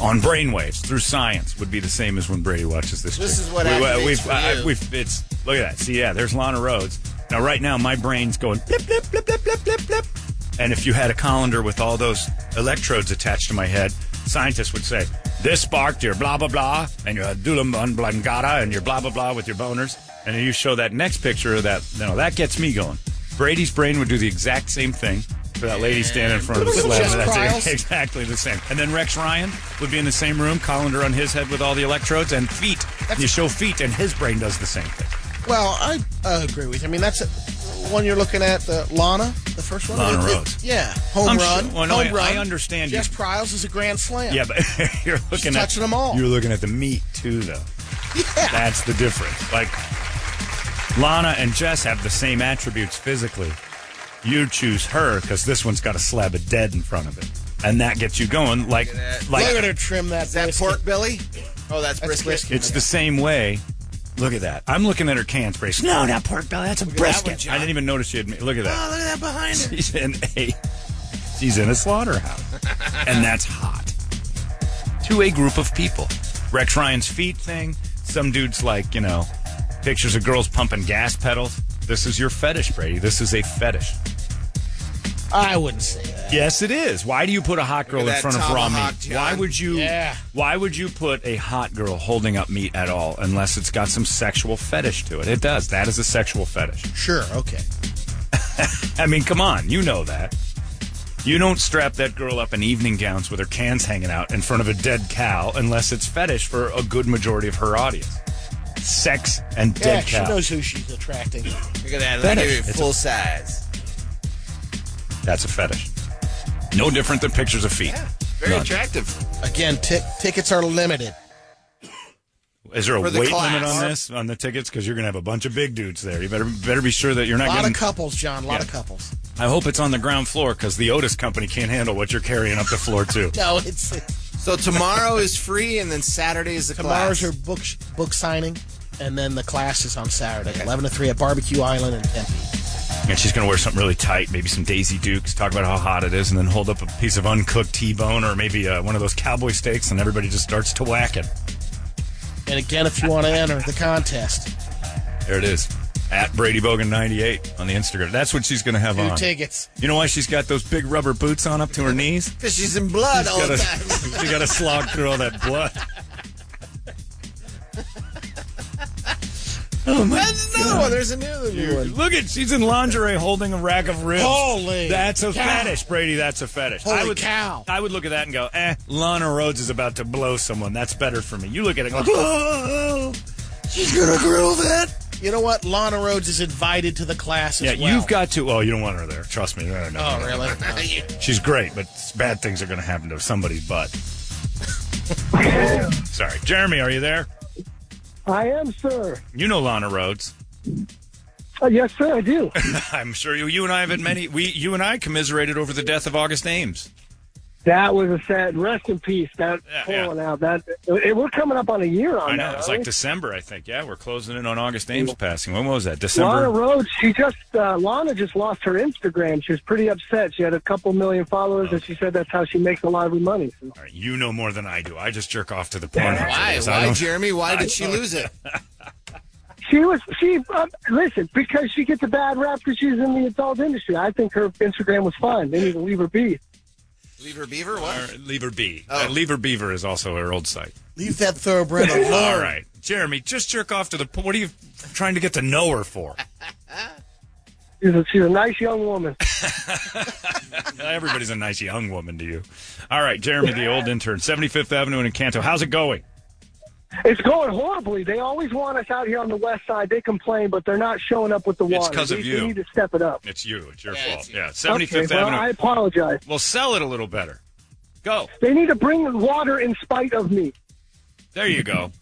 on brainwaves through science would be the same as when Brady watches this.
This
chick.
is what
we, uh,
activates
we've,
for
I-
you.
we've it's look at that. See, yeah, there's Lana Rhodes. Now, right now, my brain's going blip blip blip blip blip blip blip. And if you had a colander with all those electrodes attached to my head, scientists would say, this sparked your blah, blah, blah, and your dulum blangata, and your blah, blah, blah with your boners. And then you show that next picture of that. No, that gets me going. Brady's brain would do the exact same thing for that lady standing in front of the slab.
Just
That's
trials.
exactly the same. And then Rex Ryan would be in the same room, colander on his head with all the electrodes, and feet. you show feet, and his brain does the same thing.
Well, I uh, agree with you. I mean, that's a, one you're looking at, the Lana, the first one.
Lana
It- it-
Rhodes.
yeah, home
I'm
run.
sure- well, no,
home
I-
run.
I understand
Jess
you-
Pryles is a grand slam.
Yeah, but you're looking at
touching 'em all.
You're looking at the meat too, though. That's the difference. Like Lana and Jess have the same attributes physically. You choose her because this one's got a slab of dead in front of it, and that gets you going. Like, like
Look at her trim that. Is that pork belly?
Oh, that's, brisket.
it's the same way. Look at that. I'm looking at her cans bracelet.
No, not pork belly. That's a
Look at that
brisket.
one, John. I didn't even notice she had. ma- Look at that.
Oh, look at that behind her.
She's in a she's in a slaughterhouse, and that's hot to a group of people. Rex Ryan's feet thing. Some dudes like you know pictures of girls pumping gas pedals. This is your fetish, Brady. This is a fetish.
I wouldn't say that.
Yes, it is. Why do you put a hot girl
Look
in
at
front
that
of raw
tomahawk,
meat?
John.
Why would you?
Yeah.
Why would you put a hot girl holding up meat at all, unless it's got some sexual fetish to it? It does. That is a sexual fetish.
Sure. Okay.
I mean, come on, you know that. You don't strap that girl up in evening gowns with her cans hanging out in front of a dead cow unless it's fetish for a good majority of her audience. Sex and
Yeah,
dead
she
cow.
knows who she's attracting.
Look at that. Let
Fetish.
me give you
It's
full
a-
size.
That's a fetish. No different than pictures of feet.
Very
None.
attractive.
Again, t- tickets are limited.
Is there a
For
weight
the class.
limit on this on the tickets? Because you're going to have a bunch of big dudes there. You better better be sure that you're
A
not
lot
getting.
of couples, John. A lot of
Yeah.
couples.
I hope it's on the ground floor because the Otis company can't handle what you're carrying up the floor to.
No, it's, it's
So tomorrow is free, and then Saturday is the
tomorrow's her
class.
book sh- book signing, and then the class is on Saturday, eleven to three at Barbecue Island in Tempe.
And she's going to wear something really tight, maybe some Daisy Dukes, talk about how hot it is, and then hold up a piece of uncooked T-bone or maybe uh, one of those cowboy steaks, and everybody just starts to whack it.
And again, if you want to enter the contest,
There it is. At Brady Bogan 98 on the Instagram. That's what she's going to have
two
on.
tickets.
You know why she's got those big rubber boots on up to her knees?
Because she's in blood
She's
all the
gotta-
time.
she got to slog through all that blood. Oh my
That's another
God.
one. There's another new one.
Look at she's in lingerie holding a rack of ribs.
Holy
that's a
cow.
fetish, Brady. That's a fetish.
Holy
I would,
cow.
I would look at that and go, "Eh, Lana Rhodes is about to blow someone. That's better for me." You look at it, and go, "Oh, she's gonna groove it."
You know what? Lana Rhodes is invited to the class.
Yeah,
as well.
you've got to. Oh, you don't want her there. Trust me. No, no, no,
Oh,
no.
really? Oh.
She's great, but bad things are going to happen to somebody's butt. Sorry, Jeremy. Are you there?
I am, sir.
You know Lana Rhodes.
Uh, yes, sir, I do.
I'm sure you, you and I have had many. We, you and I, commiserated over the death of August Ames.
That was a sad. Rest in peace. That
Yeah,
pulling out. That it- we're coming up on a year on
I know
that.
it's
aren't
like December, I think. Yeah, we're closing in on August Ames passing. When was that?
we? Lana
December.
Rhodes. She just uh, Lana just lost her Instagram. She was pretty upset. She had a couple million followers, and she said that's how she makes a lot of her money. So.
You know more than I do. I just jerk off to the porn.
Why?
videos. I
Why,
don't-
Jeremy? Why
I
did she
don't-
lose it?
She was she uh, listen because she gets a bad rap because she's in the adult industry. I think her Instagram was fine. They need to leave her be.
Lever Beaver? What?
Or Lever B. Uh, Lever Beaver is also her old site.
Leave that thoroughbred alone.
All right, Jeremy, just jerk off to the. porn. What are you trying to get to know her for?
She's a, she's a nice young woman.
Uh, Everybody's a nice young woman to you. All right, Jeremy, the old intern, 75th Avenue in Encanto. How's it going?
It's going horribly. They always want us out here on the west side. They complain, but they're not showing up with the
It's
water.
'cause of
We-
you.
We need to step it up.
It's you. It's your fault. Yeah, 75th
okay, well,
Avenue.
I apologize.
Well, sell it a little better. Go.
They need to bring water in spite of me.
There you go.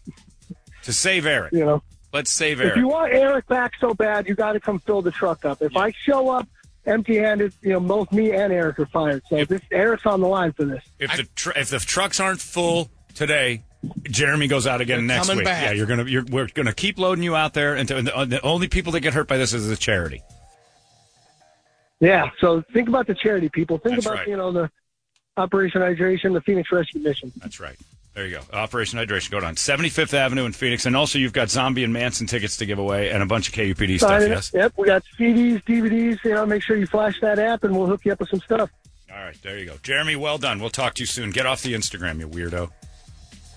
to save Eric.
You know,
Let's save
if you
Eric.
want Eric back so bad, you got to come fill the truck up. If I show up empty-handed, you know, both me and Eric are fired. So this Eric's on the line for this.
If the tr- if the trucks aren't full today, Jeremy goes out again next
coming
week.
back.
Yeah, you're gonna you're, we're gonna keep loading you out there, and, and the, the only people that get hurt by this is the charity.
Yeah. So think about the charity people. Think
That's
about
right.
you know the Operation Hydration, the Phoenix Rescue Mission.
That's right. There you go. Operation Hydration. Go down 75th Avenue in Phoenix, and also you've got Zombie and Manson tickets to give away, and a bunch of KUPD stuff.
Sign it.
Yes.
Yep. We got CDs, DVDs. You know, make sure you flash that app, and we'll hook you up with some stuff.
All right. There you go, Jeremy. Well done. We'll talk to you soon. Get off the Instagram, you weirdo.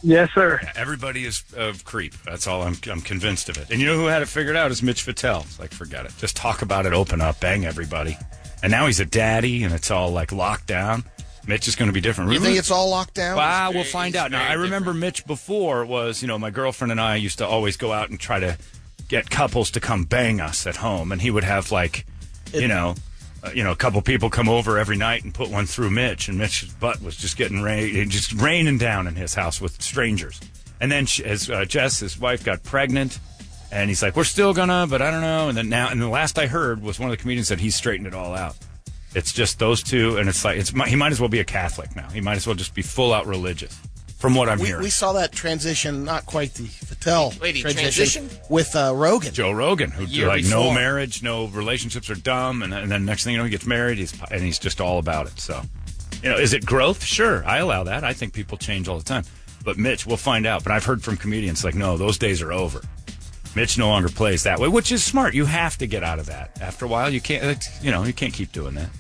Yes, sir.
Yeah, everybody is of creep. That's all. I'm, I'm convinced of it. And you know who had it figured out is Mitch Vitale. It's like, forget it. Just talk about it. Open up. Bang everybody. And now he's a daddy, and it's all like locked down. Mitch is going to be different.
You think it's all locked down?
Wow, we'll find out. Now, I remember Mitch before was, you know, my girlfriend and I used to always go out and try to get couples to come bang us at home, and he would have like, you know, uh, you know, a couple people come over every night and put one through Mitch, and Mitch's butt was just getting rain, just raining down in his house with strangers. And then she, as uh, Jess, his wife, got pregnant, and he's like, "We're still gonna," but I don't know. And then now, and the last I heard was one of the comedians said he straightened it all out. It's just those two, and it's like it's he might as well be a Catholic now. He might as well just be full out religious, from what I'm
we,
hearing.
we saw that transition, not quite the Fattel
Wait, he transitioned?
with uh, Rogan.
Joe Rogan, who
year
like no
before.
marriage, no relationships are dumb, and, and then next thing you know, he gets married, he's and he's just all about it. So, you know, is it growth? Sure, I allow that. I think people change all the time, but Mitch, we'll find out. But I've heard from comedians like, no, those days are over. Mitch no longer plays that way, which is smart. You have to get out of that. After a while, you can't, it's- you know, you can't keep doing that.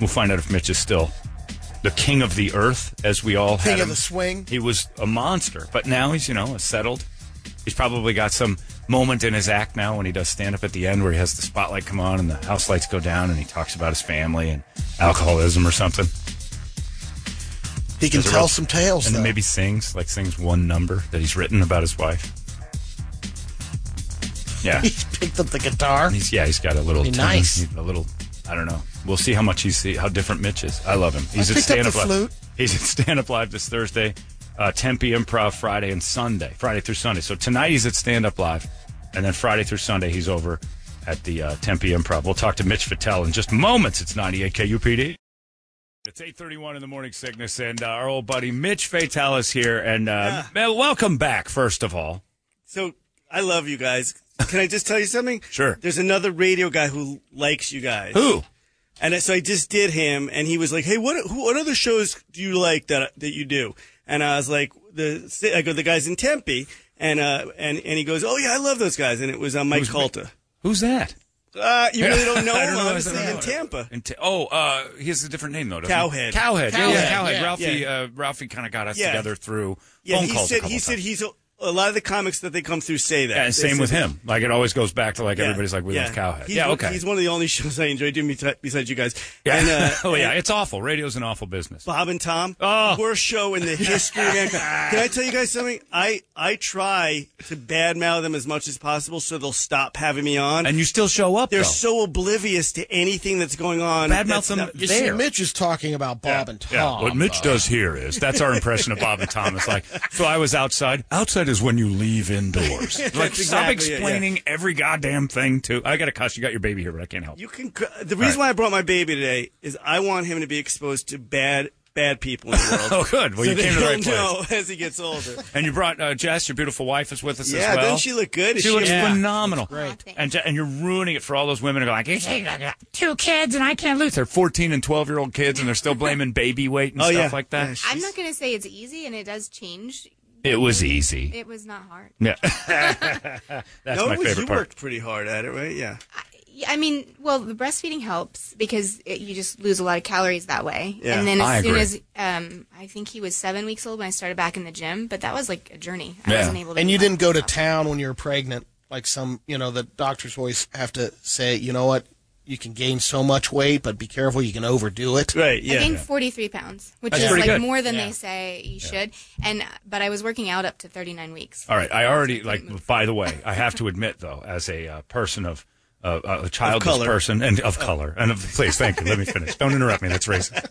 We'll find out if Mitch is still the king of the earth, as we all
King
had
of
him.
the swing.
He was a monster, but now he's you know settled. He's probably got some moment in his act now when he does stand up at the end where he has the spotlight come on and the house lights go down and he talks about his family and alcoholism or something.
He can
As a
tell
real-
some tales,
and then
though.
maybe sings like sings one number that he's written about his wife. Yeah,
He's picked up the guitar.
He's yeah, he's got a little
Be
tone,
nice.
a little. I don't know. We'll see how much he's how different Mitch is. I love him. He's
I
at
picked up
stand up
the
live.
flute.
He's at stand up live this Thursday, uh, Tempe Improv Friday and Sunday, Friday through Sunday. So tonight he's at stand up live, and then Friday through Sunday he's over at the uh, Tempe Improv. We'll talk to Mitch Fattel in just moments. It's 98 KUPD. It's 8:31 in the morning sickness, and uh, our old buddy Mitch Fattel is here. And uh, well, welcome back, first of all.
So I love you guys. Can I just tell you something?
Sure.
There's another radio guy who likes you guys.
Who?
And I- so I just did him, and he was like, "Hey, what who, what other shows do you like that that you do?" And I was like, "The I go the guys in Tempe," and uh and and he goes, "Oh yeah, I love those guys." And it was uh, Mike
Who's-
Calta.
Who's that?
Uh, you really don't know
I
him,
know.
obviously,
I don't know.
in Tampa.
In Ta- oh, uh, he has a different name though. doesn't he?
Cowhead.
Cowhead. Yeah,
Cowhead,
yeah, Cowhead.
yeah.
Ralphie.
Yeah.
Uh, Ralphie kind of got us
Yeah.
together through
Yeah,
phone
he
calls.
said
a couple
he
times.
said he's a, a lot of the comics that they come through say that.
Yeah,
They
same
say
with
that.
him. Like it always goes back to like
Yeah,
everybody's like we love Cowhead.
He's
yeah,
one-
okay.
He's one of the only shows I enjoy doing besi- besides you guys.
yeah.
And, uh,
oh yeah, it's awful. Radio's an awful business.
Bob and Tom. Worst show in the history of mankind. Can I tell you guys something? I, I try to badmouth them as much as possible so they'll stop having me on.
And you still show up.
They're
though.
so oblivious to anything that's going on. That's not-
You see, Mitch is talking about Bob and Tom.
Yeah, what Mitch does here is that's our impression of Bob and Tom. It's like, so I was outside. Outside is when you leave indoors.
That's
Like, stop
exactly it, yeah.
explaining every goddamn thing to. I got to cuss. You got your baby here, but I can't help.
You can. The reason why I brought my baby today is I want him to be exposed to bad, bad people in the
Oh,
world.
good. Well,
So
you
that
came to the right
he'll
place.
know as he gets older.
And you brought uh, Jess, your beautiful wife, is with us
Yeah,
as well.
doesn't she look good?
She
She-
looks
Yeah.
phenomenal.
Great.
And Je- and you're ruining it for all those women who are like, you see, I got two kids and I can't lose. They're 14 and 12 year old kids, and they're still blaming baby weight and
Oh,
stuff
yeah.
like that.
I'm not going to say it's easy, and it does change.
It was easy.
It was not hard.
Yeah, that's
no,
my
it was,
favorite
you
part.
worked pretty hard at it, right? Yeah.
Yeah, I mean, well, the breastfeeding helps because it, you just lose a lot of calories that way.
Yeah,
and then as
I
soon
agree.
as um, I think he was seven weeks old when I started back in the gym, but that was like a journey. I wasn't able to.
and
do
you
that.
didn't go to town when you were pregnant, like some, you know, the doctors always have to say, you know what, you can gain so much weight, but be careful, you can overdo it.
Right,
I gained 43 pounds, which
That's
is
pretty
like
good.
more than
Yeah.
they say you should. And but I was working out up to 39 weeks.
All right, I already like. By the way, I have to admit though, as a uh, person of uh, uh, a childless
color.
person and of color, and of, please, thank you. Let me finish. Don't interrupt me. That's racist.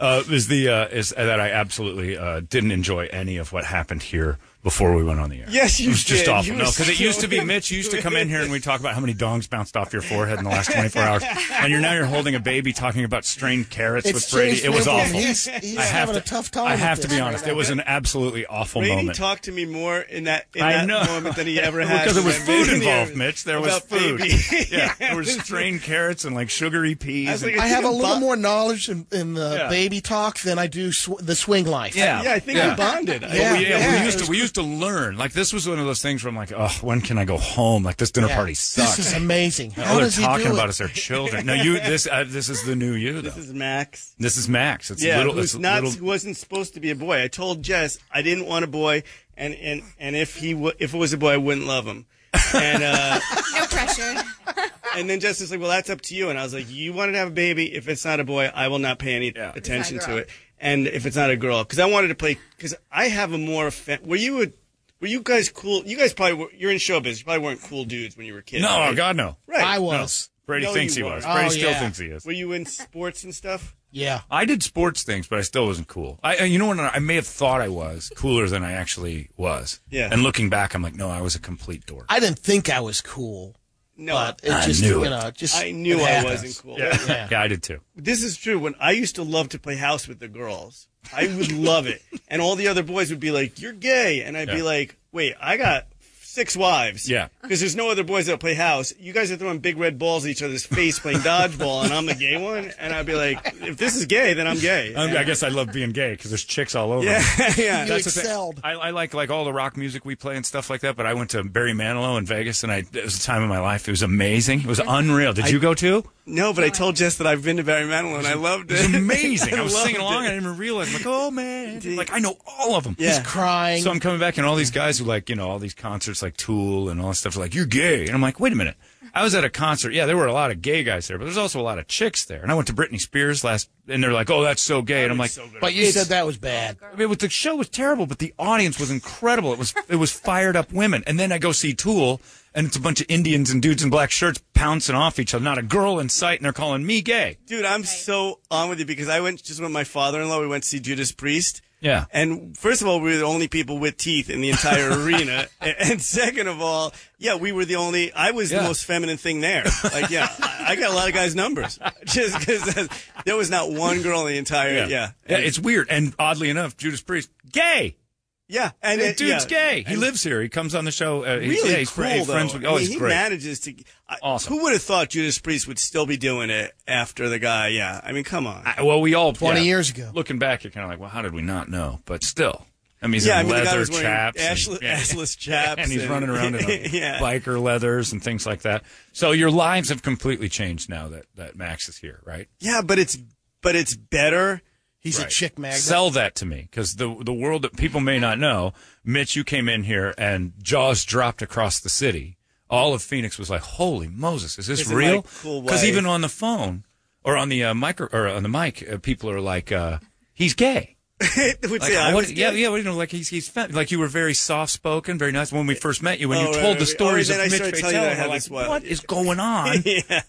Uh, is the uh, is that I absolutely uh, didn't enjoy any of what happened here before we went on the air.
Yes, you
it was just
did.
awful.
You
no, because it
still-
used to be Mitch used to come in here and we talk about how many dongs bounced off your forehead in the last 24 hours, and you're now you're holding a baby talking about strained carrots
It's
with Brady.
changed
It was
for him.
awful.
He's- he's
I have
having
to,
a tough time
I
with
have to
this
be
right
honest.
now.
It was an absolutely awful
Brady
moment.
talked to me more in that in
I
that
know.
moment than he ever had
because there was
when I
food
met him.
involved, Mitch. There was
About
food.
baby.
yeah, there was strained carrots and like sugary peas. and-
I have a little more knowledge in, in the
Yeah.
baby talk than I do sw- the swing life.
But
Yeah,
we, yeah,
yeah.
we used to we used to learn. Like this was one of those things where I'm like, oh, when can I go home? Like this dinner
Yeah.
party sucks.
This is amazing.
And
How
all they're
does he
talking
do
about
it?
is their children. No, you this uh, this is the new you though. This
is Max.
This is Max. It's
yeah,
little. it's
who's not
little.
who wasn't supposed to be a boy. I told Jess I didn't want a boy, and and and if he w- if it was a boy, I wouldn't love him. And uh,
No pressure.
and then Jess was like, "Well, that's up to you." And I was like, "You wanted to have a baby. If it's not a boy, I will not pay any attention
It's not a
to
girl.
it. And if it's not a girl, because I wanted to play. Because I have a more. Fa- were you a were you guys cool? You guys probably were, you're in showbiz. You probably weren't cool dudes when you were kids.
No,
right?
God, no.
Right,
I was. No. Brady thinks
you
he was.
weren't.
Brady Oh, still yeah. thinks he is.
Were you in sports and stuff?
Yeah.
I did sports things, but I still wasn't cool. I, I- you know what? I may have thought I was cooler than I actually was.
Yeah.
And looking back, I'm like, no, I was a complete dork.
I didn't think I was cool.
No,
but it
I
just
knew
you
it.
know just
I knew
it
I
happens.
wasn't cool.
Yeah. I did too.
This is true. When I used to love to play house with the girls, I would love it, and all the other boys would be like, "You're gay," and I'd be
Yeah.
like, "Wait, I got six wives."
Yeah.
because there's no other boys that play house. You guys are throwing big red balls at each other's face playing dodgeball, and I'm the gay one. And I'd be like, "If this is gay, then I'm gay."
I, I guess I love being gay because there's chicks all over.
Yeah,
me.
yeah. You
the thing.
excelled.
I, I like like all the rock music we play and stuff like that. But I went to Barry Manilow in Vegas, and I it was a time in my life. It was amazing. It was unreal. Did
I-
you go too?
No, but I told Jess that I've been to Barry Manilow and I loved it. It's
amazing. I was singing along. I didn't even realize. like, oh man, like I know all of them.
Yeah.
He's crying. So I'm coming back, and all these guys who like, you know, all these concerts like Tool and all that stuff are like, you're gay. And I'm like, wait a minute. I was at a concert. Yeah, there were a lot of gay guys there, but there's also a lot of chicks there. And I went to Britney Spears last, and they're like, oh, that's so gay. And I'm like,
But you said that was bad.
I mean, it was- the show was terrible, but the audience was incredible. It was it was fired up women, and then I go see Tool, and it's a bunch of Indians and dudes in black shirts pouncing off each other. Not a girl in sight, and they're calling me gay.
Dude, I'm so on with you because I went just with my father-in-law. We went to see Judas Priest.
Yeah.
And first of all, we were the only people with teeth in the entire arena. A- And second of all, yeah, we were the only. I was the
Yeah.
most feminine thing there. Like, yeah, I I got a lot of guys' numbers just because there was not one girl in the entire. Yeah. Yeah.
Yeah, it's weird, and oddly enough, Judas Priest gay.
Yeah,
And
and
the
it-
dude's
yeah.
gay. He lives here. He comes on the show. Uh, he's-
really
yeah, he's,
cool,
fri- he's
though.
friends with. Oh,
I mean,
he's
he
great.
manages to. I, awesome. Who would have thought Judas Priest would still be doing it after the guy? Yeah, I mean, come on.
I- well, we all
20
years ago. Looking back, you're kind of like, well, how did we not know? But still, I mean, he's
yeah,
in
I mean, the guy
leather
was wearing
chaps, and-
ashless,
yeah.
assless chaps,
and he's running around in a
yeah.
biker leathers and things like that. So your lives have completely changed now that that Max is here, right?
Yeah, but it's but it's better.
He's a
Right.
chick magnet.
Sell that to me because the the world that people may not know, Mitch, you came in here and jaws dropped across the city. All of Phoenix was like, "Holy Moses, is this
Isn't
real?"
my cool
Because
wife-
even on the phone or on the uh, micro or on the mic, uh, people are like, uh, "He's gay."
Which,
Like,
yeah, I
what-
was
yeah,
gay.
yeah, well, you know, like he's he's fat. like you were very soft spoken, very nice when we first met you. When
Oh,
you
right,
told
right,
the
right.
stories
Oh, and
of
then I
Mitch
started telling you
Fatel,
I had
we're
this
like,
wild-
what is going on?
yeah.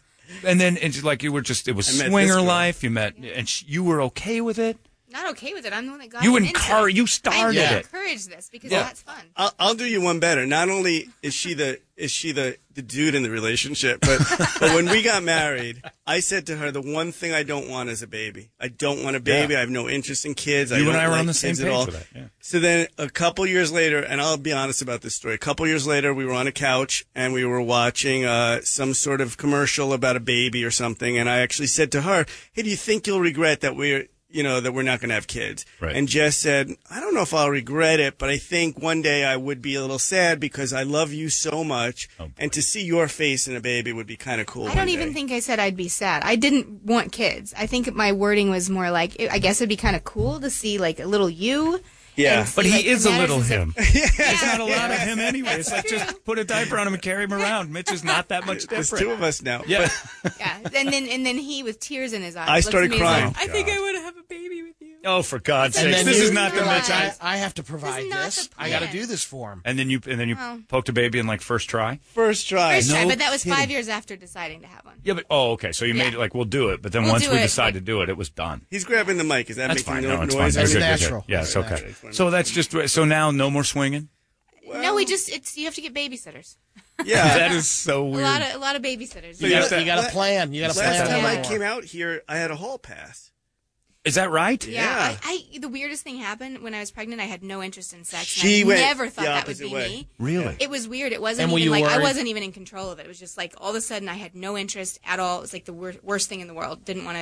And then it's like you were just it was
I met this
swinger
girl.
life. You met and sh- you were okay with it.
Not okay with it. I'm the one that got
You
him
encour-
into it.
you started
I
it.
encourage this because
Well,
that's fun.
I'll, I'll do you one better. Not only is she the is she the, the dude in the relationship, but but when we got married, I said to her, the one thing I don't want is a baby. I don't want a baby.
Yeah.
I have no interest in kids. I
You and
don't
I were
like
on the same
kids at
page
all.
with that, yeah.
So then a couple years later, and I'll be honest about this story. A couple years later, we were on a couch and we were watching uh, some sort of commercial about a baby or something. And I actually said to her, "Hey, do you think you'll regret that we're you know that we're not going to have kids?"
Right.
And Jess said, "I don't know if I'll regret it, but I think one day I would be a little sad because I love you so much,
Oh,
and to see your face in a baby would be kind of cool."
I don't even think I said I'd be sad. I didn't want kids. I think my wording was more like, it, I guess it'd be kind of cool to see like a little you.
Yeah,
and see,
but he
like,
is a
that
little him.
There's
not a lot of him anyway. It's like just put a diaper on him and carry him around. Mitch is not that much different.
There's two of us now.
Yeah.
Yeah, and then and then he with tears in his eyes.
I
looks
started
at me and is
crying.
Like, I think I would have a baby with you.
Oh, for God's
And
sake!
then
This
you-
is not the
you're like,
Mitch. I-
I, I have to provide this. I got to do this for him.
And then you and then you
Well.
poked a baby in like first try.
First try.
First time,
No
but that was five
kidding.
years after deciding to have one.
Yeah, but oh, okay. So you made it like we'll do it, but then
We'll
once
do
we
it.
decide to do it, it was done.
He's grabbing the mic. Is that
That's
making
fine.
no
No, it's fine.
noise? or
That's good,
anything?
good, good. Yeah, it's okay. So that's just so now no more swinging.
no, we just it's you have to get babysitters.
that is so
a
weird.
lot of a lot of babysitters.
So You gotta- that- you gotta
La-
plan. You gotta plan
Last
a
time
lot
I
more.
came out here, I had a hall pass.
is that right?
Yeah, I, I the weirdest thing happened when I was pregnant. I had no interest in sex.
She
and I
went
never thought
the
that would
opposite
be
way.
me.
Really?
It was weird. It wasn't
And were
even
you
like I
worried?
wasn't even in control of it. It was just like all of a sudden I had no interest at all. It was like the wor- worst thing in the world. Didn't want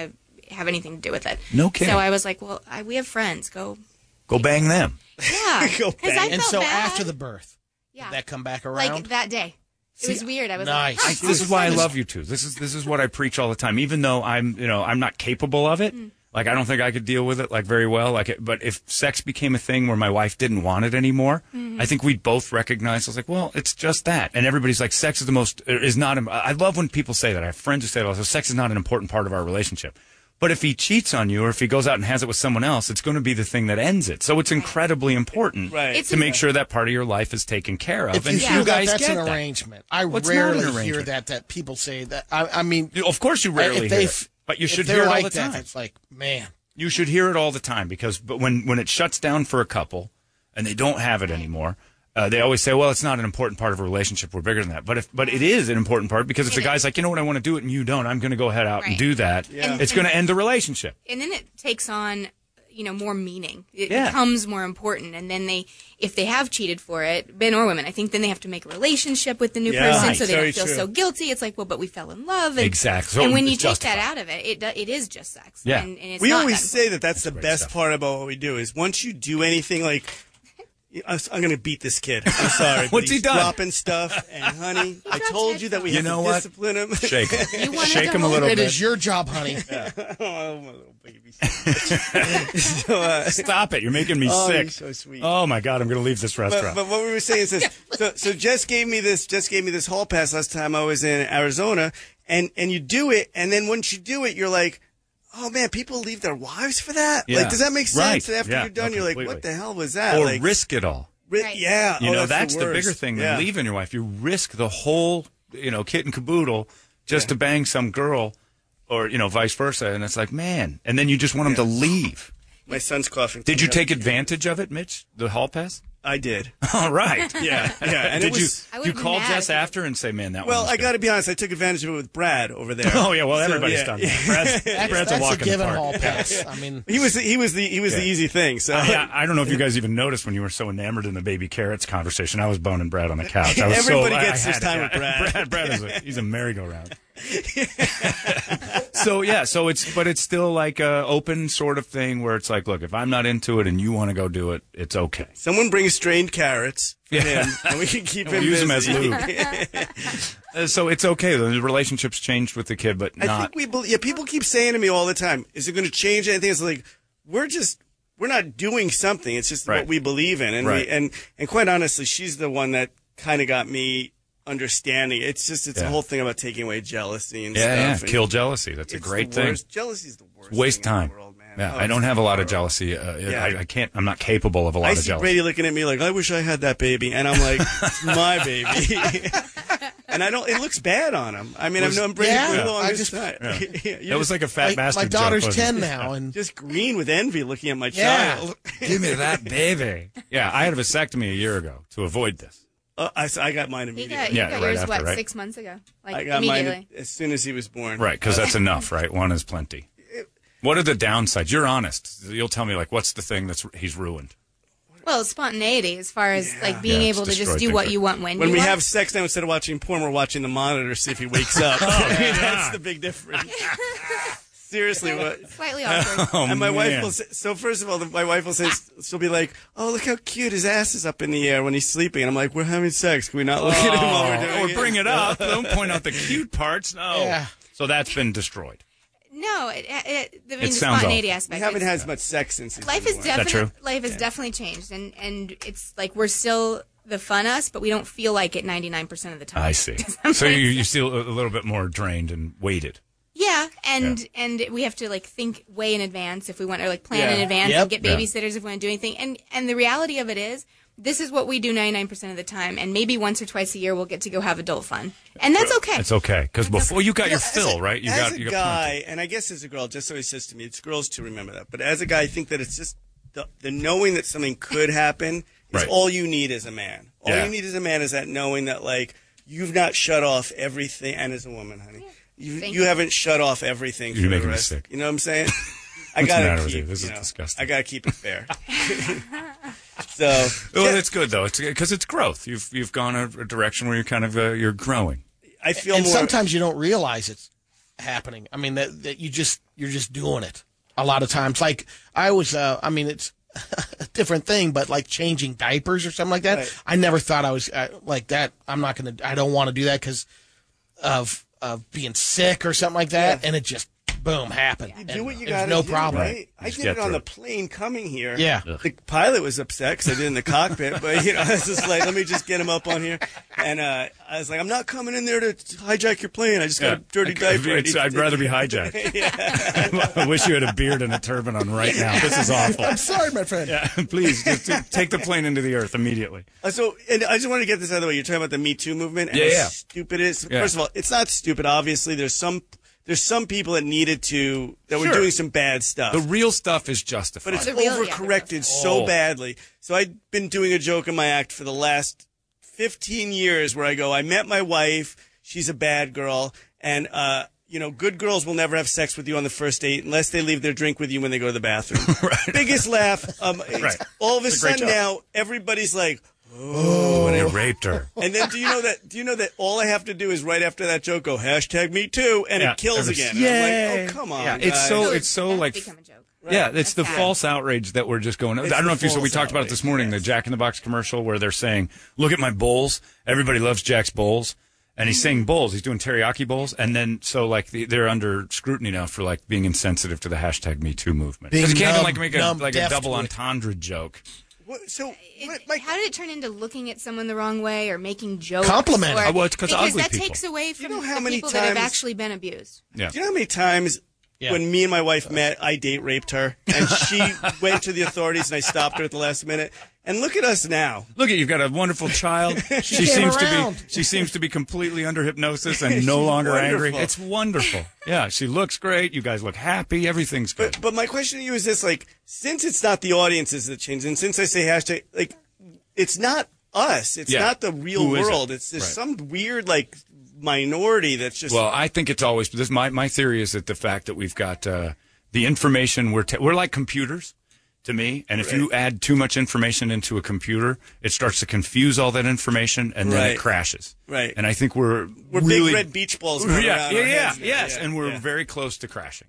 to have anything to do with it.
No kidding.
So I was like, well, I, we have friends. Go.
Go bang them.
Yeah. Because I
and
felt
so
bad.
after the birth,
Yeah.
did that come back around?
like that day. It was weird. I was
nice.
like,
I- this is why I love you two. This is this is what I preach all the time. Even though I'm you know I'm not capable of it. Like I don't think I could deal with it like very well. Like, it, but if sex became a thing where my wife didn't want it anymore,
Mhm.
I think we'd both recognize. I was like, well, it's just that. And everybody's like, sex is the most er, is not. im- I love when people say that. I have friends who say that. Also, sex is not an important part of our relationship. But if he cheats on you, or if he goes out and has it with someone else, it's going to be the thing that ends it. So it's incredibly important
Right. It's
to make
important.
sure that part of your life is taken care of.
If
and
you feel that
guys
that's
get
an
that.
arrangement, I
What's not an
rarely
arrangement?
hear that that people say that. I, I mean,
of course you rarely
If they
hear
f-
But you
If
should
they're
hear it all
like
the
that,
time.
It's like, man,
You should hear it all the time because but when, when it shuts down for a couple and they don't have it anymore, uh, they always say, well, it's not an important part of a relationship. We're bigger than that. But if, but it is an important part because if the guy's like, you know what, I want to do it and you don't, I'm going to go head out
Right.
and do that.
Yeah. And-
It's going to end the relationship.
and then it takes on you know more meaning it
Yeah.
becomes more important and then they if they have cheated for it men or women i think then they have to make a relationship with the new
Yeah.
person
Right.
so they
Very
don't feel
true.
so guilty it's like well but we fell in love and,
Exactly. So
and when you
it's
take
justified.
that out of it it, do, it is just sex
Yeah.
and, and it's
we
not
always
that-
say that that's, the best part about what we do is once you do anything like, I'm going to beat this kid. I'm sorry. but
What's he
he's
done?
Dropping stuff. And honey, I told you that we
You
have
know
to
what?
discipline him.
Shake him. You wanted Shake to him a
hold little it. bit. It is
your job, honey. oh, my little baby. so, uh,
Stop it. You're making me
Oh, you're
sick.
so sweet.
Oh my God, I'm going to leave this
But,
restaurant.
but what we were saying is this. So, so Jess gave me this. Jess gave me this hall pass last time I was in Arizona, and and you do it, and then once you do it, you're like, oh man, people leave their wives for that.
Yeah.
Like, does that make sense?
Right.
After
Yeah.
you're done,
No,
you're like,
completely.
what the hell was that?
or
like,
risk it all.
ri- yeah.
You
oh,
know,
that's,
that's, the, bigger
worst.
thing
Yeah.
than leaving your wife. You risk the whole, you know, kit and caboodle just to bang some girl or, you know, vice versa. And it's like, man. And then you just want them to leave.
My son's coughing.
Did you take advantage of it, Mitch? The hall pass?
I did.
All right.
Yeah, yeah, and it
did
was- I
you,
would've
you
been
call
mad
Jess
if it-
after and say, man, that
Well,
one was
I got to be honest. I took advantage of it with Brad over there.
Oh, yeah, well, everybody's done that. Brad's- That's- Brad's a that's a walk in the given park. hall
pass. I mean,
he was he was the he was the
Yeah.
easy thing. So
I, I don't know if you guys even noticed when you were so enamored in the baby carrots conversation. I was boning Brad on the couch. I was so-
Everybody
I- I
gets this
had it.
time
Yeah.
with Brad.
Brad, Brad is a, he's a merry-go-round. so yeah, so it's but it's still like a open sort of thing where it's like, look, if I'm not into it and you want to go do it, it's okay.
Someone bring strained carrots for
Yeah.
him, and we can keep
And we'll
him
use them as
busy.
lube. Uh, so it's okay. The relationship's changed with the kid, but
I
not.
think we believe. Yeah, people keep saying to me all the time, "Is it going to change anything?" It's like we're just we're not doing something. It's just
Right.
what we believe in, and
Right.
we, and and quite honestly, she's the one that kind of got me understanding. It's just it's the
Yeah.
whole thing about taking away jealousy and
yeah, yeah,
stuff. and
kill jealousy. That's a
it's
great
the
thing.
worst. Jealousy is the worst.
Waste time. Yeah,
Oh,
I don't
it's
have a lot of jealousy. Uh,
Yeah.
I, I can't. I'm not capable of a lot
I
of
see
jealousy.
Brady looking at me like, "I wish I had that baby," and I'm like, "It's my baby." and I don't. It looks bad on him. I mean, I've
Was-
known Brady
Yeah,
for a long
I
time.
just-
Yeah.
You're
That was
just-
like a fat
my-
bastard.
my daughter's
joke, wasn't
10
it?
now, and
just green with envy looking at my
Yeah.
child.
Give me that baby. Yeah, I had a vasectomy a year ago to avoid this.
Uh, I, so I got mine
you
immediately.
got, you
Yeah,
got
right
yours
after,
what
right?
six months ago like
I got
immediately
mine as soon as he was born.
Right, because that's enough, right? One is plenty. What are the downsides? You're honest. You'll tell me, like, what's the thing that's he's ruined?
well spontaneity as far as like being
Yeah, it's
able to just
destroyed
do what
things.
you want when,
When
you
we
want
have sex now, instead of watching porn, we're watching the monitor to see if he wakes up.
Oh,
That's the big difference. Seriously, what?
slightly awkward
Oh,
and my wife
man.
will say, so first of all, the- my wife will say, she'll be like, oh, look how cute his ass is up in the air when he's sleeping. And I'm like, we're having sex. Can we not look at him while we're doing
or bring it up. Don't point out the cute parts. No.
Yeah.
So that's been destroyed.
no it, it, I mean, the
It sounds
spontaneity
awful.
We
aspect
haven't
is-
had as much sex since he's
life
been
is
born.
that
definitely
true?
life has definitely changed and and it's like we're still the fun us but we don't feel like it 99% of the time
I see. so you, you feel a little bit more drained and weighted.
yeah and and we have to like think way in advance if we want or like plan
Yeah.
in advance
Yep.
and get
Yeah.
babysitters if we want to do anything and and the reality of it is this is what we do 99% of the time and maybe once or twice a year we'll get to go have adult fun and that's okay
It's okay. Because before you got
You
your
know, as
fill,
a-
right? You
as
got
a
you got
guy, and I guess as a girl, just always says to me, it's girls to remember that. But as a guy, I think that it's just the, the knowing that something could happen is
Right.
all you need as a man. All
Yeah.
you need as a man is that knowing that like you've not shut off everything, and as a woman, honey, you
Thank
you
you.
haven't shut off everything.
You're
for the
making me
rest.
sick.
You know what I'm saying?
What's
I
the
gotta
matter
keep.
with you? This is
know,
disgusting.
I gotta keep it fair. so
Well, that's good though. It's because it's growth. You've you've gone a, a direction where you're kind of uh, you're growing.
I feel
and
more-
sometimes you don't realize it's happening. I mean that that you just you're just doing it a lot of times. Like I was, uh, I mean it's a different thing, but like changing diapers or something like that.
Right.
I never thought I was uh, like that. I'm not gonna. I don't want to do that because of of being sick or something like that. And it just boom happened.
You do what you
It was
got.
No problem.
Right? I did it on the plane coming here.
Yeah.
The pilot was upset because I did it in the cockpit, but you know, I was just like, let me just get him up on here. And uh, I was like, I'm not coming in there to hijack your plane. I just got a Uh, dirty diaper. I need
It's-
to
I'd
take
rather
it."
be hijacked.
yeah.
I wish you had a beard and a turban on right now. This is awful.
I'm sorry, my friend.
Please just t- take the plane into the earth immediately.
Uh, So, and I just want to get this out of the way. You're talking about the Me Too movement and
Yeah,
how
yeah.
stupid it is.
Yeah.
First of all, it's not stupid. Obviously, there's some
there's some people that needed to that were
Sure.
doing some bad stuff.
The real stuff is justified.
but it's
The real- yeah,
overcorrected
Oh.
so badly. So I've been doing a joke in my act for the last 15 years where I go, I met my wife. She's a bad girl. And, uh, you know, good girls will never have sex with you on the first date unless they leave their drink with you when they go to the bathroom. Biggest laugh. Um, it's-
Right.
All of a
It's a great
sudden
joke.
now, everybody's like,
Oh, and it raped her.
and then do you know that? Do you know that all I have to do is right after that joke go hashtag me too, and
Yeah,
it kills
every-
again. And I'm
Yay.
like, oh come on!
Yeah, it's so it's so like yeah, it's the
That's
false outrage that we're just going.
It's
I don't know
the
if you saw. We
false
talked about it this morning, the Jack in the Box commercial where they're saying, "Look at my bowls. Everybody loves Jack's bowls." And he's saying bowls. He's doing teriyaki bowls, and then so like the, they're under scrutiny now for like being insensitive to the hashtag Me Too movement.
Being
Because you
numb-
can't even like make a
numb
like a
deaf
double
to it.
entendre joke.
What, so,
how did it turn into looking at someone the wrong way or making jokes?
Compliment.
Or,
Uh,
Oh, well, it's 'cause
because
ugly
that
people.
takes away from
how
the
many
people that have
times-
actually been abused.
Yeah.
Do you know how many times when me and my wife met, I date raped her, and she went to the authorities, and I stopped her at the last minute. And look at us now.
Look at you've got a wonderful child. She,
came
seems
around.
to be she seems to be completely under hypnosis and no longer angry.
wonderful.
It's wonderful. Yeah, she looks great. You guys look happy. Everything's good.
But my question to you is this: like, since it's not the audiences that change, and since I say hashtag, like, it's not us. It's
Yeah.
not the real
Who is it?
world. It's just
Right.
some weird like minority that's just
well, I think it's always this. My my theory is that the fact that we've got uh, the information we're ta- we're like computers to me, and if you add too much information into a computer, it starts to confuse all that information, and then
Right.
it crashes.
Right.
And I think we're
we're
really,
big red beach balls.
Yeah,
going
yeah,
around
yeah,
our heads now.
yes,
Yeah,
and we're
yeah.
very close to crashing.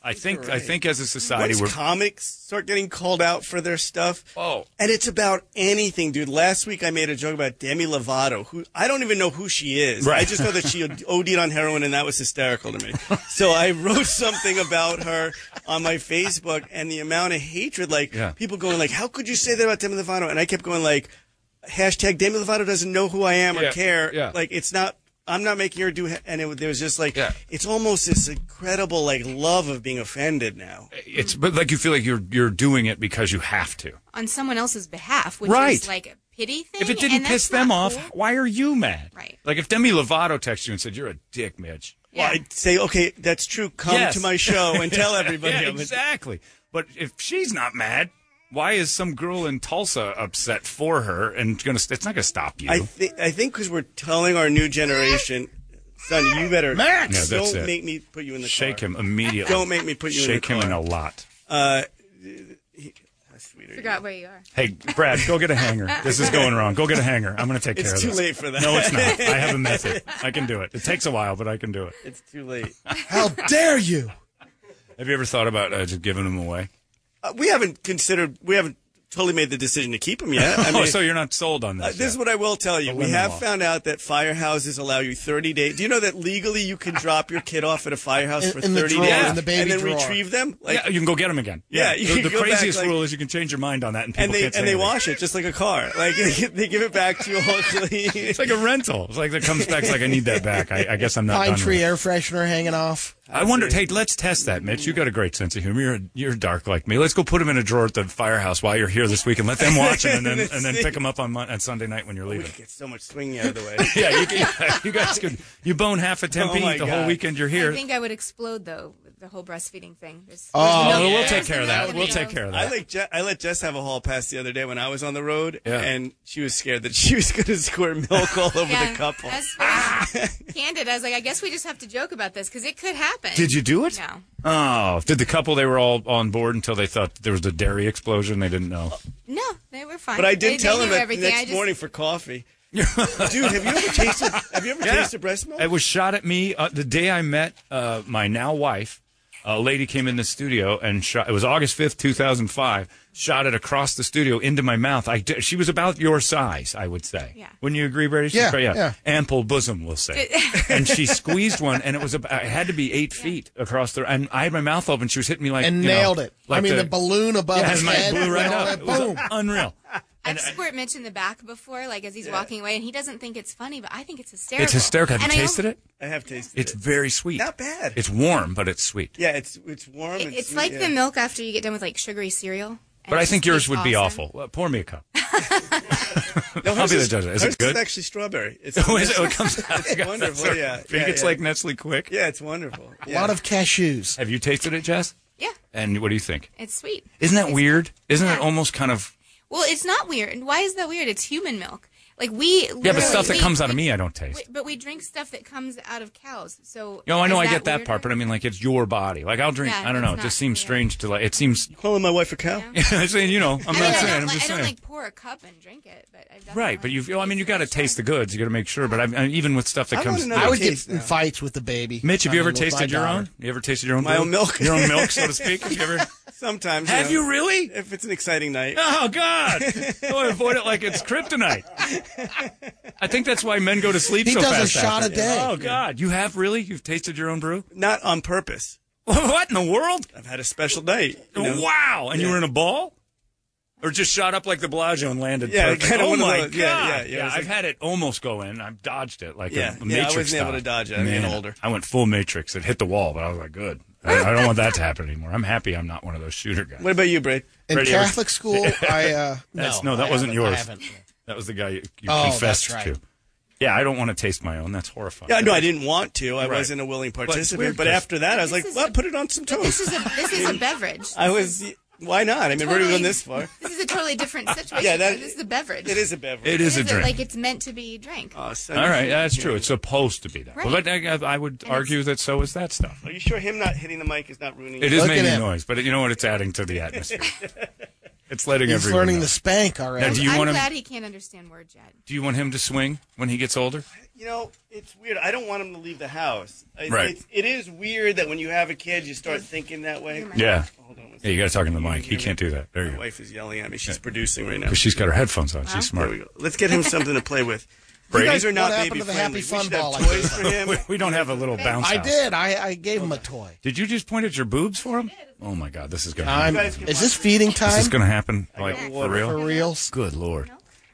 I think I think as a society
Once
we're
comics start getting called out for their stuff.
Oh.
And it's about anything, dude. Last week I made a joke about Demi Lovato, who I don't even know who she is.
Right.
I just know that she OD'd on heroin and that was hysterical to me. So I wrote something about her on my Facebook and the amount of hatred, like
Yeah.
people going like, how could you say that about Demi Lovato? And I kept going like, hashtag Demi Lovato doesn't know who I am
Yeah,
or care.
yeah.
Like it's not. I'm not making her do, and it, there was just like it's almost this incredible like love of being offended now.
it's but like you feel like you're you're doing it because you have to.
on someone else's behalf, which
Right.
is like a pity thing.
If it
and
didn't
that's
piss them
not
off,
cool.
why are you mad?
Right.
Like if Demi Lovato texted you and said you're a dick, Mitch.
Well, I'd say, okay, that's true. Come
Yes.
to my show and tell everybody.
Yeah,
I'm a-
exactly. But if she's not mad, why is some girl in Tulsa upset for her and gonna? It's not gonna stop you.
I think I think because we're telling our new generation, son, you better
Max! Yeah, that's
don't
it.
make me put you in the
Shake
car.
him immediately.
Don't make me put you in the
Shake him in a
car.
lot.
Uh,
Forgot where you are.
Hey, Brad, go get a hanger. This is going wrong. Go get a hanger. I'm going to take
It's
care of
too
this.
late for that.
No, it's not. I have a method. I can do it. It takes a while, but I can do it.
it's too late.
How dare you?
Have you ever thought about uh, just giving him away?
Uh, we haven't considered. We haven't totally made the decision to keep him yet. I
oh,
mean,
so you're not sold on
Uh,
this?
this is what I will tell you.
The
We
lemon
have
law.
found out that firehouses allow you 30 days. Do you know that legally you can drop your kid off at a firehouse
In-
for
in the
30
drawer,
days
in the baby
and then
drawer.
retrieve them?
yeah, you can go get him again.
Yeah, you
the
can
the
go back,
craziest
like-
rule is you can change your mind on that, and people
and they
can't say
and they
anything.
wash it just like a car. Like they give it back to you all clean. It's
like a rental. It's like that comes back. It's like I need that back. I, I guess I'm not.
Pine
done with
tree
it.
air freshener hanging off.
I wondered. Hey, let's test that, Mitch. You got a great sense of humor. You're you're dark like me. Let's go put him in a drawer at the firehouse while you're here this week, and let them watch him, and then and then pick him up on Mon- on Sunday night when you're leaving.
Get so much swinging out of the way.
yeah, you, can, you guys could you bone half a
Oh
tempe
my
the whole
God.
weekend you're here.
I think I would explode though. with The whole breastfeeding thing. There's,
Oh,
there's no-
we'll
there's
take care of
no
that. We'll
video.
take care of that.
I like Je- I let Jess have a hall pass the other day when I was on the road,
Yeah.
and she was scared that she was going to squirt milk all over
Yeah,
the couple.
That's very candid. I was like, I guess we just have to joke about this because it could happen.
Did you do it?
No,
Oh, did the couple? They were all on board until they thought there was a dairy explosion. They didn't know.
no, they were fine.
But I did
They- they
tell him
knew
that
everything.
next
I just-
morning for coffee. Dude, have you ever tasted? Have you ever tasted breast milk?
It was shot at me uh, the day I met uh, my now wife. A lady came in the studio and shot. It was August fifth, two thousand five. Shot it across the studio into my mouth. I d- she was about your size, I would say. Yeah. Wouldn't you agree, Brady? She's
Yeah,
quite-
yeah.
Ample bosom, we'll say. and she squeezed one, and it was about, it had to be eight feet across the. And I had my mouth open. She was hitting me like
and
you know,
nailed it.
like
I mean, the, balloon above
Yeah,
his
and my
head.
blew right
and all
up.
that.
It was
Boom.
unreal.
I've squirt Mitch in the back before, like as he's walking away, and he doesn't think it's funny, but I think it's hysterical.
It's hysterical. Have you
And I
tasted
al-
it?
I have tasted.
It's very sweet.
Not bad.
It's warm, but it's sweet.
Yeah, it's it's warm.
It-
and
It's
sweet,
like
yeah.
the milk after you get done with like sugary cereal. and
But
it
I
just
think yours
tastes
would be
awesome.
awful. Uh, pour me a cup.
No,
I'll
hers
be the judge. Is
hers
it good?
actually strawberry. It's
Oh, is it? Oh, it comes out.
It's wonderful.
Sorry.
yeah,
Think
yeah,
it's
yeah.
like Nestle Quick.
Yeah, it's wonderful.
A
Yeah.
lot
of cashews.
Have you tasted it, Jess?
Yeah.
And what do you think?
It's sweet.
Isn't that weird? Isn't it almost kind of
Well, it's not weird. And Why is that weird? It's human milk. Like we
yeah, but stuff that
literally-
comes out of me, I don't taste.
we- but we drink stuff that comes out of cows. So
No, Oh, I know
is
I get that
weird?
part, but I mean, like, it's your body. Like, I'll drink.
Yeah,
I don't know.
it's
It just seems strange to like. It seems.
calling my wife a cow?
I'm saying, you know, I'm
I mean,
not
I
saying.
don't,
I'm
like,
just
I don't
saying.
like pour a cup and drink it, but I've done
right, but you. I mean, you got to taste the goods. You got to make sure. But I, I, even with stuff that comes,
I would get in fights with the baby.
Mitch, have you
I mean,
ever
with my
tasted your
daughter.
own? You ever tasted your own?
My
brew?
own milk.
Your own milk, so to speak. Have you ever?
Sometimes.
Have
know,
you really?
If it's an exciting night.
Oh God! Oh, I avoid it like it's kryptonite. I think that's why men go to sleep
He
so
does a
fast.
shot
after.
a day.
Oh God! You have really? You've tasted your own brew?
Not on purpose.
What in the world?
I've had a special night. you know?
Wow! And you
Yeah.
were in a ball, or just shot up like the Bellagio and landed?
Yeah,
perfect?
kinda
Oh
one of
my
those.
God!
Yeah, yeah, yeah. It was
I've
like-
had it almost go in. I've dodged it like
Yeah,
a, a
yeah, I
Matrix.
wasn't able
style.
to dodge it. I'm getting
Man,
older.
I went full Matrix. It hit the wall, but I was like, good. I, I don't want that to happen anymore. I'm happy I'm not one of those shooter guys.
What about you, Brad?
In
Brady, ever-
Catholic school, I uh,
That's-
no,
no, that
I
wasn't
haven't- I
yours.
haven't.
That was the guy you, you
Oh,
confessed
that's right.
to. Yeah, I don't want to taste my own. That's horrifying.
Yeah, no, I didn't want to. I
Right.
wasn't a willing
But it's
participant.
weird
But,
'cause-
after that, I was like,
is
well, put it on some toast.
This is a this is a beverage.
I was. Why not? I mean, we're already
Totally-
going this far.
This is a totally different situation.
Yeah, that-
this is a beverage.
It is a beverage.
It is a drink. Uh,
Like it's meant to be drank.
All right, that's true. It's supposed to be that.
Right.
Well, but I, I- I would argue that so is that stuff.
Are you sure him not hitting the mic is not ruining
It is
it?
making noise, but you know what? It's adding to the atmosphere. it's letting
He's
everyone.
learning
know.
the spank already.
Now, do you
I'm
want him?
glad he can't understand words yet.
Do you want him to swing when he gets older?
You know, it's weird. I don't want him to leave the house. It's,
Right.
It's, it is weird that when you have a kid, you start thinking that way.
Yeah. Yeah, you got to talk into the mic. He can't do that. There you
My
go.
wife is yelling at me. She's producing right now.
Because she's got her headphones on. She's smart.
There we go. Let's get him something to play with.
Brady?
You guys are not
What happened
baby
to the happy
friendly.
fun
we should have
ball I
toys
gave
for him.
We don't have a little bounce.
I
house.
did. I, I gave him a toy.
Did you just point at your boobs for him? Oh my God, this is going. to
I'm, is this feeding time?
Is this going to happen? Like for real?
For real?
Good lord.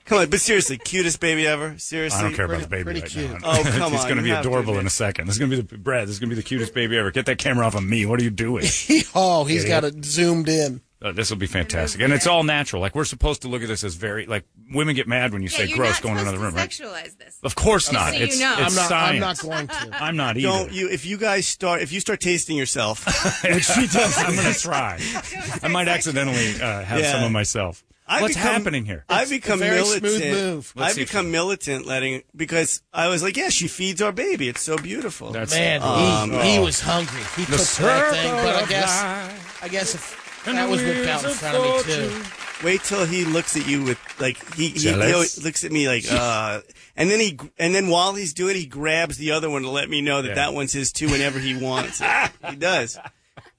Come on, but seriously, cutest baby ever. Seriously,
I don't care about the baby right now.
Oh come on!
It's going to
you
be
have
adorable in a second. This is going to be the Brad. This is going to be the cutest baby ever. Get that camera off of me. What are you doing?
oh, he's
Idiot.
got it zoomed in.
Uh, this will be fantastic, and it's all natural. Like we're supposed to look at this as very like women get mad when you say
you're
gross
not
going to another room, right?
Sexualize this.
Of course
Just
not.
so you
it's
know.
it's
I'm not.
science.
I'm not going to.
I'm not either.
Don't you? If you guys start, if you start tasting yourself,
Which she does. I'm going to try. I might accidentally uh, have
Yeah.
some of myself.
I
What's
become-
happening here?
I become
very smooth
militant.
move.
I
Let's see if
become militant, letting because I was like, yeah, she feeds our baby. It's so beautiful.
That's-
Man,
Um,
he, he was hungry. He
The
took that thing,
circle
but I
of
guess I guess if
And
that
the
was whipped
wheels
out in
of
front of me too.
fortune.
Wait till he looks at you with like he he, he
Jealous?
always looks at me like uh, and then he and then while he's doing it, he grabs the other one to let me know that
Yeah.
that one's his too whenever he wants. it. He does.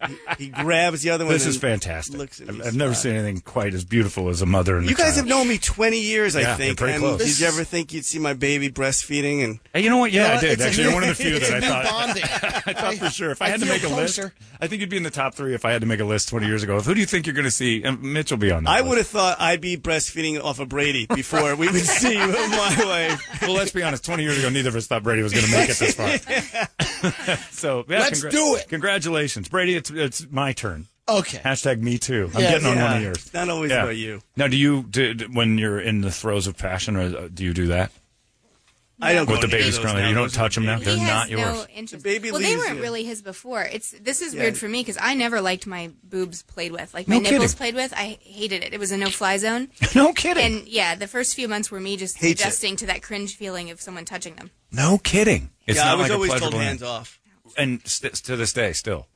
He, he grabs the other one.
This
and
is fantastic.
Looks at
I've,
me
I've never
smile.
seen anything quite as beautiful as a mother and
You
a
guys have
child.
known me 20 years, I
Yeah,
think.
you're pretty
and
close.
Did you ever think you'd see my baby breastfeeding? And
Hey, you know what? Yeah,
You know
I
what?
did.
It's a
Actually,
new-
you're one of the few
it's
that
a
I
new
thought.
bonding.
I thought for sure. If I,
I
had to
feel
make a
closer.
list, I think you'd be in the top three. If I had to make a list 20 years ago, of who do you think you're going to see? And Mitch will be on that.
I
list.
would have thought I'd be breastfeeding off of Brady before we would see my wife.
Well, let's be honest. 20 years ago, neither of us thought Brady was going to make it this far. so yeah,
Let's do it.
Congratulations, Brady. It's it's my turn.
Okay.
Hashtag me too. I'm
Yeah,
getting on
yeah.
one of yours.
It's not always
Yeah.
about you.
Now, do you do, do- when you're in the throes of passion, or uh, do you do that
I don't
with
go
the
near
babies
those
currently?
now.
You don't
Those are
touch them now.
babies.
They're
he
not
has
yours.
no interest.
The baby
well, they
leaves
weren't
you.
really his before. It's this is
Yeah.
weird for me because I never liked my boobs played with, like
No
my nipples
kidding.
played with. I hated it. It was a no fly zone.
no kidding.
And yeah, the first few months were me just
Hates it.
adjusting to that cringe feeling of someone touching them.
no kidding. It's
yeah,
not
I was
like
always
a
told
pleasurable
hands
thing.
off.
And st- to this day, still.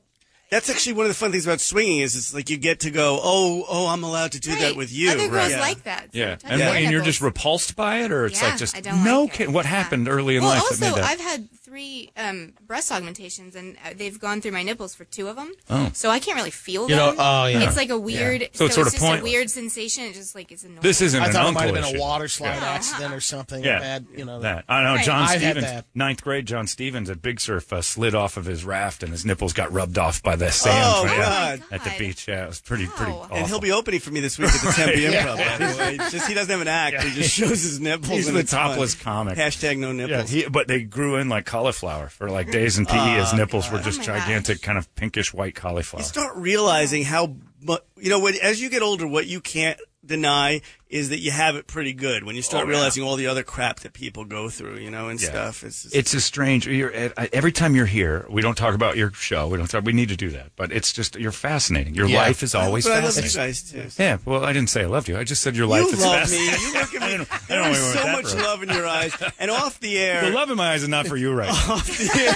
That's actually one of the fun things about swinging is it's like you get to go, oh, oh, I'm allowed to do that
Right.
with you.
Other girls
Yeah.
like that.
Yeah,
Touch
and,
Yeah.
what- and you're
nipples.
just repulsed by it, or it's
Yeah,
like just
I don't
no
like it.
kidding. What happened early in
well,
life
also,
that made that?
I've had three um, breast augmentations, and uh, they've gone through my nipples for two of them.
Oh.
So I can't really feel
You know,
them.
oh, yeah.
It's like a weird.
So it's sort of
just
pointless.
a weird sensation. It's just like it's annoying.
this isn't
I
an
thought it
uncle
might have been
issue.
a water slide
Yeah.
accident or something.
Yeah.
Bad, you know
That I know.
Right.
John
I've had
Stevens,
that.
ninth grade. John Stevens at Big Surf uh, slid off of his raft, and his nipples got rubbed off by the sand
Oh,
from, uh,
God.
at the beach. Yeah, it was pretty pretty.
Wow.
Awful.
And he'll be opening for me this week at the Tempe Improv. by the way. It's Just he doesn't have an act. He just shows his nipples.
He's
and
the
it's fun.
topless comic.
Hashtag no
Yeah,
nipples. Oh,
he, but they grew in like cauliflower for like days in PE. his nipples were just
Oh, my
gigantic, kind of pinkish white cauliflower.
you start realizing how, mu- you know, when, as you get older, what you can't deny is that you have it pretty good when you start realizing all the other crap that people go through, you know, and
Yeah.
stuff. It's just,
It's a strange. You're, I- every time you're here, we don't talk about your show. We don't talk. We need to do that, but it's just you're fascinating. Your
Yeah.
life is always
But I love you
fascinating.
guys,
Yeah. Well, I didn't say I loved you. I just said your life
you
is
love me.
fascinating.
You look at me.
know
There's
where we went
so
that
much
road.
love in your eyes. And off the air,
The love in my eyes is not for you, right?
Oh,
now.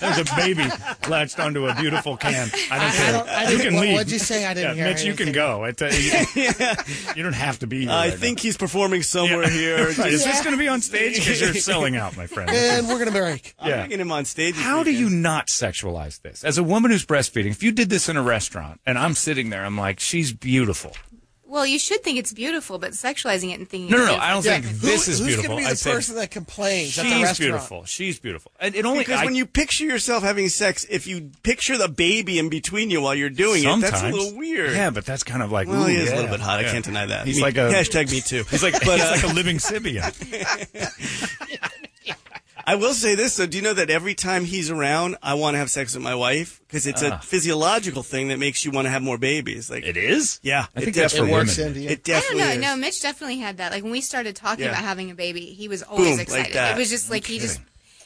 There's a baby latched onto a beautiful can. I don't care.
I
you
didn't-
can
what-
leave.
what'd you say? I didn't
yeah,
hear
Mitch, you can go. I tell you, you don't have to be here.
I
right
think he's performing somewhere here.
Right. Is this
Yeah.
going to be on stage? Because you're selling out, my friend.
And we're gonna break.
I'm
Yeah.
bringing him on stage. this
How do
weekend.
you not sexualize this? As a woman who's breastfeeding, if you did this in a restaurant and I'm sitting there, I'm like, she's beautiful.
Well, you should think it's beautiful, but sexualizing it and thinking
No, no,
it's
no, I don't
beautiful.
think this is beautiful.
Who's gonna
I
be the
said,
person that complains at the
she's
restaurant?
beautiful. She's beautiful. And it only
because
I-
when you picture yourself having sex, if you picture the baby in between you while you're doing it, that's a
Sometimes.
little weird.
Yeah, but that's kind of like
Well,
ooh,
he is a
yeah.
little bit hot. I
Yeah.
can't deny that.
He's
Me-
like a
hashtag me too.
He's like
But,
he's
uh,
like a living symbiote.
I will say this though. Do you know that every time he's around, I want to have sex with my wife because it's a
Ah.
physiological thing that makes you want to have more babies. Like it
is.
Yeah,
I think that's for It works,
definitely-
India.
It
I don't
definitely.
know. No,
is.
Mitch definitely had that. Like when we started talking
Yeah.
about having a baby, he was always
Boom, like
excited.
that.
It was just
No
like he just.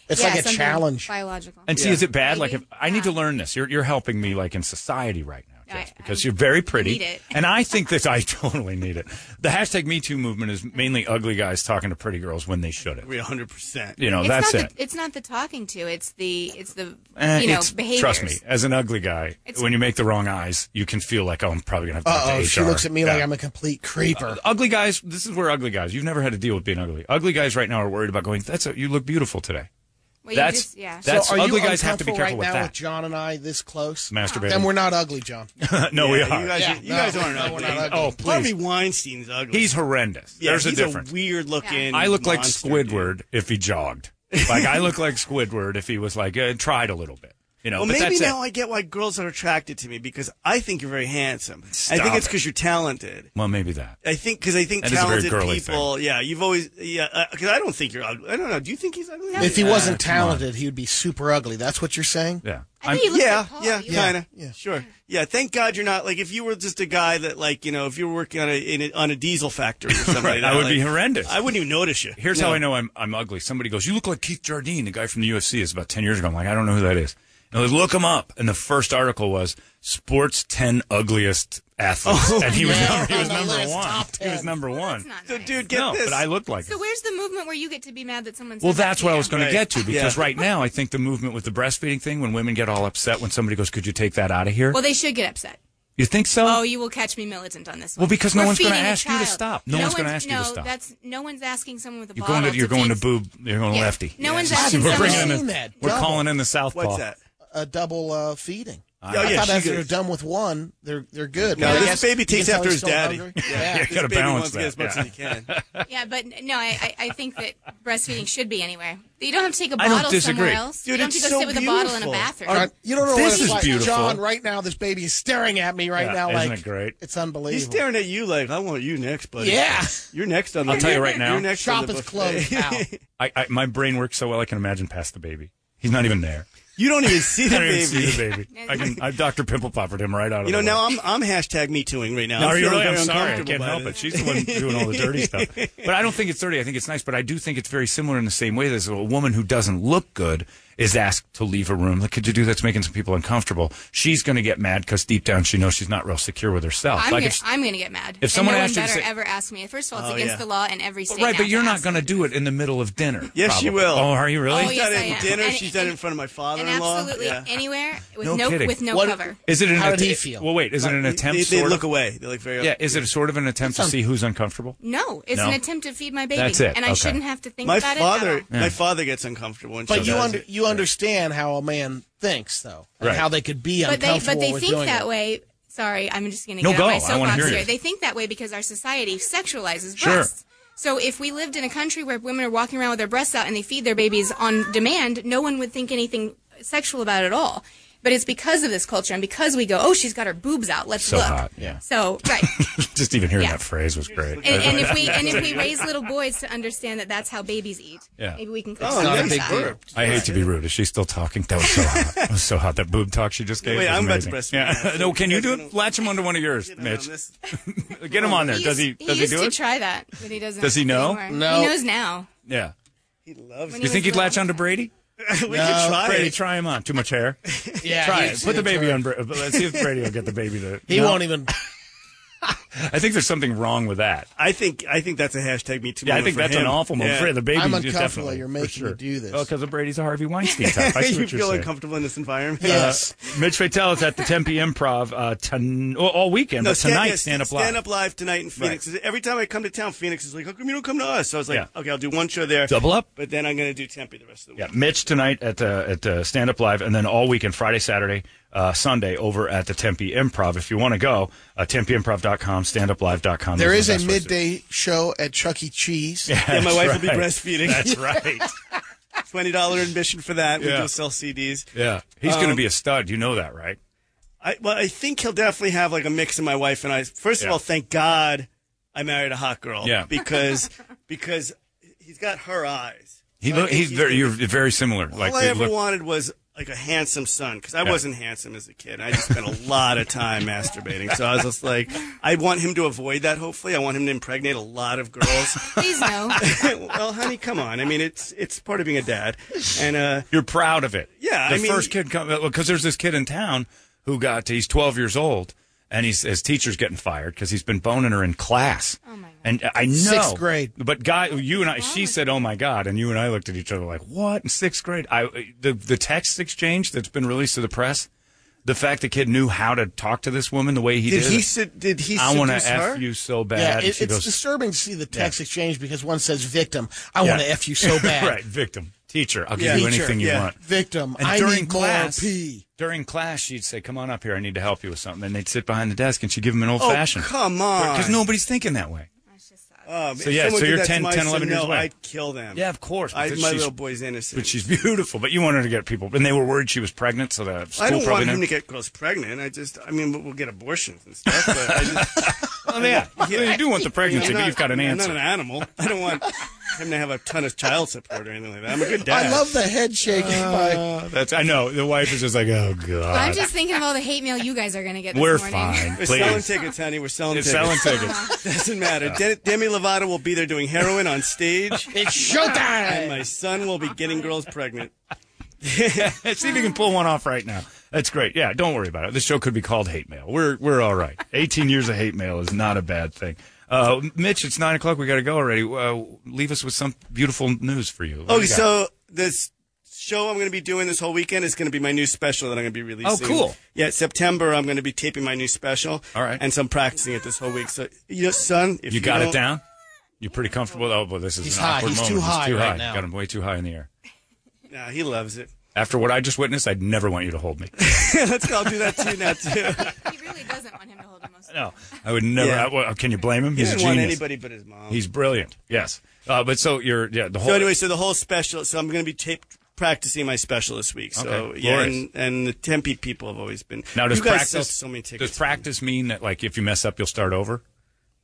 It's
yeah,
like a
something
challenge.
Biological.
And see, is it bad? Like, if I need to learn this, you're you're helping me like in society right now, Jess, because you're very pretty,
need it.
and I think that I totally need it. The hashtag Me Too movement is mainly ugly guys talking to pretty girls when they shouldn't.
We 100. percent
You know,
it's
oh, that's
not
it.
The, it's not the talking to. It's the it's the
Eh,
you know
it's-
behavior.
Trust me, as an ugly guy,
It's-
when you make the wrong eyes, you can feel like, oh, I'm probably gonna have to talk to
Uh oh,
HR.
she looks at me like
Yeah. Uh,
I'm a complete creeper.
ugly guys. This is where ugly guys. You've never had to deal with being ugly. Ugly guys right now are worried about going. That's a, you look beautiful today.
Well, you
that's
just- yeah.
that's
so are
ugly
you
guys have to be
uncomfortable
careful
right
with
now
that.
With John and I this close,
Masturbating.
Then we're not ugly, John.
no, we
Yeah,
are.
You guys, you guys
No,
aren't
no,
ugly.
we're not ugly.
Oh, please.
Harvey Weinstein's ugly.
He's horrendous.
Yeah,
There's
he's
a difference.
weird looking.
I look like
monster.
Squidward if he jogged. Like I look like Squidward if he was like uh, tried a little bit. You know,
well,
but
maybe
that's
now
it.
I get why girls are attracted to me because I think you're very handsome. I
Stop
think it's
it.
because you're talented.
well, maybe that.
I think because I think
That is a very
talented
girly
people. Yeah, you've always yeah. Because I don't think you're ugly. I don't know. Do you think he's ugly?
If he
Yeah.
wasn't talented, he would be super ugly. That's what you're saying.
Yeah.
yeah, yeah,
Yeah.
kind of. Yeah. Sure. Yeah. Thank God you're not like if you were just a guy that like you know if you were working on a in a, on a diesel factory or something.
Right,
like that,
I would be
like,
horrendous.
I wouldn't even notice you.
Here's
No.
how I know I'm I'm ugly. Somebody goes, "You look like Keith Jardine, the guy from the UFC." Is about ten years ago. I'm like, I don't know who that is. And I was, look him up. And the first article was Sports Ten Ugliest Athletes,
Oh,
and he was
yeah.
number, he was
On the
number
list,
one.
top
He was
10.
number one.
So, dude, get
no,
this.
but I looked like.
So where's the movement where you get to be mad that someone?
Well,
said that
that's
to
what I
you?
was going to get to because
Yeah.
right now I think the movement with the breastfeeding thing, when women get all upset when somebody goes, "Could you take that out of here?"
Well, they should get upset.
you think so?
Oh, you will catch me militant on this one.
Well, because no
We're
one's gonna
feeding a
ask you to
child.
stop. No one's gonna ask you to
no,
stop.
That's no one's asking someone with a
you're
bottle.
going to you're
to
going to
take-
boob. You're going to
Yeah.
lefty.
No one's asking
We're
someone-
bringing in
Seen
the,
that.
We're
Double.
calling in the southpaw.
A double uh, feeding.
Oh,
I
yeah,
thought
she
after
goes-
you're done with one, they're they're good.
No,
But I
this
guess
baby
you
takes
can tell
after
he's
his
still
daddy.
hungry.
Yeah,
This
gotta
baby
balance
wants to get as
that,
much
yeah.
as he can.
Yeah, but no, I, I, I think that breastfeeding should be anyway. You don't have to take a
I don't
bottle somewhere
disagree.
else.
Dude,
you don't
it's
have to go
so
sit with a bottle in a
beautiful.
bathroom.
John, you don't know
This
what it's
is
like.
beautiful.
John, right now, this baby is staring at me right
Yeah,
now.
isn't
like,
it great?
It's
He's
unbelievable.
staring at you like I want you next, buddy.
Yeah.
You're next on the.
I'll tell you right now.
You're next
Shop
on the
is
buffet.
closed, pal.
I, I, my brain works so well, I can imagine past the baby. He's not even there.
You don't even see
I
the
don't
baby.
even see the baby. I can. I Doctor Pimple Poppered him right out of.
You know,
the
now
way.
I'm I'm hashtag me tooing right now.
No,
I'm
are you
feeling
really? I'm
very
sorry. I
uncomfortable
can't
by
help
this.
it. She's the one doing all the dirty stuff. But I don't think it's dirty. I think it's nice. But I do think it's very similar in the same way that a woman who doesn't look good is asked to leave a room. Like, could you do that's making some people uncomfortable? She's going to get mad because deep down she knows she's not real secure with herself.
I'm,
like
gonna,
if-
I'm gonna get mad.
if someone
and no
asked you
one
to
better
say-
ever ask me. First of all, it's
Oh,
against
yeah.
the law in every state.
right,
now
but
to
you're not
ask.
going to do it in the middle of dinner.
Yes, she
probably.
will.
Oh, are you really?
She's
yes,
done it
I
at
am.
dinner.
And-
she's done it in front of my
And
father-in-law.
absolutely
Yeah.
anywhere with
No
no,
kidding.
with no
What-
cover.
Is it? An
How did
att-
he feel?
Well, wait. Is it an attempt?
They, they
sort of?
look away. They look very.
Yeah. Is it sort of an attempt to see who's uncomfortable?
No, it's
No.
an attempt to feed my baby,
That's it.
and I
Okay.
shouldn't have to think
my
about it.
father,
at all.
my father gets uncomfortable. When she
But you
does
under,
it.
you understand how a man thinks, though, and
Right.
how they could be
But they,
uncomfortable
but they
with
think
doing
that
it.
way. Sorry, I'm just going to
No,
get on my
go. I wanna
soapbox
hear
here.
you.
They think that way because our society sexualizes
Sure.
breasts. So if we lived in a country where women are walking around with their breasts out and they feed their babies on demand, no one would think anything sexual about it at all. But it's because of this culture and because we go, oh, she's got her boobs out. Let's
So
look.
hot, yeah.
So right.
Just even hearing
Yeah.
that phrase was great.
And, and if we and if we raise little boys to understand that that's how babies eat,
Yeah.
maybe we can.
Oh,
coach them
nice
with that.
burp.
I hate to be rude. Is she still talking? That was so hot. That was so hot. That boob talk she just gave.
Wait,
was
I'm about to
amazing.
breastfeed
Yeah. no, can you do it? Latch him onto one of yours, Mitch. Get him on there. Does he?
used-
Does he
used
do
to
it?
try that, but he doesn't.
Does he know?
anymore.
No.
He knows now.
Yeah.
He loves.
Do you think he'd latch onto Brady?
we could try
Brady,
it.
try him on. Too much hair.
Yeah,
try
he's-
it. Put the
he's
baby
hurt.
on. Bra- but Let's see if Brady will get the baby to.
He won't
even.
I think there's something wrong with that.
I think I think that's a hashtag me too.
Yeah, I
moment
think
for
that's
him.
an awful moment.
Yeah.
For the baby,
I'm
yeah,
uncomfortable
definitely,
that you're
for
making me
sure.
do this.
Oh, because of Brady's a Harvey Weinstein type. I see
you
what you're
feel
saying.
uncomfortable in this environment?
Uh, Mitch Fatel is at the Tempe Improv uh, ton- oh, all weekend, but
stand-
tonight,
yeah,
stand up live.
Stand up live tonight in Phoenix. Every time I come to town, Phoenix is like, "How come you don't come to us?" So I was like, "Okay, I'll do one show there,
Double up.
but then I'm going to do Tempe the rest of the week."
Yeah, Mitch tonight at uh, at uh, Stand Up Live, and then all weekend, Friday, Saturday, uh, Sunday, over at the Tempe Improv. If you want to go, uh, TempeImprov.com, StandUpLive.com.
There
Those
is
are
a
the best ways to-
midday show at Chuck E. Cheese.
Yeah, Yeah, my that's wife will be right. breastfeeding. That's
right. Twenty dollar admission for that.
Yeah.
We do sell CDs.
Yeah, he's going to
Um,
be a stud. You know that, right?
I, well, I think he'll definitely have like a mix of my wife and I. First of
Yeah.
all, thank God I married a hot girl.
Yeah.
because because he's got her eyes.
He
So I
look,
think
he's very, you're very similar. like
all I
they
ever
look-
wanted was like a handsome son because I
Yeah.
wasn't handsome as a kid. I just spent a lot of time masturbating, so I was just like, I want him to avoid that. Hopefully, I want him to impregnate a lot of girls.
Please no.
well, honey, come on. I mean, it's it's part of being a dad, and uh,
you're proud of it.
Yeah,
the
I mean-
first kid because there's this kid in town who got he's 12 years old and he's his teacher's getting fired because he's been boning her in class. Oh my god! And I know
Sixth grade.
but guy, you and I, she said, "Oh my god!" And you and I looked at each other like, "What?" In sixth grade, I the the text exchange that's been released to the press. The fact the kid knew how to talk to this woman the way he did.
Did he sed- did he
I wanna
seduce
f
her?
you so bad.
Yeah,
And
it-
she
it's
goes,
disturbing to see the text exchange because one says victim. I
Yeah.
want to F you so bad.
right, victim. Teacher, I'll give
Yeah.
you
Teacher,
anything you
yeah.
want.
Victim,
And
I
during
need more
class,
pee.
During class, she'd say, Come on up here, I need to help you with something. And they'd sit behind the desk and she'd give him an old
Oh,
fashioned.
come on.
Because nobody's thinking that way.
Oh, man,
So, yeah,
if someone
so
did
you're
that to
10,
my
10,
son,
11 years
no,
away.
I'd kill them.
Yeah, of course.
I,
but
my
she's-
little boy's innocent.
But she's beautiful. But you wanted her to get people. And they were worried she was pregnant, so the school
I don't
probably
want him
knew.
to get girls pregnant. I just, I mean, we'll get abortions and stuff. But I just,
oh yeah, Well, you do want the pregnancy, but you've got an
I'm
answer.
not an animal. I don't want him to have a ton of child support or anything like that. I'm a good dad.
I love the head shake.
Uh, that's, I know. The wife is just like, Oh, God.
I'm just thinking of all the hate mail you guys are going to get. This
We're
morning.
fine.
We're
Please.
selling tickets, honey. We're selling
We're
tickets.
selling tickets.
Doesn't matter. De- Demi Lovato will be there doing heroin on stage.
it's showtime.
And my son will be getting girls pregnant.
See if you can pull one off right now. That's great. Yeah, don't worry about it. The show could be called Hate Mail. We're we're all right. 18 years of hate mail is not a bad thing. Uh, Mitch, it's nine o'clock. We got to go already. Uh, leave us with some beautiful news for you. What do
Okay,
you got?
so this show I'm going to be doing this whole weekend is going to be my new special that I'm going to be releasing.
Oh, cool.
Yeah, September I'm going to be taping my new special. All right. And so I'm practicing it this whole week. So, you know, son, if
you got
don't-
it down. You're pretty comfortable. Oh, but this is
He's
an
high.
awkward
He's
moment.
too high
too
right
high.
now.
Got him way too high in the air.
Nah, he loves it.
After what I just witnessed, I'd never want you to hold me.
Let's go. I'll do that to you now, too.
No, I would never.
Yeah.
I- well, can you blame him?
He
He's a
didn't want
genius.
anybody but his mom.
He's brilliant. Yes. Uh, but so you're yeah the whole.
so anyway, so the whole special. So I'm going to be tape practicing my special this week. So
Okay,
yeah,
glorious.
and, and the Tempe people have always been.
Now does
you guys
practice
sell so many tickets.
does practice mean that like if you mess up you'll start over?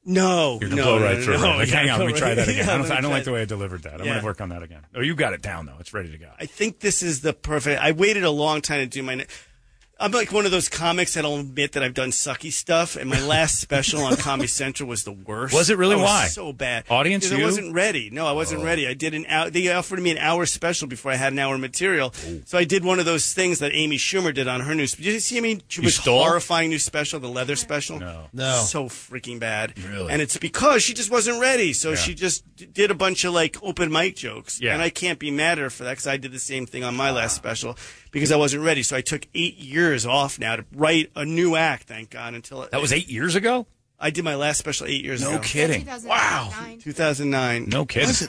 No,
You're gonna
no,
blow
no,
right
no,
through. it.
no,
like,
yeah,
hang on,
go
let me try
right-
that
yeah,
again. I
let
don't,
me
I don't
try
like the
that.
way I delivered that. I'm
Yeah.
gonna work on that again. Oh, you got it down though. It's ready to go.
I think this is the perfect. I waited a long time to do my. Ne- I'm like one of those comics that'll admit that I've done sucky stuff, and my last special on Comedy Central was the worst.
Was it really?
I was
Why?
So bad.
Audience, you?
Because
Oh.
I wasn't ready. No, I wasn't ready. I did an hour. They offered me an hour special before I had an hour material. So I did one of those things that Amy Schumer did on her new. Did you see Amy Schumer's
stole?
horrifying new special, the leather special? No,
No.
so freaking bad.
Really?
And it's because she just wasn't ready. So
Yeah.
she just d- did a bunch of like open mic jokes.
Yeah.
And I can't be mad at her for that because I did the same thing on my last special because I wasn't ready. So I took eight years off now to write a new act, thank God, until.
That was eight years ago?
I did my last special eight years
No
ago.
kidding.
Wow. 2009.
No kidding.
Was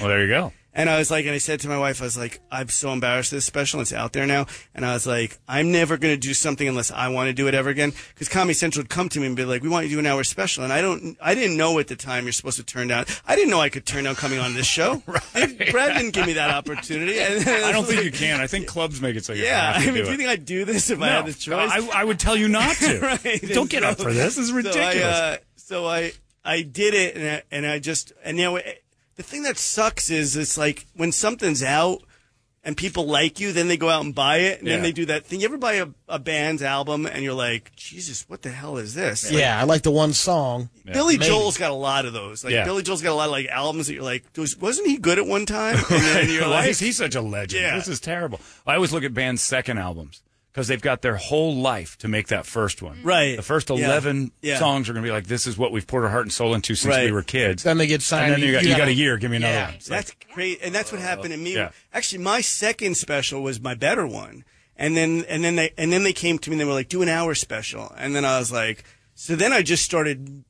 Well, there you go.
And I was like, and I said to my wife, I was like, I'm so embarrassed this special. It's out there now. And I was like, I'm never going to do something unless I want to do it ever again. Because Comedy Central would come to me and be like, we want you to do an hour special. And I don't, I didn't know at the time you're supposed to turn down. I didn't know I could turn down coming on this show. Brad didn't give me that opportunity. And
I don't think you can. I think clubs make it so you
Yeah,
have to
I
do
mean, do you
it.
think I'd do this if I
No,
had the choice?
I- I would tell you not to. Don't get up for this. This is
So I, uh,
ridiculous.
so I, I did it, and I, and I just and now it- the thing that sucks is it's like when something's out and people like you, then they go out and buy it, and
Yeah.
then they do that thing. You ever buy a, a band's album and you're like, Jesus, what the hell is this? Like,
Yeah, I like the one song.
Billy
Maybe.
Joel's got a lot of those. Like
Yeah.
Billy Joel's got a lot of like albums that you're like, "Dude, wasn't he good at one time? And then you're
Why
like,
is he such a legend?
Yeah.
This is terrible. I always look at bands' second albums because they've got their whole life to make that first one.
Mm. Right.
The first
Yeah.
11
Yeah.
songs are going to be like, this is what we've poured our heart and soul into since
Right.
we were kids.
Then they get signed.
And then you, got, you got a year. Give me another
Yeah,
one. It's like,
that's great, and that's what happened to me.
yeah.
Actually, my second special was my better one, and then and then they and then they came to me and they were like, "Do an hour special," and then I was like, so then I just started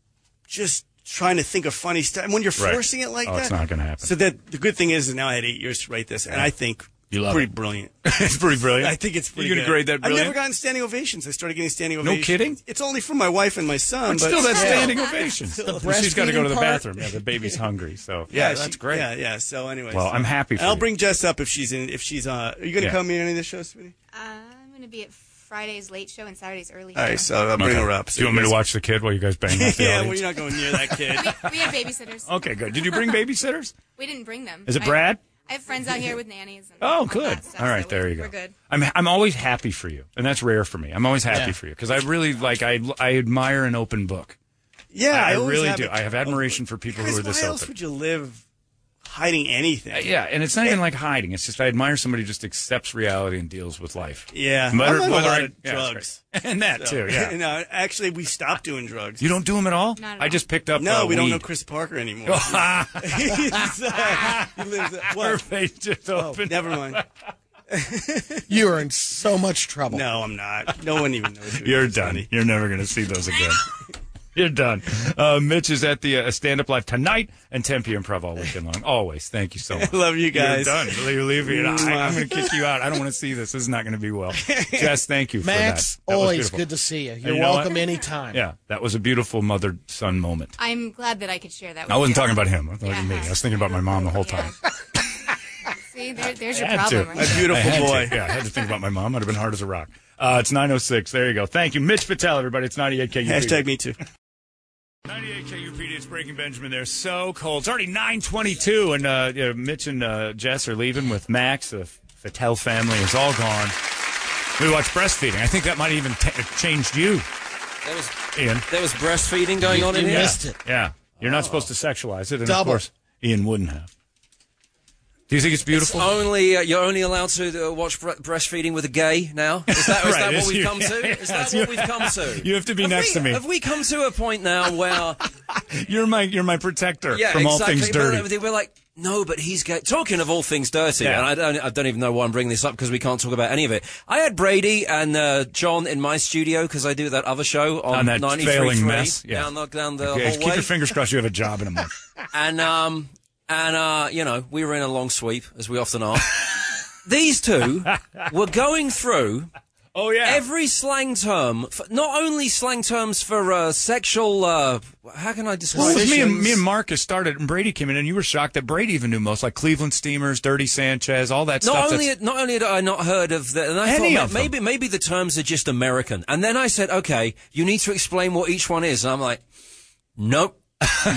just trying to think of funny stuff. And when you're
Right.
forcing it like
Oh,
that,
it's not gonna happen.
So that the good thing is, is now I had eight years to write this, and I think
You love
pretty
it.
brilliant.
it's pretty brilliant.
I think it's pretty.
You're gonna
good.
grade that brilliant?
I've never gotten standing ovations. I started getting standing ovations.
kidding?
It's only from my wife and my son.
But
but
still, that's
Yeah.
standing ovation.
Still-
She's got to go to the bathroom. Yeah, the baby's hungry. So yeah, that's
she-
great.
Yeah, yeah. So anyway,
Well,
so-
I'm happy
And
for
I'll
you.
bring Jess up if she's in. If she's on, are you going to
Yeah.
come in any of the shows, sweetie?
Uh, I'm going to be at Friday's late show and Saturday's early
All
show.
right, so I'll bring
Okay.
her up. So
Do you want me
guys-
to watch the kid while you guys bang out the
yeah, well,
audience?
you're not going near that kid.
we have babysitters.
Okay, good. Did you bring babysitters?
We didn't bring them.
Is it
I-
Brad?
I, have friends out here with nannies. And
Oh, good.
stuff,
All right,
so
there you go.
we're good.
I'm I'm always happy for you, and that's rare for me. I'm always happy
Yeah.
for you because I really like I I admire an open book.
Yeah,
I, I
I always
really
have
do.
a-
I have admiration for people
Guys,
who are this
why else
open.
would you live hiding anything?
yeah, and it's not even like hiding. It's just I admire somebody who just accepts reality and deals with life.
Yeah,
Whether-
I'm on a
whether
lot
I-
of
yeah, that's
drugs
and that
So-
too. Yeah.
no, actually, we stopped doing drugs.
You don't do them at all? Not at I all. just picked up,
No,
uh,
we don't
weed.
know Chris Parker anymore.
Oh, ha.
He's, uh, he lives. What? Oh.
Her face just opened.
Never mind.
You are in so much trouble.
No, I'm not. No one even knows. Who he
You're
is.
done. You're never going to see those again. You're done. Uh, Mitch is at the uh, Stand Up Live tonight and 10 p.m. Improv all weekend long. Always. Thank you so much.
Love you guys.
You're done. You're leaving. I, I'm
Mwah.
going to kick you out. I don't want to see this. This is not going to be well. Jess, thank you for
Max,
that. That was
always
beautiful.
good to see you.
And
You're
you know what?
welcome anytime.
Yeah, that was a beautiful mother son moment.
I'm glad that I could share that. With
I wasn't
you.
talking about him. I was talking about me. I was thinking about my mom the whole time.
See, there, there's your
I had to.
problem. Right there.
I had to. Yeah, I had to think about my mom. I'd have been hard as a rock. Uh, it's 906. There you go. Thank you. Mitch Patel, everybody. It's 98KUPD.
Hashtag me too.
98KUPD. It's Breaking Benjamin. They're so cold. It's already 922, and uh, you know, Mitch and uh, Jess are leaving with Max. The Patel family is all gone. We watched breastfeeding. I think that might even t- changed you,
That was
Ian.
that was breastfeeding going on in
yeah.
here.
Yeah. You're not supposed to sexualize it. And of
Double.
course, Ian wouldn't have. Do you think it's
It's
beautiful?
only uh, you're only allowed to uh, watch bre- breastfeeding with a gay now. Is that, is
Right,
that
it's
what we've
you.
come to? Is that
Yeah,
what we've come to?
You have to be
Have
next
we-
to me.
Have we come to a point now where
You're my you're my protector
yeah,
from all
exactly,
things
but
dirty.
They were like, no, but he's gay. Talking of all things dirty,
Yeah.
and I don't I don't even know why I'm bringing this up because we can't talk about any of it. I had Brady and uh, John in my studio because I do that other show on,
on that
93.3
failing mess. Yeah.
down the down the
Okay,
hallway.
Keep your fingers crossed. You have a job in a month.
uh, and um and uh you know we were in a long sweep as we often are these two were going through
oh yeah
every slang term for, not only slang terms for uh, sexual uh how can i
Well,
describe
it was me and
this?
me and Marcus started, and Brady came in, and you were shocked that Brady even knew most, like Cleveland Steamers, Dirty Sanchez, all that
not
stuff.
only
that's-
not only had I not heard of the, and I
Any
thought
of
ma- maybe maybe the terms are just American. And then I said, okay, you need to explain what each one is. And I'm like, nope.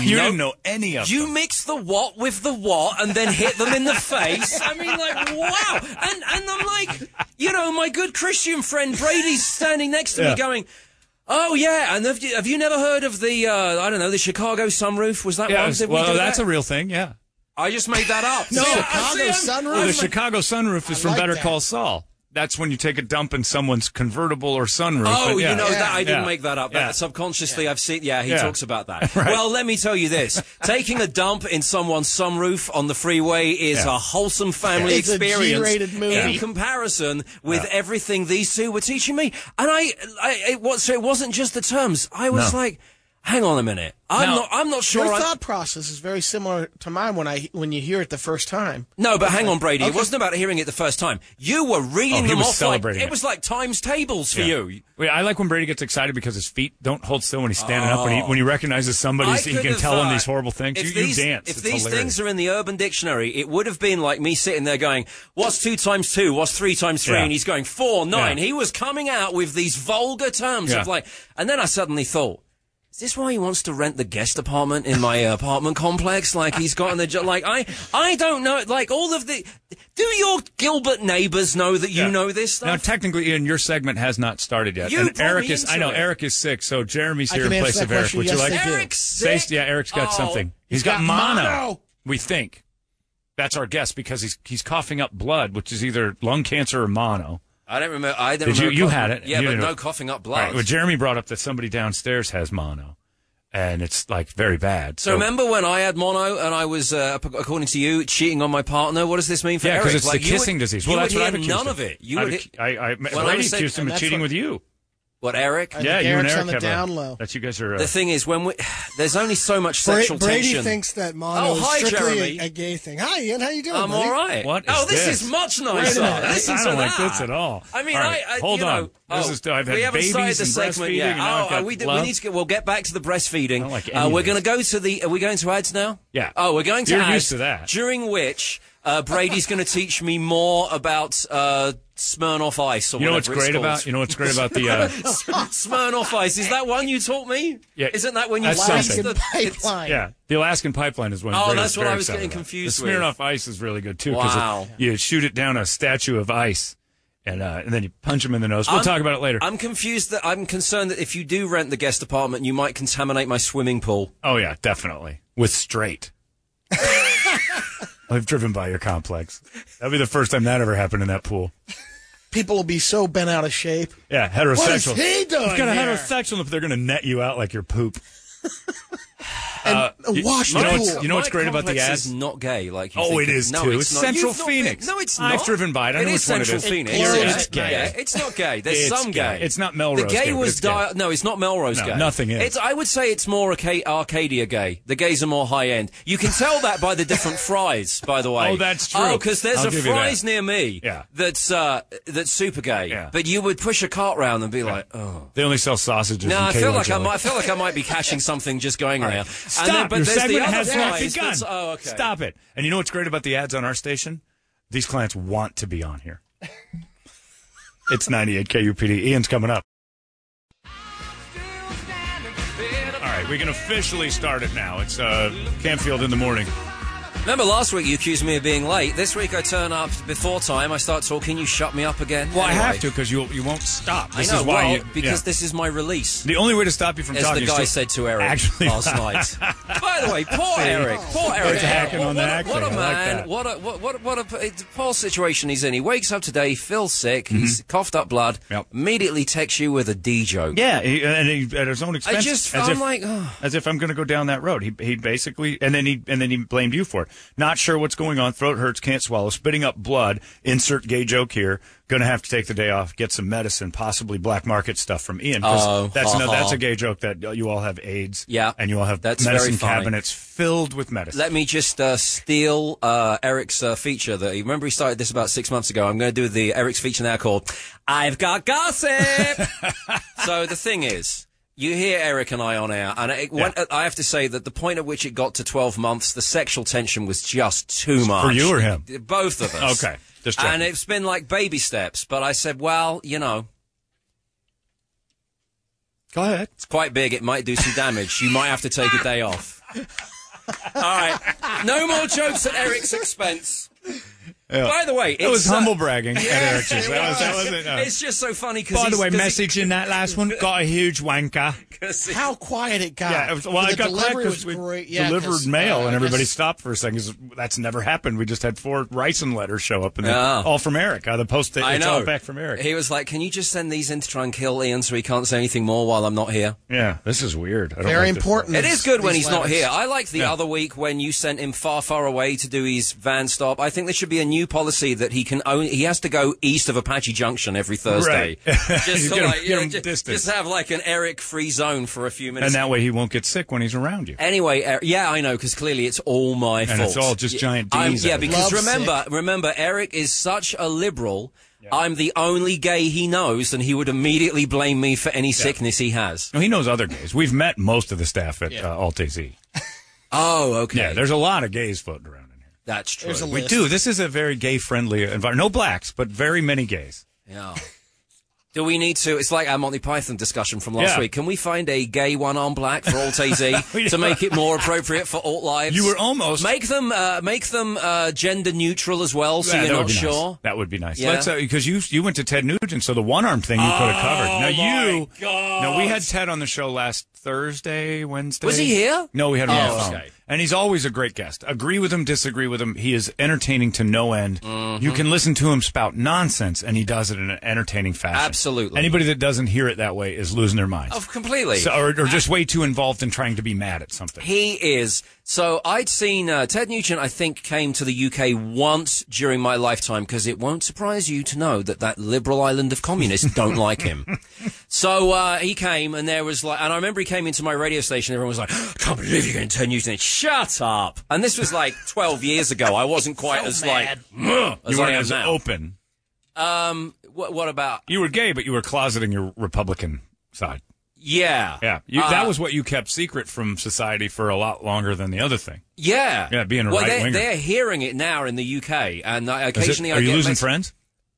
you
Nope.
didn't know any of.
You mix the what with the what and then hit them in the face. I mean, like, wow. And, and I'm like, you know, my good Christian friend Brady's standing next to
Yeah.
me going, Oh yeah, and have you, have you never heard of the uh, I don't know the Chicago sunroof? Was that
Yeah,
one?
was-
Did we
well,
do
that's
that?
a real thing. Yeah.
I just made that up.
No,
See, I
Chicago
see, I'm-
Well, the Chicago sunroof is
I
from
like
Better
that.
Call Saul. That's when you take a dump in someone's convertible or sunroof.
Oh,
but yeah.
you know that I didn't
Yeah.
make that up. That
Yeah.
subconsciously I've seen. Yeah, he
Yeah.
talks about that. Well, let me tell you this: taking a dump in someone's sunroof on the freeway is
Yeah.
a wholesome family
Yeah. It's a
experience.
G-rated movie.
In
Yeah.
comparison with everything these two were teaching me, and I, I it was so it wasn't just the terms. I was
No.
like.
Hang on a minute. I'm not. I'm not sure.
Your
I-
thought process is very similar to mine when I when you hear it the first time.
No, but hang on,
Okay.
Brady. It
Okay.
wasn't about hearing it the first time. You were reading
Oh, he
them
was
off
celebrating
like it
it.
was like times tables for
Yeah.
you.
Wait, I like when Brady gets excited because his feet don't hold still when he's standing up. When he,
Oh.
when he recognizes somebody,
I
he's- he
could
can
have
tell him
thought,
these horrible things.
if
You,
these-
you dance.
If
It's
these
hilarious.
things are in the Urban Dictionary, it would have been like me sitting there going, "What's two times two? What's three times three?
Yeah.
And he's going four nine.
Yeah.
He was coming out with these vulgar terms
Yeah.
of like, and then I suddenly thought. Is this why he wants to rent the guest apartment in my uh, apartment complex? Like he's got in the jo- like I I don't know. Like all of the, do your Gilbert neighbors know that you
Yeah.
know this stuff?
Now, technically, Ian, your segment has not started yet.
You
and
brought
Eric
me
is,
into
I know,
it.
Eric is sick, so Jeremy's
I
here
can
in
answer
place
that
of Eric.
question.
Would
Yes,
you like
I do. Eric's
Say-
sick?
Yeah, Eric's got
Oh.
something.
He's
he's got,
got
mono,
mono.
we think. That's our guess because he's he's coughing up blood, which is either lung cancer or mono.
I don't remember. I don't
Did you-
remember
you
coughing-
had it.
Yeah,
You
but
didn't-
no coughing up
All
blood.
right, well, Jeremy brought up that somebody downstairs has mono, and it's like very bad.
So remember when I had mono and I was, uh, ap- according to you, cheating on my partner? What does this mean for
yeah,
Eric?
because it's
Like,
the
you would-
kissing disease.
you
Well,
would
that's what
hear
I've accused
none
him.
of it. You
I've
would.
ac- I, I,
When I
Brady
was saying-
accused him
and
of
that's
cheating
what-
with you.
What Eric?
yeah, you and Eric have a, That you guys are. Uh,
The thing is, when we there's only so much
Bra-
sexual
Brady
tension.
thinks that mono
Oh, hi,
is strictly
Jeremy.
a, a gay thing. Hi, Ian. How you doing?
I'm
buddy?
all right.
What
oh,
is
this,
this?
is much
Wait a
nicer.
minute.
Listen
I don't
to
like
that.
this at all.
I mean,
All right,
I, I
hold
you
on.
Know,
This
oh,
is- I've had
we haven't started
babies
the
and
segment
breastfeeding,
yet.
and I've
oh,
got
we, do- we
love.
need to get. We'll get back to the breastfeeding.
like any
uh,
of
we're
this.
going to go to the. Are we going to ads now?
Yeah.
Oh, we're going to
You're
ads.
used to that.
During which uh, Brady's going to teach me more about uh, Smirnoff Ice. Or
You know what's
whatever it's
great
called.
about- you know what's great about the, uh,
Smirnoff Ice is that one you taught me?
Yeah,
Isn't that when you
that's
flashed
something.
the pipeline?
Yeah, the Alaskan pipeline is one.
Oh,
Brady
that's what
very
I was
excited
getting
about.
confused
The
with.
Smirnoff Ice is really good too. 'cause it-
Wow.
you shoot it down a statue of ice, and uh, and then you punch him in the nose. We'll
I'm-
talk about it later.
I'm confused that I'm concerned that if you do rent the guest apartment, you might contaminate my swimming pool.
oh yeah, definitely with straight. I've driven by your complex. That'd be the first time that ever happened in that pool.
People will be so bent out of shape.
Yeah, heterosexual.
What is he doing
He's got a
here?
heterosexual. If they're going to net you out like your poop.
And
Uh, you-
wash
you
the
know
pool.
what's- you know what's
My
great about the
complex
ads?
Is not gay, like you
Oh,
think
it is
no,
too.
It's,
It's
not.
Central
You've not
Phoenix.
Been, no, it's not.
I've driven by it. I know
it is
which one it
Central
is.
Phoenix.
It's
Yeah,
gay.
it's gay.
Yeah.
It's not gay. There's
It's
some
gay.
gay.
It's not Melrose
The gay
gay, but
was
it's gay.
Di- no, it's not Melrose
No,
gay.
nothing is.
It's, I would say it's more Arca- Arcadia gay. The gays are more high end. You can tell that by the different fries, by the way.
Oh, that's true.
Oh, because there's
I'll
a
give you that.
fries near me.
Yeah.
That's uh, that's super gay. Yeah. But you would push a cart round and be like, oh.
They only sell sausages.
No,
and
I feel
K1
like I
jelly.
might. I feel like I might be catching something just going around.
Stop!
And then, but
Your
there's
segment
the other
has not
guys
begun.
that's- Oh, okay.
Stop it! And you know what's great about the ads on our station? These clients want to be on here. it's 98 KUPD. Ian's coming up. All right, we can officially start it now. It's uh, Campfield in the morning.
Remember last week you accused me of being late. This week I turn up before time. I start talking. You shut me up again.
Well, I
Anyway,
have to because you you won't stop. This
I know.
is why
well,
you
because
yeah.
this is my release.
the only way to stop you from
As
talking
the
is
guy
to
said to Eric
actually
last night. By the way, poor
See?
Eric. Poor
It's
Eric.
hacking
what,
on
what
the
a,
acting.
What
I
a
like
man.
that.
what a what what what a it's a poor situation he's in. He wakes up today, feels sick.
Mm-hmm.
He's coughed up blood. Immediately texts you with a D joke.
Yeah, he, and he, at his own expense.
just-
as
I'm
if,
like, oh.
as if I'm going to go down that road. He he basically, and then he and then he blamed you for it. Not sure what's going on. Throat hurts, can't swallow, spitting up blood. Insert gay joke here. Going to have to take the day off, get some medicine, possibly black market stuff from Ian. 'cause
Oh,
that's no,
ha-ha.
that's a gay joke that you all have AIDS. Yeah, and you all have
That's
medicine
very funny.
cabinets filled with medicine.
Let me just uh, steal uh, Eric's uh, feature that he remember he started this about six months ago. I'm going to do the Eric's feature now called "I've Got Gossip." so the thing is, you hear Eric and I on air, and it went, I have to say that the point at which it got to 12 months, the sexual tension was just too much
For you or him?
both of us.
Okay, just checking.
and it's been like baby steps. But I said, well, you know.
Go ahead.
It's quite big. It might do some damage. You might have to take a day off. All right. No more jokes at Eric's expense.
Yeah.
By the way,
it was
it's, uh,
humble bragging at Eric's.
it
That was, that
was.
wasn't. uh,
It's just so funny because
By the way, message in that last one got a huge wanker.
How quiet it got.
Yeah, it was, well, I
the
got
delivery
quiet because
was
we
great. Yeah, 'cause,
delivered mail
uh,
and
I
everybody
guess-
stopped for a second. 'cause That's never happened. We just had four Ryson letters show up and they're
Yeah.
all from Eric. Uh, the post
I
it's
know.
all back from Eric.
He was like, "Can you just send these in to try and kill Ian so he can't say anything more while I'm not here?"
Yeah, this is weird. I don't
Very
like this.
important.
It is good when
These
he's not
letters.
here. I liked the
Yeah.
other week when you sent him far, far away to do his van stop. I think there should be a new new policy that he can only he has to go east of Apache Junction every Thursday. Just, sort of like, you know, ju- just, have like an Eric free zone for a few minutes.
And that way he won't get sick when he's around you.
Anyway, Eric, yeah, I know because clearly it's all my
And
fault.
it's all just
Y-
giant
I'm-
Ds
yeah,
out there.
because
Lovesick.
remember, remember, Eric is such a liberal. I'm the only gay he knows, and he would immediately blame me for any sickness he has.
No, he knows other gays. We've met most of the staff at uh, Alt AZ.
oh, okay.
Yeah, there's a lot of gays floating around in here.
That's true. There's a
we
list.
do. This is a very gay friendly environment. No blacks, but very many gays.
Yeah. Do we need to? It's like our Monty Python discussion from last
Yeah.
week. Can we find a gay one on black for Alt AZ
We-
to make it more appropriate for alt lives?
You were almost-
make them uh, make them uh, gender neutral as well, so
Yeah,
you're
that would
not
be nice.
sure.
That would be nice.
Yeah. Oh,
Let's because you you went to Ted Nugent, so the one arm thing you could have covered. Now you, now we had Ted on the show last Thursday, Wednesday.
Was he here?
No, we had him on
Oh,
the phone.
okay.
And he's always a great guest. Agree with him, disagree with him. He is entertaining to no end.
Mm-hmm.
You can listen to him spout nonsense, and he does it in an entertaining fashion.
Absolutely. Oh,
Anybody that doesn't hear it that way is losing their minds.
Of completely.
So- or, or just way too involved in trying to be mad at something.
He is. So I'd seen uh, Ted Nugent. I think came to the UK once during my lifetime because it won't surprise you to know that that liberal island of communists don't like him. So uh, he came, and there was like, and I remember he came into my radio station. Everyone was like, I "Can't believe you're going to Ted Nugent." Shut up! And this was like 12 years ago. I wasn't quite as like "Ugh," as
you
I
weren't
am
as
now.
open.
Um, what, what about?
You were gay, but you were closeting your Republican side.
Yeah,
Yeah, you, that
Uh,
was what you kept secret from society for a lot longer than the other thing.
Yeah,
Yeah, being a
well,
right
they're,
winger.
they're hearing it now in the UK, and
Is
I,
it-
occasionally
are
I
you
get
losing
mess-
friends?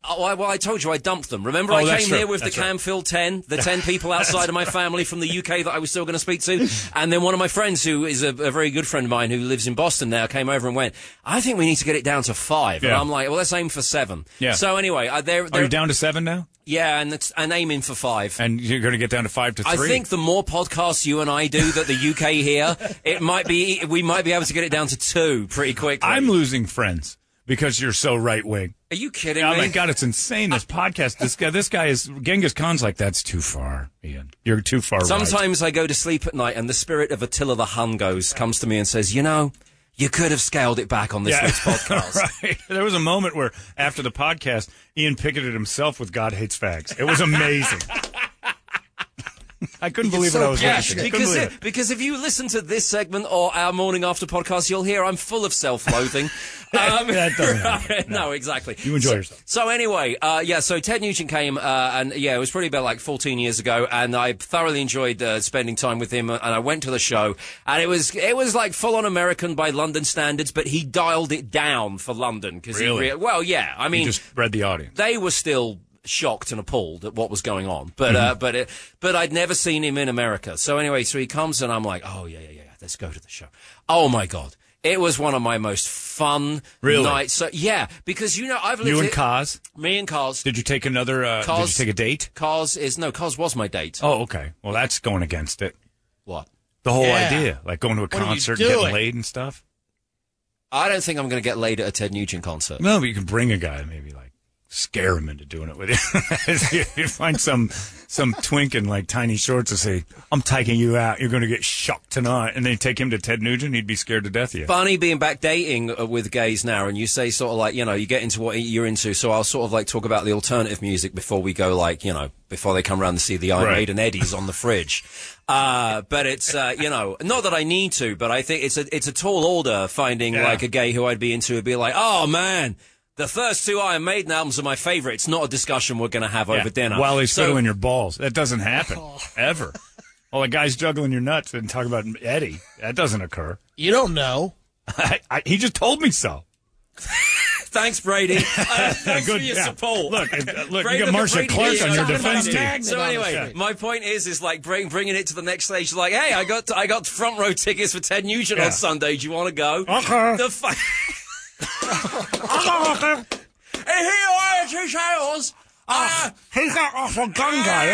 Oh, I, well, I told you I dumped them. Remember,
Oh,
I
that's
came
true.
here with
That's
the
right.
Camphil 10, the 10 people outside of my family from the UK that I was still going to speak to. And then one of my friends, who is a, a very good friend of mine who lives in Boston now, came over and went, I think we need to get it down to five. And
Yeah.
I'm like, well, let's aim for seven.
Yeah.
So anyway, uh, they're,
Are
they're
you down to seven now?
yeah, and, it's, and aiming for five.
And you're going to get down to five to
I
three?
think the more podcasts you and I do that the UK hear, it might be, we might be able to get it down to two pretty quickly.
I'm losing friends because you're so right wing.
Are you kidding
Oh
me?
my god, it's insane! This podcast, this guy, this guy is Genghis Khan's like that's too far, Ian. You're too far. right."
Sometimes I go to sleep at night and the spirit of Attila the Hun goes comes to me and says, "You know, you could have scaled it back on this
Yeah.
week's podcast."
Right. There was a moment where after the podcast, Ian picketed himself with "God hates fags." It was amazing. I couldn't believe what I was watching. I couldn't
because,
believe it.
it- because if you listen to this segment or our morning after podcast, you'll hear I'm full of self-loathing. um,
That doesn't happen.
right, no. exactly.
You enjoy
so,
yourself.
So anyway, uh, yeah. So Ted Nugent came, uh, and yeah, it was probably about like 14 years ago, and I thoroughly enjoyed uh, spending time with him. And I went to the show, and it was it was like full on American by London standards, but he dialed it down for London because
Really?
he rea- well, yeah. I
You
mean,
just read the audience.
they were still shocked and appalled at what was going on. But
Mm-hmm.
uh, but it, but I'd never seen him in America. So anyway, so he comes and I'm like, oh yeah yeah yeah, yeah, let's go to the show. Oh my god. It was one of my most fun
Really?
nights. So, yeah, because you know I've lived
You and
it-
Kaz?
me and Cars.
Did you take another? Uh, did
Cause-
you take a date?
Cars is no Cars was my date.
Oh, okay. Well, that's going against it.
What?
The whole
Yeah.
idea, like going to a
What are you
concert, and getting
doing?
laid and stuff.
I don't think I'm going to get laid at a Ted Nugent concert.
No, but you can bring a guy, maybe like scare him into doing it with you. you find some some twink in like tiny shorts and say, "I'm taking you out. You're going to get shocked tonight," and then you take him to Ted Nugent. He'd be scared to death of you.
Funny being back dating uh, with gays now, and you say sort of like, you know, you get into what you're into. So I'll sort of like talk about the alternative music before we go, like, you know, before they come around to see the Iron
Right.
Maiden Eddies on the fridge. Uh, but it's, uh, you know, not that I need to, but I think it's a, it's a tall order finding
Yeah.
like a gay who I'd be into would be like, oh man, the first two Iron Maiden albums are my favorite. It's not a discussion we're going to have over
Yeah.
dinner.
while he's
so, Oh.
fiddling your balls. That doesn't happen ever. While a guy's juggling your nuts and talking about Eddie, that doesn't occur.
You don't know.
I, I, he just told me so.
Thanks, Brady. Uh, thanks
Good,
for your
yeah.
support.
Look, uh, look,
Brady
you got
the
Marcia
Brady
Clark
is
on your
talking about
defense
a
team.
magnet
on
So
the
anyway,
street.
my point is, is like bring, bringing it to the next stage. Like, hey, I got I got front row tickets for Ted Nugent
Yeah. Uh-huh.
on Sunday. Do you want to go?
Okay.
The fu-
Uh-huh.
And here I am, two tails.
Oh,
Uh,
He's got off a gun Oh, guy.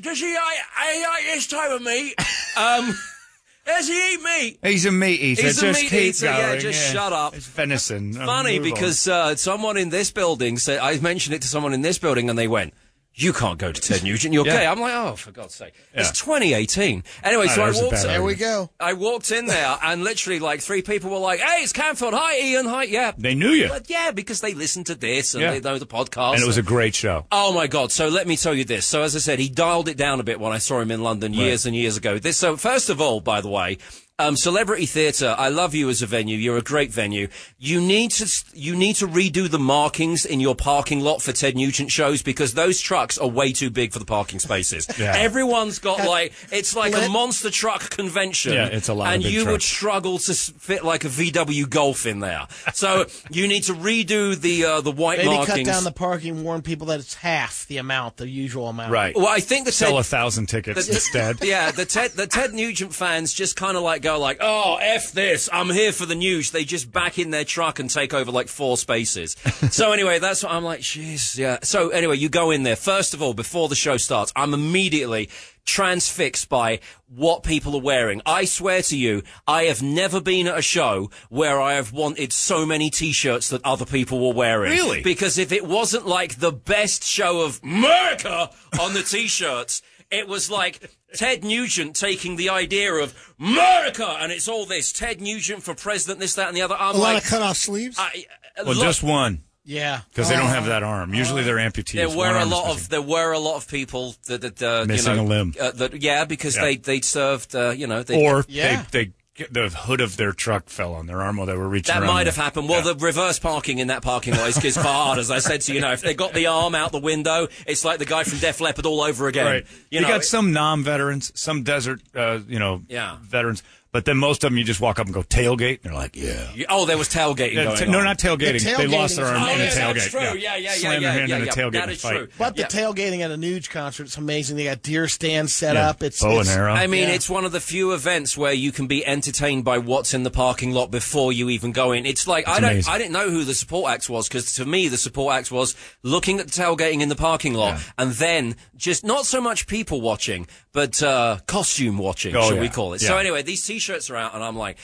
does he like, he like this type of meat? Um, does he eat meat?
He's a meat eater.
He's a
just
meat
keep
eater, yeah,
going,
just shut up.
It's venison.
funny because uh, someone in this building said I mentioned it to someone in this building, and they went, you can't go to Ted Nugent. You're
Yeah.
gay. I'm like, oh, for God's sake.
Yeah.
It's 2018. Anyway,
Ah,
so I
there's a
walked.
bad There we
go. I walked in there, and literally, like three people were like, "Hey, it's Canfield. Hi, Ian. Hi, yeah."
They knew you.
But yeah, because they listened to this and
Yeah.
they know the podcast.
And it was a great show.
Oh my God! So let me tell you this. So as I said, he dialed it down a bit when I saw him in London years and years ago. This. So first of all, by the way, um, Celebrity Theatre. I love you as a venue. You're a great venue. You need to s- you need to redo the markings in your parking lot for Ted Nugent shows because those trucks are way too big for the parking spaces.
Yeah.
Everyone's got like it's like a monster truck convention.
Yeah, it's a lot of
And
big
you would
trucks.
struggle to s- fit like a VW Golf in there. So you need to redo the uh, the white
Maybe cut
markings.
down the parking, warn people that it's half the amount, the usual amount.
Well, I think the
sell
Ted-
a thousand tickets
the-
instead.
Yeah, the Ted the Ted Nugent fans just kind of like go like, "Oh, f this! I'm here for the news." They just back in their truck and take over like four spaces. so anyway, that's what I'm like. Jeez, yeah. So anyway, you go in there first of all before the show starts. I'm immediately transfixed by what people are wearing. I swear to you, I have never been at a show where I have wanted so many t-shirts that other people were wearing.
Really?
Because if it wasn't like the best show of America on the t-shirts, it was like Ted Nugent taking the idea of America, and it's all this Ted Nugent for president, this, that, and the other. I'm
a
like,
lot of cut off sleeves.
Ah,
I, uh, a
Well,
lot-
just one.
Yeah.
Because they don't have that arm. Usually they're amputees.
There
One
were Oh. a
arm is
lot
missing.
of there were a lot of people that, that uh,
Missing
you know,
a limb.
Uh, that, yeah, because
Yeah.
they they served uh, you know they,
or they, they the hood of their truck fell on their arm while they were reaching.
That
around
might
there.
have happened. Well, the reverse parking in that parking lot is, is hard, as I said to you. you Know if they got the arm out the window, it's like the guy from Def Leppard all over again.
Right. You,
You, know,
got some non-veterans, some desert, uh, you know,
Yeah.
veterans, but then most of them you just walk up and go tailgate, and they're like, yeah.
You- oh, there was tailgating.
Yeah,
going
ta- no,
on.
not tailgating. The They lost their tailgating arm
oh,
in a
yeah, That's
tailgate.
true.
Yeah.
Yeah, yeah, yeah.
Slam
yeah,
their hand
yeah,
in a
yeah.
tailgate
That
and
is
fight.
true.
But the
Yeah.
tailgating at a Nuge concert is amazing. They got deer stands set
Yeah,
up. It's
bow and
it's-
arrow.
I mean,
Yeah.
it's one of the few events where you can be entertained by what's in the parking lot before you even go in. It's like I
It's
don't,
amazing.
I didn't know who the support act was because to me the support act was looking at the tailgating in the parking lot and then just not so much people watching, but uh, costume watching,
Oh,
shall we
yeah.
call it? So
Yeah.
anyway, these t-shirts are out, and I'm like.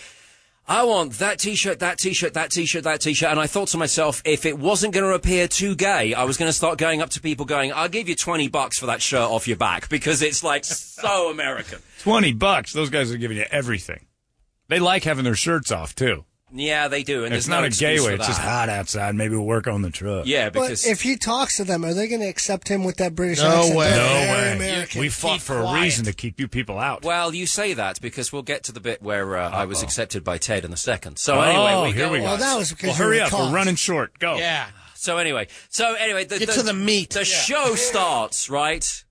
I want that t-shirt, that t-shirt, that t-shirt, that t-shirt. And I thought to myself, if it wasn't going to appear too gay, I was going to start going up to people going, I'll give you 20 bucks for that shirt off your back because it's like so American.
Twenty bucks. Those guys are giving you everything. They like having their shirts off too.
Yeah, they do. And
it's
there's no
not a
excuse
gay way.
for
It's
that.
just hot outside. Maybe we'll work on the truck.
Yeah,
But if he talks to them, are they going to accept him with that British accent? They're
No
very
way.
American.
We fought for a
quiet.
reason to keep you people out.
Well, you say that because we'll get to the bit where uh, I was accepted by Ted in a second. So
Oh,
anyway, we
here
go
we go.
on.
Well, that was because Well, you hurry were up. We're caught. running short. Go.
Yeah.
So anyway, so anyway, the,
Get to the meat.
The show starts right.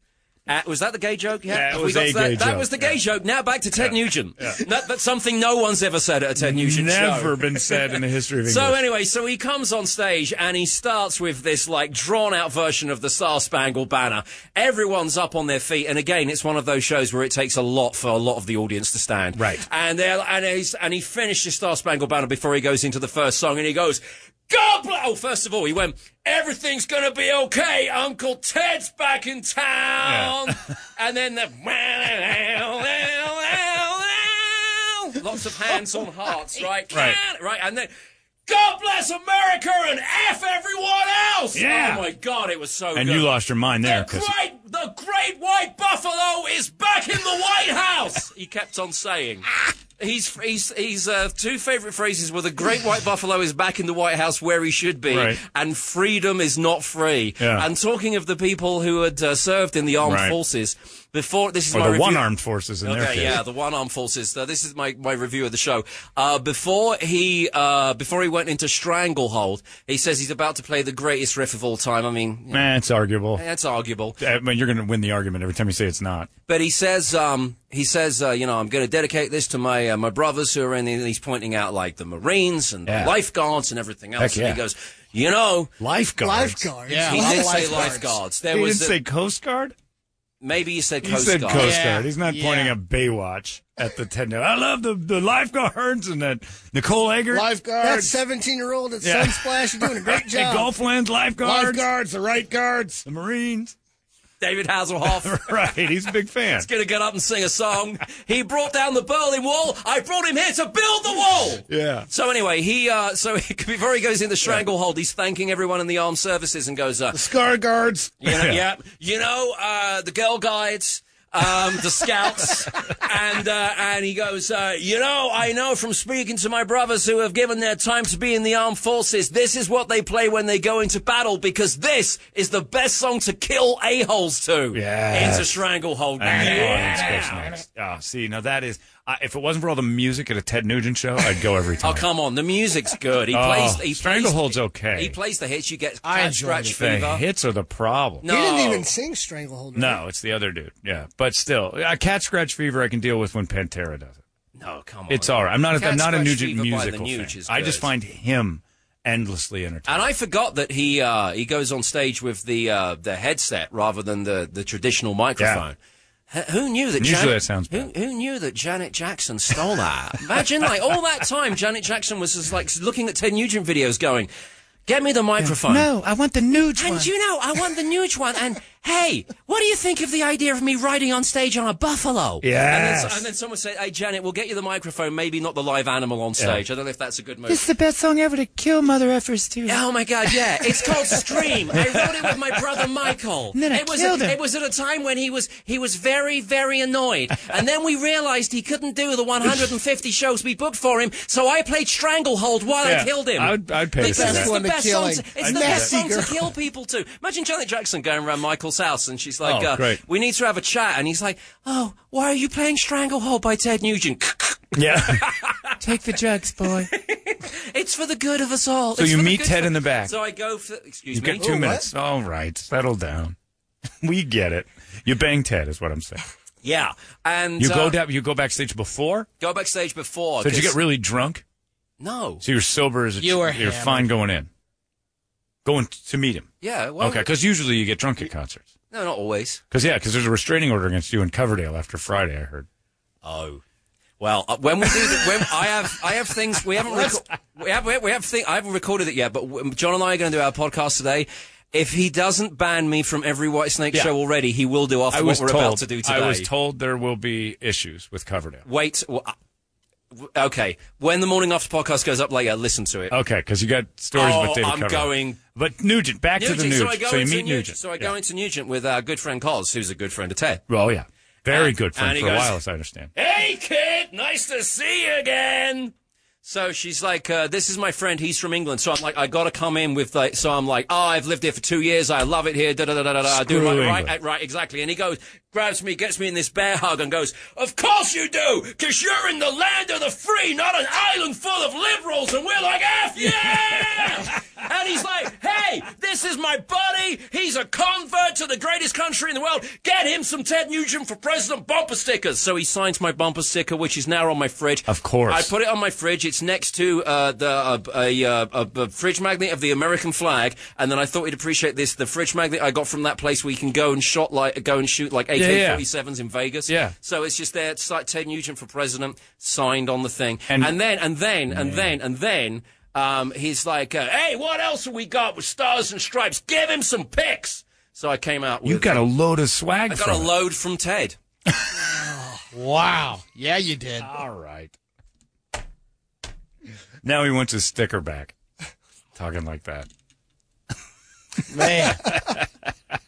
Uh, was that the gay joke?
Yeah, it
Have
was
we got
a
to that?
gay
That
joke.
was the gay joke. Now back to Ted Nugent. No- that's something no one's ever said at a Ted Nugent show.
Never been said in the history of English.
So anyway, so he comes on stage and he starts with this like drawn out version of the Star Spangled Banner. Everyone's up on their feet, and again, it's one of those shows where it takes a lot for a lot of the audience to stand. Right. And they and he's and he finishes Star Spangled Banner before he goes into the first song, and he goes. God bless! Oh, first of all, he went, everything's gonna be okay, Uncle Ted's back in town! and then the... Lots of hands on hearts, right?
Right.
Can- Right, and then... God bless America and F everyone else!
Yeah.
Oh my god, it was so
and
good.
you lost your mind there
The
'cause-
great, the great white buffalo is back in the White House. he kept on saying. He's he's he's uh, two favorite phrases were the great white buffalo is back in the White House where he should be,
Right.
and freedom is not free.
Yeah.
And talking of the people who had uh, served in the armed
Right.
forces before, this is
or
my
the
review-
one-armed forces in their
Okay,
case.
yeah, the one armed forces. Uh, this is my, my review of the show. Uh, before he uh, before he went into stranglehold, he says he's about to play the greatest riff of all time. I mean,
Nah, it's arguable.
that's arguable.
I mean, you're going to win the argument every time you say it's not.
But he says, um, he says, uh, you know, I'm going to dedicate this to my uh, my brothers who are in. The, and he's pointing out like the Marines and
Yeah.
the lifeguards and everything else.
Heck
And he
yeah.
goes, you know,
Lifeguards.
Lifeguards.
Yeah, he
Wow.
did say
Lifeguards.
lifeguards. There
He
was
didn't
a-
say Coast Guard.
maybe you said
He
Coast
said
Guard.
Coast Guard. He's not pointing at Baywatch at the tent. I love the, the lifeguards and that Nicole Eggert.
That 17 year old at
Yeah.
Sunsplash is doing a great
The
job.
Gulflands lifeguards.
Lifeguards,
the right guards. The Marines.
David Hasselhoff. right,
he's a big fan.
He's going to get up and sing a song. He brought down the Berlin Wall. I brought him here to build the wall.
Yeah.
So anyway, he uh, so he- before he goes into stranglehold, he's thanking everyone in the armed services and goes, uh,
Scar guards.
you know, yeah, you know, uh, the girl guides, um, the scouts, and uh, and he goes, uh, you know, I know from speaking to my brothers who have given their time to be in the armed forces, this is what they play when they go into battle because this is the best song to kill a holes to. Yeah, into stranglehold.
And the
Yeah.
audience goes nuts. Oh, see, now that is, I if it wasn't for all the music at a Ted Nugent show, I'd go every time.
Oh come on, the music's good. He
Oh,
plays. He
Stranglehold's
plays,
okay.
He plays the hits. You get
I
cat
enjoyed
scratch
it.
fever.
The hits are the problem.
No.
He didn't
Oh.
even sing Stranglehold. right?
No, it's the other dude. Yeah, but still, a cat scratch fever I can deal with when Pantera does it.
No, come on.
It's all right. I'm not.
Oh, Cat
I'm not a
Scratch
Nugent
Fever by the
musical
Nuge
fan.
is
I
good.
just find him endlessly entertaining.
And I forgot that he uh, he goes on stage with the uh, the headset rather than the, the traditional microphone. H- Who knew that?
Usually
Janet,
that sounds
Who, who knew that Janet Jackson stole that? Imagine like all that time Janet Jackson was just like looking at Ted Nugent videos, going, "Get me the microphone."
No, I want the nude
And
one.
you know, I want the Nuge one. And hey, what do you think of the idea of me riding on stage on a buffalo?
Yes.
And then, and then someone said, "Hey, Janet, we'll get you the microphone. Maybe not the live animal on stage. I don't know if that's a good move."
This is the best song ever to kill mother effers too.
Oh my god, yeah. It's called Scream. I wrote it with my brother Michael.
And then I
it was
killed him.
it was at a time when he was he was very very annoyed. And then we realized he couldn't do the 150 shows we booked for him, so I played Stranglehold while I
Yeah.
killed him.
I would- I'd pay to
because
see that.
it's the
One to
best
kill
song to,
him.
it's
I'd
the
do
best
that.
song to kill people to. Imagine Janet Jackson going around Michael's house and she's like,
Oh,
uh,
great.
"We need to have a chat." And he's like, "Oh, why are you playing Stranglehold by Ted Nugent?"
Yeah.
Take the drugs, boy.
it's for the good of us all.
So
It's
you
for the
meet
good
Ted
for-
in the back.
So I go for excuse
You've
me.
got two minutes. All right, settle down. we get it. You bang Ted is what I'm saying.
Yeah, and
You go
uh,
down. You go backstage before.
Go backstage before.
So did you
'cause-
get really drunk?
No.
So you're sober as a
You were
You're
hammered.
fine going in. Going t- to meet him.
Yeah. Well,
Okay, because usually you get drunk at concerts.
No, not always.
Because yeah, because there's a restraining order against you in Coverdale after Friday. I heard.
Oh. Well, uh, when we do, the, when I have, I have things we haven't, reco- we have, we have, we have thing, I haven't recorded it yet. But w- John and I are going to do our podcast today. If he doesn't ban me from every White Snake
Yeah.
show already, he will do after
I was
what we're
told,
about to do today.
I was told there will be issues with Coverdale.
Wait. w- uh, w- Okay. When the morning after podcast goes up later, listen to it.
Okay, because you got stories
oh,
about David
I'm
Coverdale.
going
But Nugent, back
Nugent.
to the Nugent.
So I go
you
into
meet
Nugent. So I go into Nugent with our good friend Cos, who's a good friend of Ted.
Oh yeah, very
And-
good friend
and he
for a
goes-
while, as I understand.
Hey, kid, nice to see you again. So she's like, uh, this is my friend. He's from England. So I'm like, I got to come in with like, so I'm like, oh, I've lived here for two years. I love it here. Da da da da da, da. I Do
Screw
right,
England.
right, Uh, right, right, exactly. And he goes, grabs me, gets me in this bear hug and goes, of course you do, because you're in the land of the free, not an island full of liberals. And we're like, F yeah! and he's like, hey, this is my buddy. He's a convert to the greatest country in the world. Get him some Ted Nugent for president bumper stickers. So he signs my bumper sticker, which is now on my fridge. Of
course.
I put it on my fridge. It's next to uh, the uh, a, uh, a, a fridge magnet of the American flag, and then I thought he'd appreciate this. The fridge magnet I got from that place where you can go and shot like go and shoot like AK
yeah.
47s in Vegas.
Yeah.
So it's just there. It's like Ted Nugent for president signed on the thing, and, then and then and then and then. Um, he's like, uh, hey, what else have we got with stars and stripes? Give him some picks. So I came out with.
You got a load of swag.
I got
from
a
it.
load from Ted.
Wow. Yeah, you did.
All right. Now he wants his sticker back. Talking like that.
Man.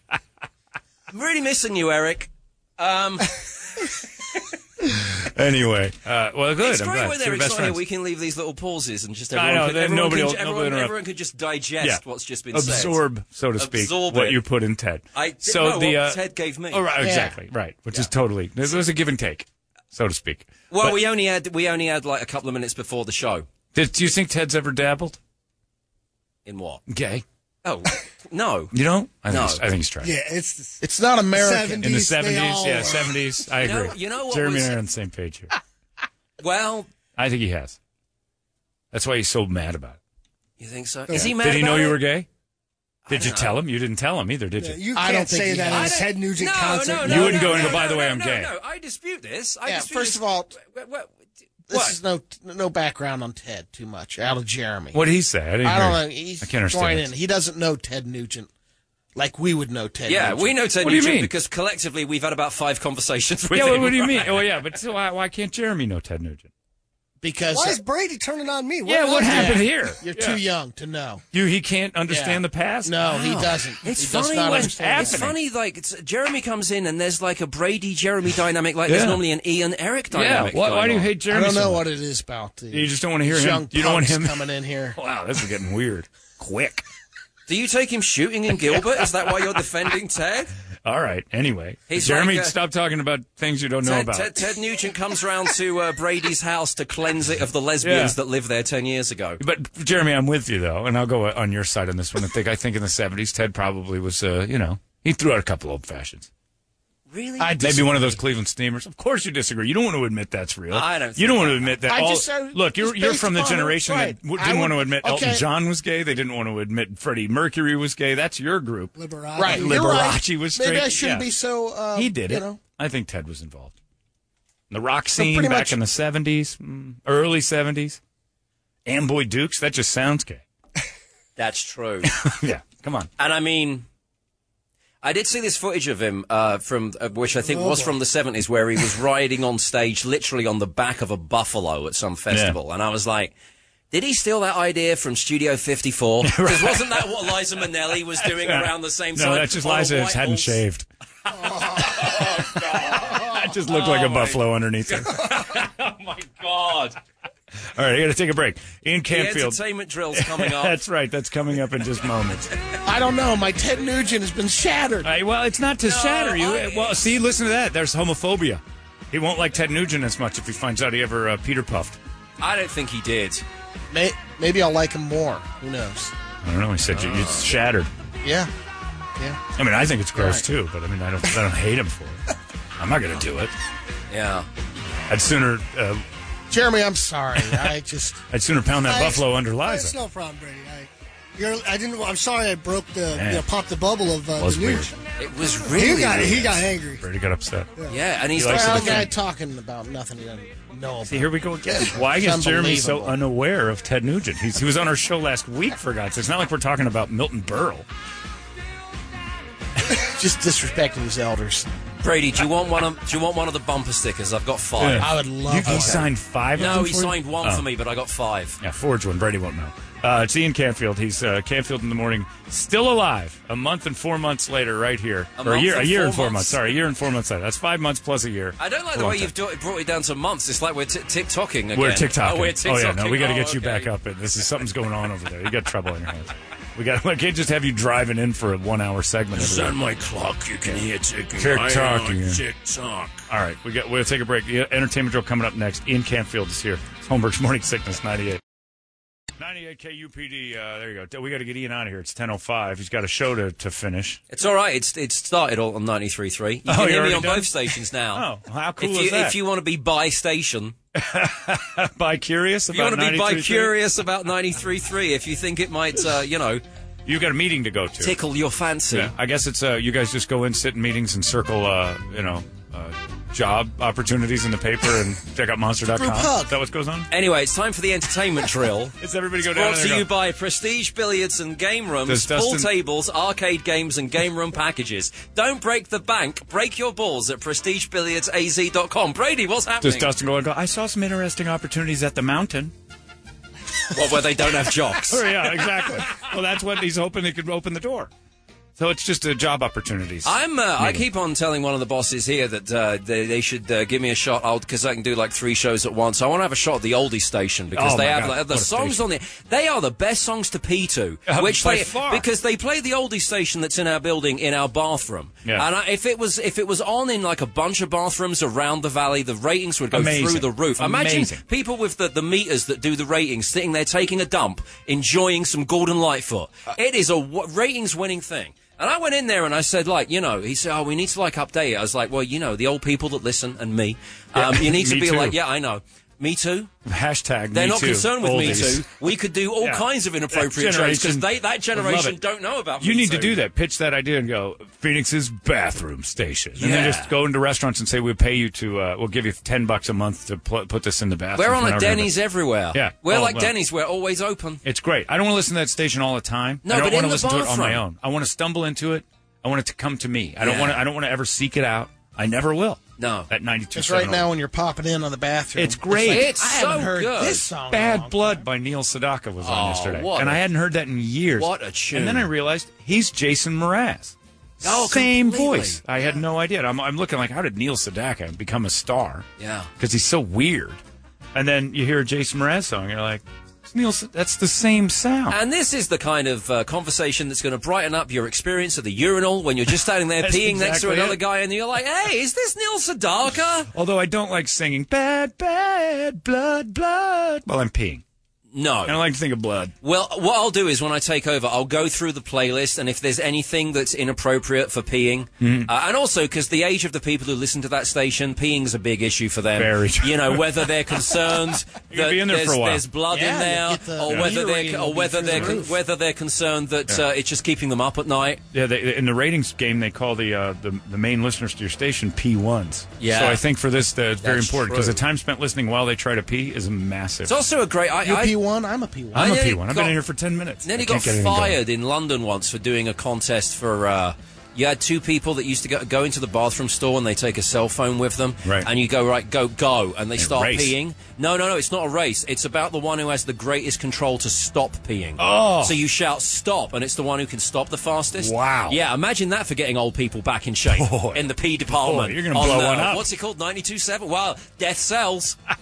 I'm really missing you, Eric. Um,
Anyway, uh, well, good.
It's
I'm
great
glad.
when
Two
they're
best
excited.
friends.
We can leave these little pauses and just
I
everyone,
know,
can,
then
everyone,
nobody
can,
will-
ju-
nobody
everyone,
interrupt.
everyone can just digest what's just been said.
absorb, so to speak,
Absorb
what
it.
you put in Ted.
I-
so
no,
the
what
uh,
Ted gave me.
Oh, right,
Yeah.
exactly, right, which is totally. This was a give and take, so to speak.
Well,
But
we only had we only had like a couple of minutes before the show.
did, do you think Ted's ever dabbled?
In what?
Gay?
Oh no,
You don't? I think
No.
he's- I think he's trash.
Yeah, it's
it's not American.
in the seventies, yeah, seventies. I
You know-
agree.
you know what
Jeremy
was-
and I are on the same page here.
well,
I think he has. That's why he's so mad about it.
you think so? Is he mad?
Did he
about
know you
it?
were gay? Did you tell him? You didn't tell him either, did you?
You can't say that at a Ted Nugent
No,
concert.
no,
you
no,
wouldn't
no,
go in and
no,
go, by the
no,
way,
no,
I'm
no,
gay.
No, I dispute this. I
Yeah,
dispute
first
this.
of all-
Wh- wh-
This is no no background on Ted too much out of Jeremy.
What did he say? I didn't
I don't
hear.
know. He's
I can't understand.
joining. He doesn't know Ted Nugent. Like we would know Ted.
Yeah,
Nugent.
we know Ted Nugent because collectively we've had about five conversations with
yeah,
him.
what, what do you mean? Oh, yeah, but so why, why can't Jeremy know Ted Nugent?
Because
Why is Brady turning on me?
Yeah, what
did I do?
happened here?
You're
Yeah.
too young to know.
You, he can't understand
Yeah.
the past?
No, he doesn't.
It's
He does
funny.
not
when,
understand
it's
it.
funny. Like it's, Jeremy comes in and there's like a Brady Jeremy dynamic. Like there's
Yeah.
normally an Ian Eric
Yeah,
dynamic.
why- why
going
do you
on.
hate I Jeremy
I don't know what it is about. The
You just don't want to hear
these
him.
Young
You don't want
punks
him-
coming in here.
Wow, this is getting weird. Quick.
Do you take him shooting in Gilbert? Is that why you're defending Ted?
All right. Anyway,
He's
Jeremy,
like a-
stop talking about things you don't know
Ted,
about.
Ted, Ted Nugent comes round to uh, Brady's house to cleanse it of the lesbians
Yeah.
that lived there ten years ago.
But Jeremy, I'm with you though, and I'll go on your side on this one. I think I think in the '70s, Ted probably was, uh, you know, he threw out a couple old fashions.
Really?
Maybe one of those Cleveland steamers. Of course, you disagree. You don't want to admit that's real.
I don't
You
think
don't want
I-
to admit that.
I
all-
just said-
look, you're
it's
you're
based
from the
upon-
generation
right.
that w-
I
didn't want
would-
to admit Elton
okay.
John was gay. They didn't want to admit Freddie Mercury was gay. That's your group.
Liberace.
Right, you're right.
Liberace was straight.
Maybe I shouldn't
yeah.
be so. Uh,
he did
you
it.
know.
I think Ted was involved. The rock
So
scene
pretty
back
much-
in the 70s, mm, early 70s. Amboy Dukes, that just sounds gay.
That's true.
yeah, come on.
And I mean, I did see this footage of him uh, from, uh, which I think
Oh,
was
boy.
from the seventies, where he was riding on stage, literally on the back of a buffalo at some festival, and I was like. Did he steal that idea from Studio 54? Because wasn't that what Liza Minnelli was doing
Yeah.
around the same
no,
time?
that's just
on a
Liza
white
just hadn't
horse?
shaved.
Oh.
That just looked like a buffalo underneath it.
God.
All right, I got to take a break. Ian
The
Campfield.
entertainment drill's coming up.
that's right. That's coming up in just moments.
I don't know. My Ted Nugent has been shattered.
well, it's not to shatter you. well, see, listen to that. There's homophobia. He won't like Ted Nugent as much if he finds out he ever uh, Peter puffed.
I don't think he did.
May, maybe I'll like him more. Who knows?
I don't know. He said you it's shattered.
Yeah, yeah.
I mean, I think it's gross
Right.
too, but I mean, I don't, I don't hate him for it. I'm not going to do it.
Yeah.
I'd sooner, uh,
Jeremy, I'm sorry. I just
I'd sooner pound that
I-
buffalo under
It's
Liza.
no problem, Brady. I, you're, I didn't. I'm sorry. I broke the.
Man.
You know, popped the bubble of uh,
was
the
weird.
news.
It was
He got. He got angry.
Brady got upset.
Yeah, and he's
likes
well,
it
guy
defend-
talking about nothing he doesn't know.
See,
about.
here we go again. Why is
It's
Jeremy so
unbelievable.
unaware of Ted Nugent? He's, he was on our show last week, for God's sake. It's not like we're talking about Milton Berle.
just disrespecting his elders.
Brady, do you want one of do you want one of the bumper stickers? I've got five.
Yeah. You, you signed five. of
No,
them
he
for you?
signed one
Oh.
for me, but I got five.
Yeah, forge one. Brady won't know. Uh, it's Ian Canfield. He's uh, Canfield in the morning, still alive. A month and four months later, right here, or
A
a
month
year,
and
a year
four
and four months.
months.
Sorry, a year and four months later. That's five months plus a year.
I don't like
It's a
the
long
way
time.
you've do- brought it down to months. It's like we're t- tick-tocking again.
We're TikTok.
Oh, we're
Oh
tick-tocking.
yeah, no, we got to
Oh,
get you
okay.
back up. And this is something's going on over there. You got trouble in your hands. We got. We can't just have you driving in for a one-hour segment.
It's
every
on
week.
my clock. You can hear ticking.
Tick
I
tock
am on
again.
Tick tock.
All right, we got. We'll take a break. The entertainment drill coming up next. Ian Canfield is here. It's Holmberg's Morning Sickness, ninety-eight. 98 KUPD. Uh, there you go. We got to get Ian out of here. It's 10.05. He's got a show to, to finish.
It's all right. It's it started all on 93.3. You
Oh,
can
you're
hear me
already
on
done?
both stations now.
Oh, how cool
if
is
you,
that?
If you want to be bi station,
bi curious
if you want
about
to be bi
93.3?
curious about 93.3, if you think it might, uh, you know,
You've got a meeting to go to.
tickle your fancy.
Yeah, I guess it's uh, you guys just go in, sit in meetings, and circle, uh, you know, uh, job opportunities in the paper and check out monster.com.
Group hug.
Is that what goes on?
Anyway, it's time for the entertainment drill.
It's everybody go
It's
down
Brought
and
to
they
you
go-
by Prestige Billiards and Game
Does
Rooms, pool
Dustin-
tables, arcade games, and game room packages. Don't break the bank. Break your balls at prestigebilliardsaz.com. Brady, what's happening?
Does Dustin go and go, I saw some interesting opportunities at the mountain.
What, where they don't have jocks?
Oh, yeah, exactly. well, that's what he's hoping he could open the door. So it's just a job opportunities.
I'm. Uh, I
Maybe.
keep on telling one of the bosses here that uh, they, they should uh, give me a shot. I'll because I can do like three shows at once. I want to have a shot at the oldie station because
Oh,
they
my
have
God.
like, the
What a
songs on there. They are the best songs to pee to,
Uh,
which
by
they
far.
because they play the oldie station that's in our building in our bathroom.
Yeah.
And I, if it was if it was on in like a bunch of bathrooms around the valley, the ratings would go
Amazing.
through the roof.
Amazing.
Imagine people with the, the meters that do the ratings sitting there taking a dump, enjoying some Gordon Lightfoot. it is a w- ratings winning thing. And I went in there and I said, like, you know, he said, oh, we need to like update it. I was like, well, you know, the old people that listen and me, um, you need to
Me
be
too.
like, yeah, I know. Me too.
Hashtag
They're
Me
not
Too,
concerned with
oldies.
Me Too. We could do all
Yeah.
kinds of inappropriate
That
jokes because
generation
they that
would love
generation
it.
don't know about.
You
Me
need to
Too.
do that. Pitch that idea and go Phoenix's bathroom station, and then
Yeah.
just go into restaurants and say we'll pay you to uh, we'll give you ten bucks a month to pl- put this in the bathroom.
We're
for
on a
whatever.
Denny's everywhere.
Yeah,
we're
Oh,
like
well.
Denny's. We're always open.
It's great. I don't want to listen to that station all the time.
No,
I don't
but
want
in
to
the
listen to it on my
bathroom.
own. I want to stumble into it. I want it to come to me. I don't
Yeah.
want to. I don't want to ever seek it out. I never will.
No,
at ninety two. oh.
Just right now when you're popping in on the bathroom.
It's great.
like,
It's
I haven't
so
heard
good.
this song.
Bad Blood by Neil Sedaka was on
Oh,
yesterday,
what
and
a-
I hadn't heard that in years.
what a tune.
And then I realized he's Jason Mraz.
Oh,
Same
completely.
voice. I had no idea. I'm, I'm looking like, how did Neil Sedaka become a star?
Yeah.
because he's so weird. And then you hear a Jason Mraz song, and you're like, it's Neil. Se- That's the same sound.
And this is the kind of uh, conversation that's going to brighten up your experience of the urinal when you're just standing there
That's
peeing next to
exactly
another
it.
guy and you're like, hey, is this Neil Sedaka?
Although I don't like singing bad, bad, blood, blood while I'm peeing.
No. I
don't like to think of blood.
Well, what I'll do is when I take over, I'll go through the playlist, and if there's anything that's inappropriate for peeing,
Mhm.
uh, and also because the age of the people who listen to that station, peeing's a big issue for them.
Very true.
You know, whether they're concerned
You could
that
be in there for a
there's,
while.
there's blood
Yeah,
in
you
there,
get the-
or
Yeah.
whether
Your rating
they're
will
or
be
whether
through
they're
the
con-
roof.
whether they're concerned that
Yeah.
uh, it's just keeping them up at night.
Yeah, they, in the ratings game, they call the, uh, the the main listeners to your station P1s.
Yeah.
So I think for this, uh, it's very
That's
important because
true.
the time spent listening while they try to pee is massive.
It's also a great. I,
You're
I-
P1? I'm a P1.
I'm a
I nearly
P1. I've
got-
been in here for 10 minutes.
Then he
I
got
can't get anything going.
fired in London once for doing a contest for. Uh, you had two people that used to go, go into the bathroom store and they take a cell phone with them.
Right.
And you go, right, go, go. And they start
race.
peeing. No, no, no, it's not a race. It's about the one who has the greatest control to stop peeing.
Oh.
So you shout stop and it's the one who can stop the fastest.
Wow.
Yeah, imagine that for getting old people back in shape in the pee department.
Boy, you're gonna
on
blow
the-
one up.
What's it called? 92.7? Wow, death cells.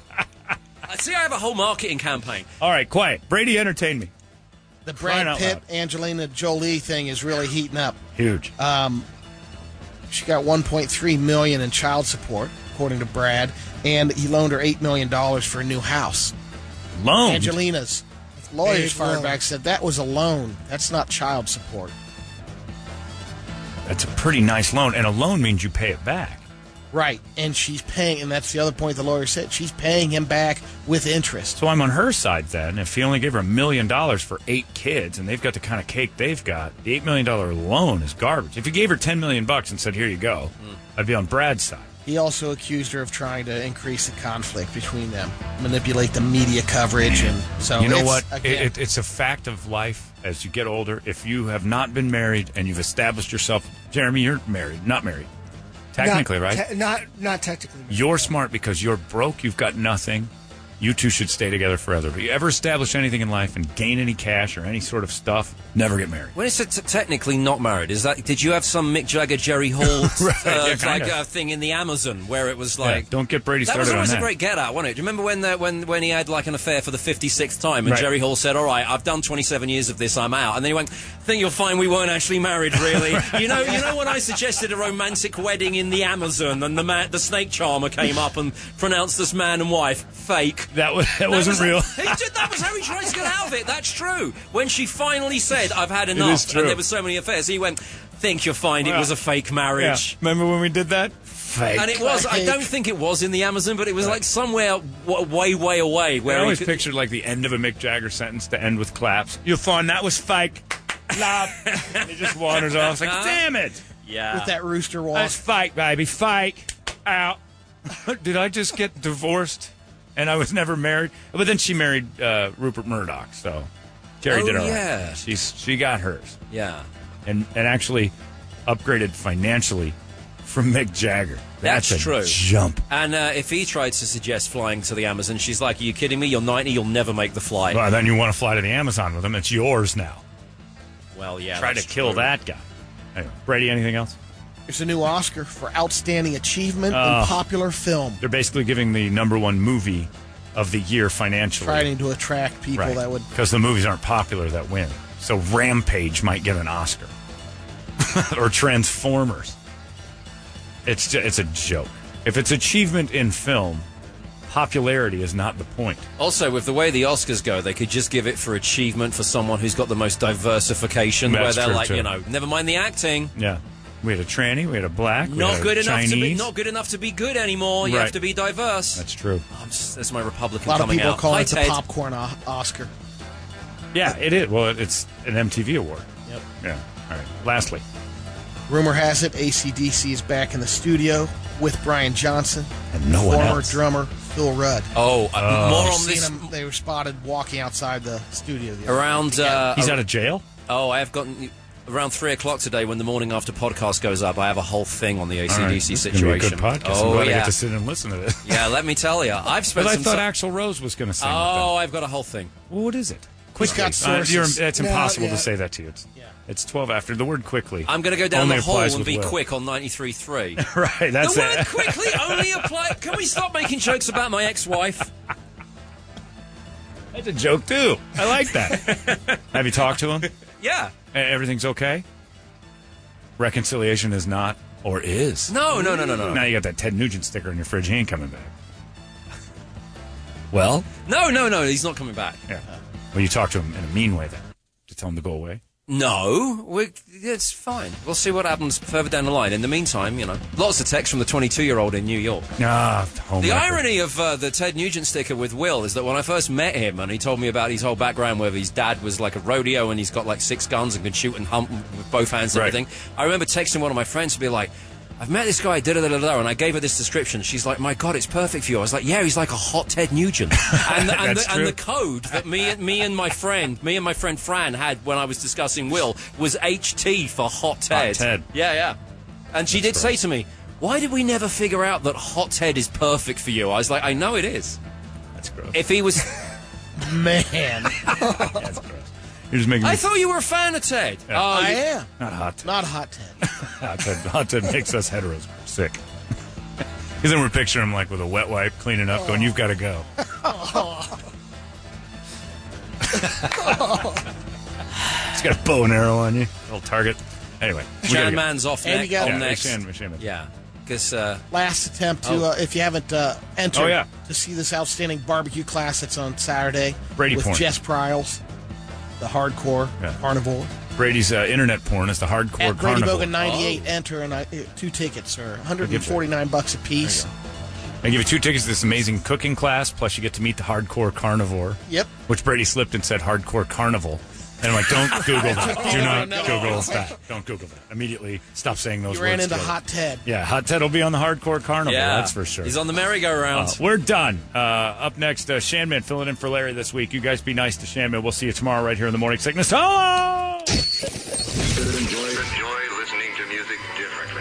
Uh, See, I have a whole marketing campaign.
All right, quiet. Brady entertained me.
The
Crying
Brad
out
Pitt, Angelina Jolie thing is really heating up.
Huge.
Uh,
Um, she got 1.3 million in child support, according to Brad, and he loaned her eight million dollars for a new house.
Loaned?
Angelina's lawyers
Big
fired
loan.
back said that was a loan. That's not child support.
That's a pretty nice loan, and a loan means you pay it back.
Right, and she's paying, and that's the other point the lawyer said. She's paying him back with interest.
So I'm on her side then. If he only gave her a million dollars for eight kids, and they've got the kind of cake they've got, the eight million dollar loan is garbage. If he gave her ten million bucks and said, "Here you go," I'd be on Brad's side.
He also accused her of trying to increase the conflict between them, manipulate the media coverage, and so
you know
it's-
what? It,
again,
it, it's a fact of life as you get older. If you have not been married and you've established yourself, Jeremy, you're married, not married, technically,
Not
right?
te- not not technically.
You're smart because you're broke. You've got nothing. You two should stay together forever. If you ever establish anything in life and gain any cash or any sort of stuff, never get married.
When it's t- technically not married, is that did you have some Mick Jagger, Jerry Hall uh,
yeah, kind
like
of.
uh, thing in the Amazon where it was like
Yeah, don't get Brady
that
started
was always
on
a
that.
great get out, wasn't it? Do you remember when the, when when he had like an affair for the fifty sixth time and
Right.
Jerry Hall said, "All right, I've done twenty seven years of this, I'm out," and then he went, "Think you'll find we weren't actually married, really." You know, you know when I suggested a romantic wedding in the Amazon and the man, the snake charmer came up and pronounced us man and wife fake.
That was that, wasn't
was-
real.
He did, that was how he tried to get out of it. That's true. When she finally said, "I've had
It
enough,"
is true.
and there were so many affairs, he went, "Think you'll find it
Well,
was a fake marriage."
Yeah. Remember when we did that? Fake.
And it was. I don't think it was in the Amazon, but it was like somewhere w- way, way away. Where
I
he
always
could-
pictured like the end of a Mick Jagger sentence to end with claps. You'll find that was fake. Love. And he just wanders off. It's like,
Uh-huh.
damn it.
Yeah.
with that rooster walk.
That's fake, baby. Fake. Out. Did I just get divorced? And I was never married. But then she married uh, Rupert Murdoch. So Jerry
Oh,
did all right.
yeah.
She's she got hers.
Yeah.
And and actually upgraded financially from Mick Jagger. That's, a
true.
Jump.
And uh, if he tried to suggest flying to the Amazon, she's like, "Are you kidding me? You're 90. You'll never make the flight."
Well, then you want to fly to the Amazon with him. It's yours now.
Well, yeah.
Try to
that's
kill
true.
that guy. Anyway, Brady, anything else?
There's a new Oscar for Outstanding Achievement
Oh.
in Popular Film,
They're basically giving the number one movie of the year financially.
trying to attract people that would.
Because the movies aren't popular that win. So Rampage might get an Oscar. or Transformers. It's, ju- it's a joke. If it's achievement in film, popularity is not the point.
Also, with the way the Oscars go, they could just give it for achievement for someone who's got the most diversification,
That's
where they're
true,
like,
too.
you know, never mind the acting.
Yeah. We had a tranny. We had a black. we had
Not
a
good enough
Chinese.
to be not good enough to be good anymore. You
Right.
have to be diverse.
That's true.
I'm s- that's my Republican
A lot of
coming
people
out.
call
Hi,
it the
Ted.
popcorn o- Oscar.
Yeah, it is. Well, it's an MTV award.
Yep.
Yeah. All right. Lastly,
Rumor has it ACDC is back in the studio with Brian Johnson and
no one
former
else.
drummer Phil Rudd.
Oh, uh, more on
Seen
this
him- they were spotted walking outside the studio. the other
around.
day.
Uh,
He's out of jail.
Oh, I have gotten around three o'clock today. When the morning after podcast goes up, I have a whole thing on the ACDC
All right, this is gonna
situation.
Be a good podcast.
Oh
I'm glad
yeah,
I get to sit and listen to this.
yeah. Let me tell you, I've
But
spent.
I
some
thought
ti-
Axl Rose was going to sing.
Oh, I've got a whole thing.
Well, what is it?
He's got
Uh, you're,
sources.
it's
No,
impossible
yeah.
to say that to you. It's, it's 12 after. The word quickly.
I'm going to go down
only
the hole
applies
and
with
be
Will.
quick on 93.3.
right, that's
the
it.
word quickly only apply. Can we stop making jokes about my ex-wife?
That's a joke, too. I like that. Have you talked to him?
Yeah.
E- Everything's okay? Reconciliation is not or is.
No, no, no, no, no.
Now you got that Ted Nugent sticker on your fridge. He ain't coming back.
Well? No, no, no. He's not coming back.
Yeah. Well, you talk to him in a mean way then to tell him to go away.
No, we it's fine. We'll see what happens further down the line. In the meantime, you know, lots of texts from the 22-year-old in New York.
Ah, home
The
record.
irony of uh, the Ted Nugent sticker with Will is that when I first met him and he told me about his whole background, where his dad was like a rodeo and he's got like six guns and can shoot and hump with both hands and
Right.
everything, I remember texting one of my friends to be like, I've met this guy, da da da da, and I gave her this description. She's like, "My God, it's perfect for you." I was like, "Yeah, he's like a hot Ted Nugent." And the, and
That's
the, and
true.
the code that me, me and my friend, me and my friend Fran had when I was discussing Will was HT for hot Ted.
Ted.
Yeah, yeah. And she did say to me, "Why did we never figure out that hot Ted is perfect for you?" I was like, "I know it is."
That's gross.
If he was, uh,
man,
You're just making me
I thought you were a fan of Ted.
Yeah.
Oh,
I
you-
am
not hot.
not hot Ted.
Hot Ted, hot Ted makes us heteros sick. Because then we're picturing him like with a wet wipe cleaning up, going, "You've got to go." He's got a bow and arrow on you, little target. Anyway, we gotta
Shannon
go.
Man's off
And
next.
you got-
on
Yeah,
next.
Shannon- Shannon.
Yeah, because uh,
Last attempt to,
Oh.
uh, if you haven't uh, entered,
Oh, yeah.
to see this outstanding barbecue class that's on Saturday
Brady
with
porn.
Jess Pryles, the hardcore
Yeah.
carnivore.
Brady's uh, internet porn is the hardcore
At Brady
carnival.
Bogan 98,
Oh.
enter, and I, uh, two tickets are 149 bucks a piece.
I give you two tickets to this amazing cooking class, plus you get to meet the hardcore carnivore.
Yep.
Which Brady slipped and said hardcore carnival. And I'm like, don't Google that. Do not
No.
Google that. Don't Google that. Immediately stop saying those
You
words.
ran into
together.
Hot Ted.
Yeah, Hot Ted will be on the hardcore carnival.
yeah,
That's for sure.
He's on the merry-go-round.
Uh, we're done. Uh, up next, uh, Shanman filling in for Larry this week. You guys be nice to Shanman. We'll see you tomorrow right here in the morning sickness. Hello!
Enjoy, enjoy listening to music differently.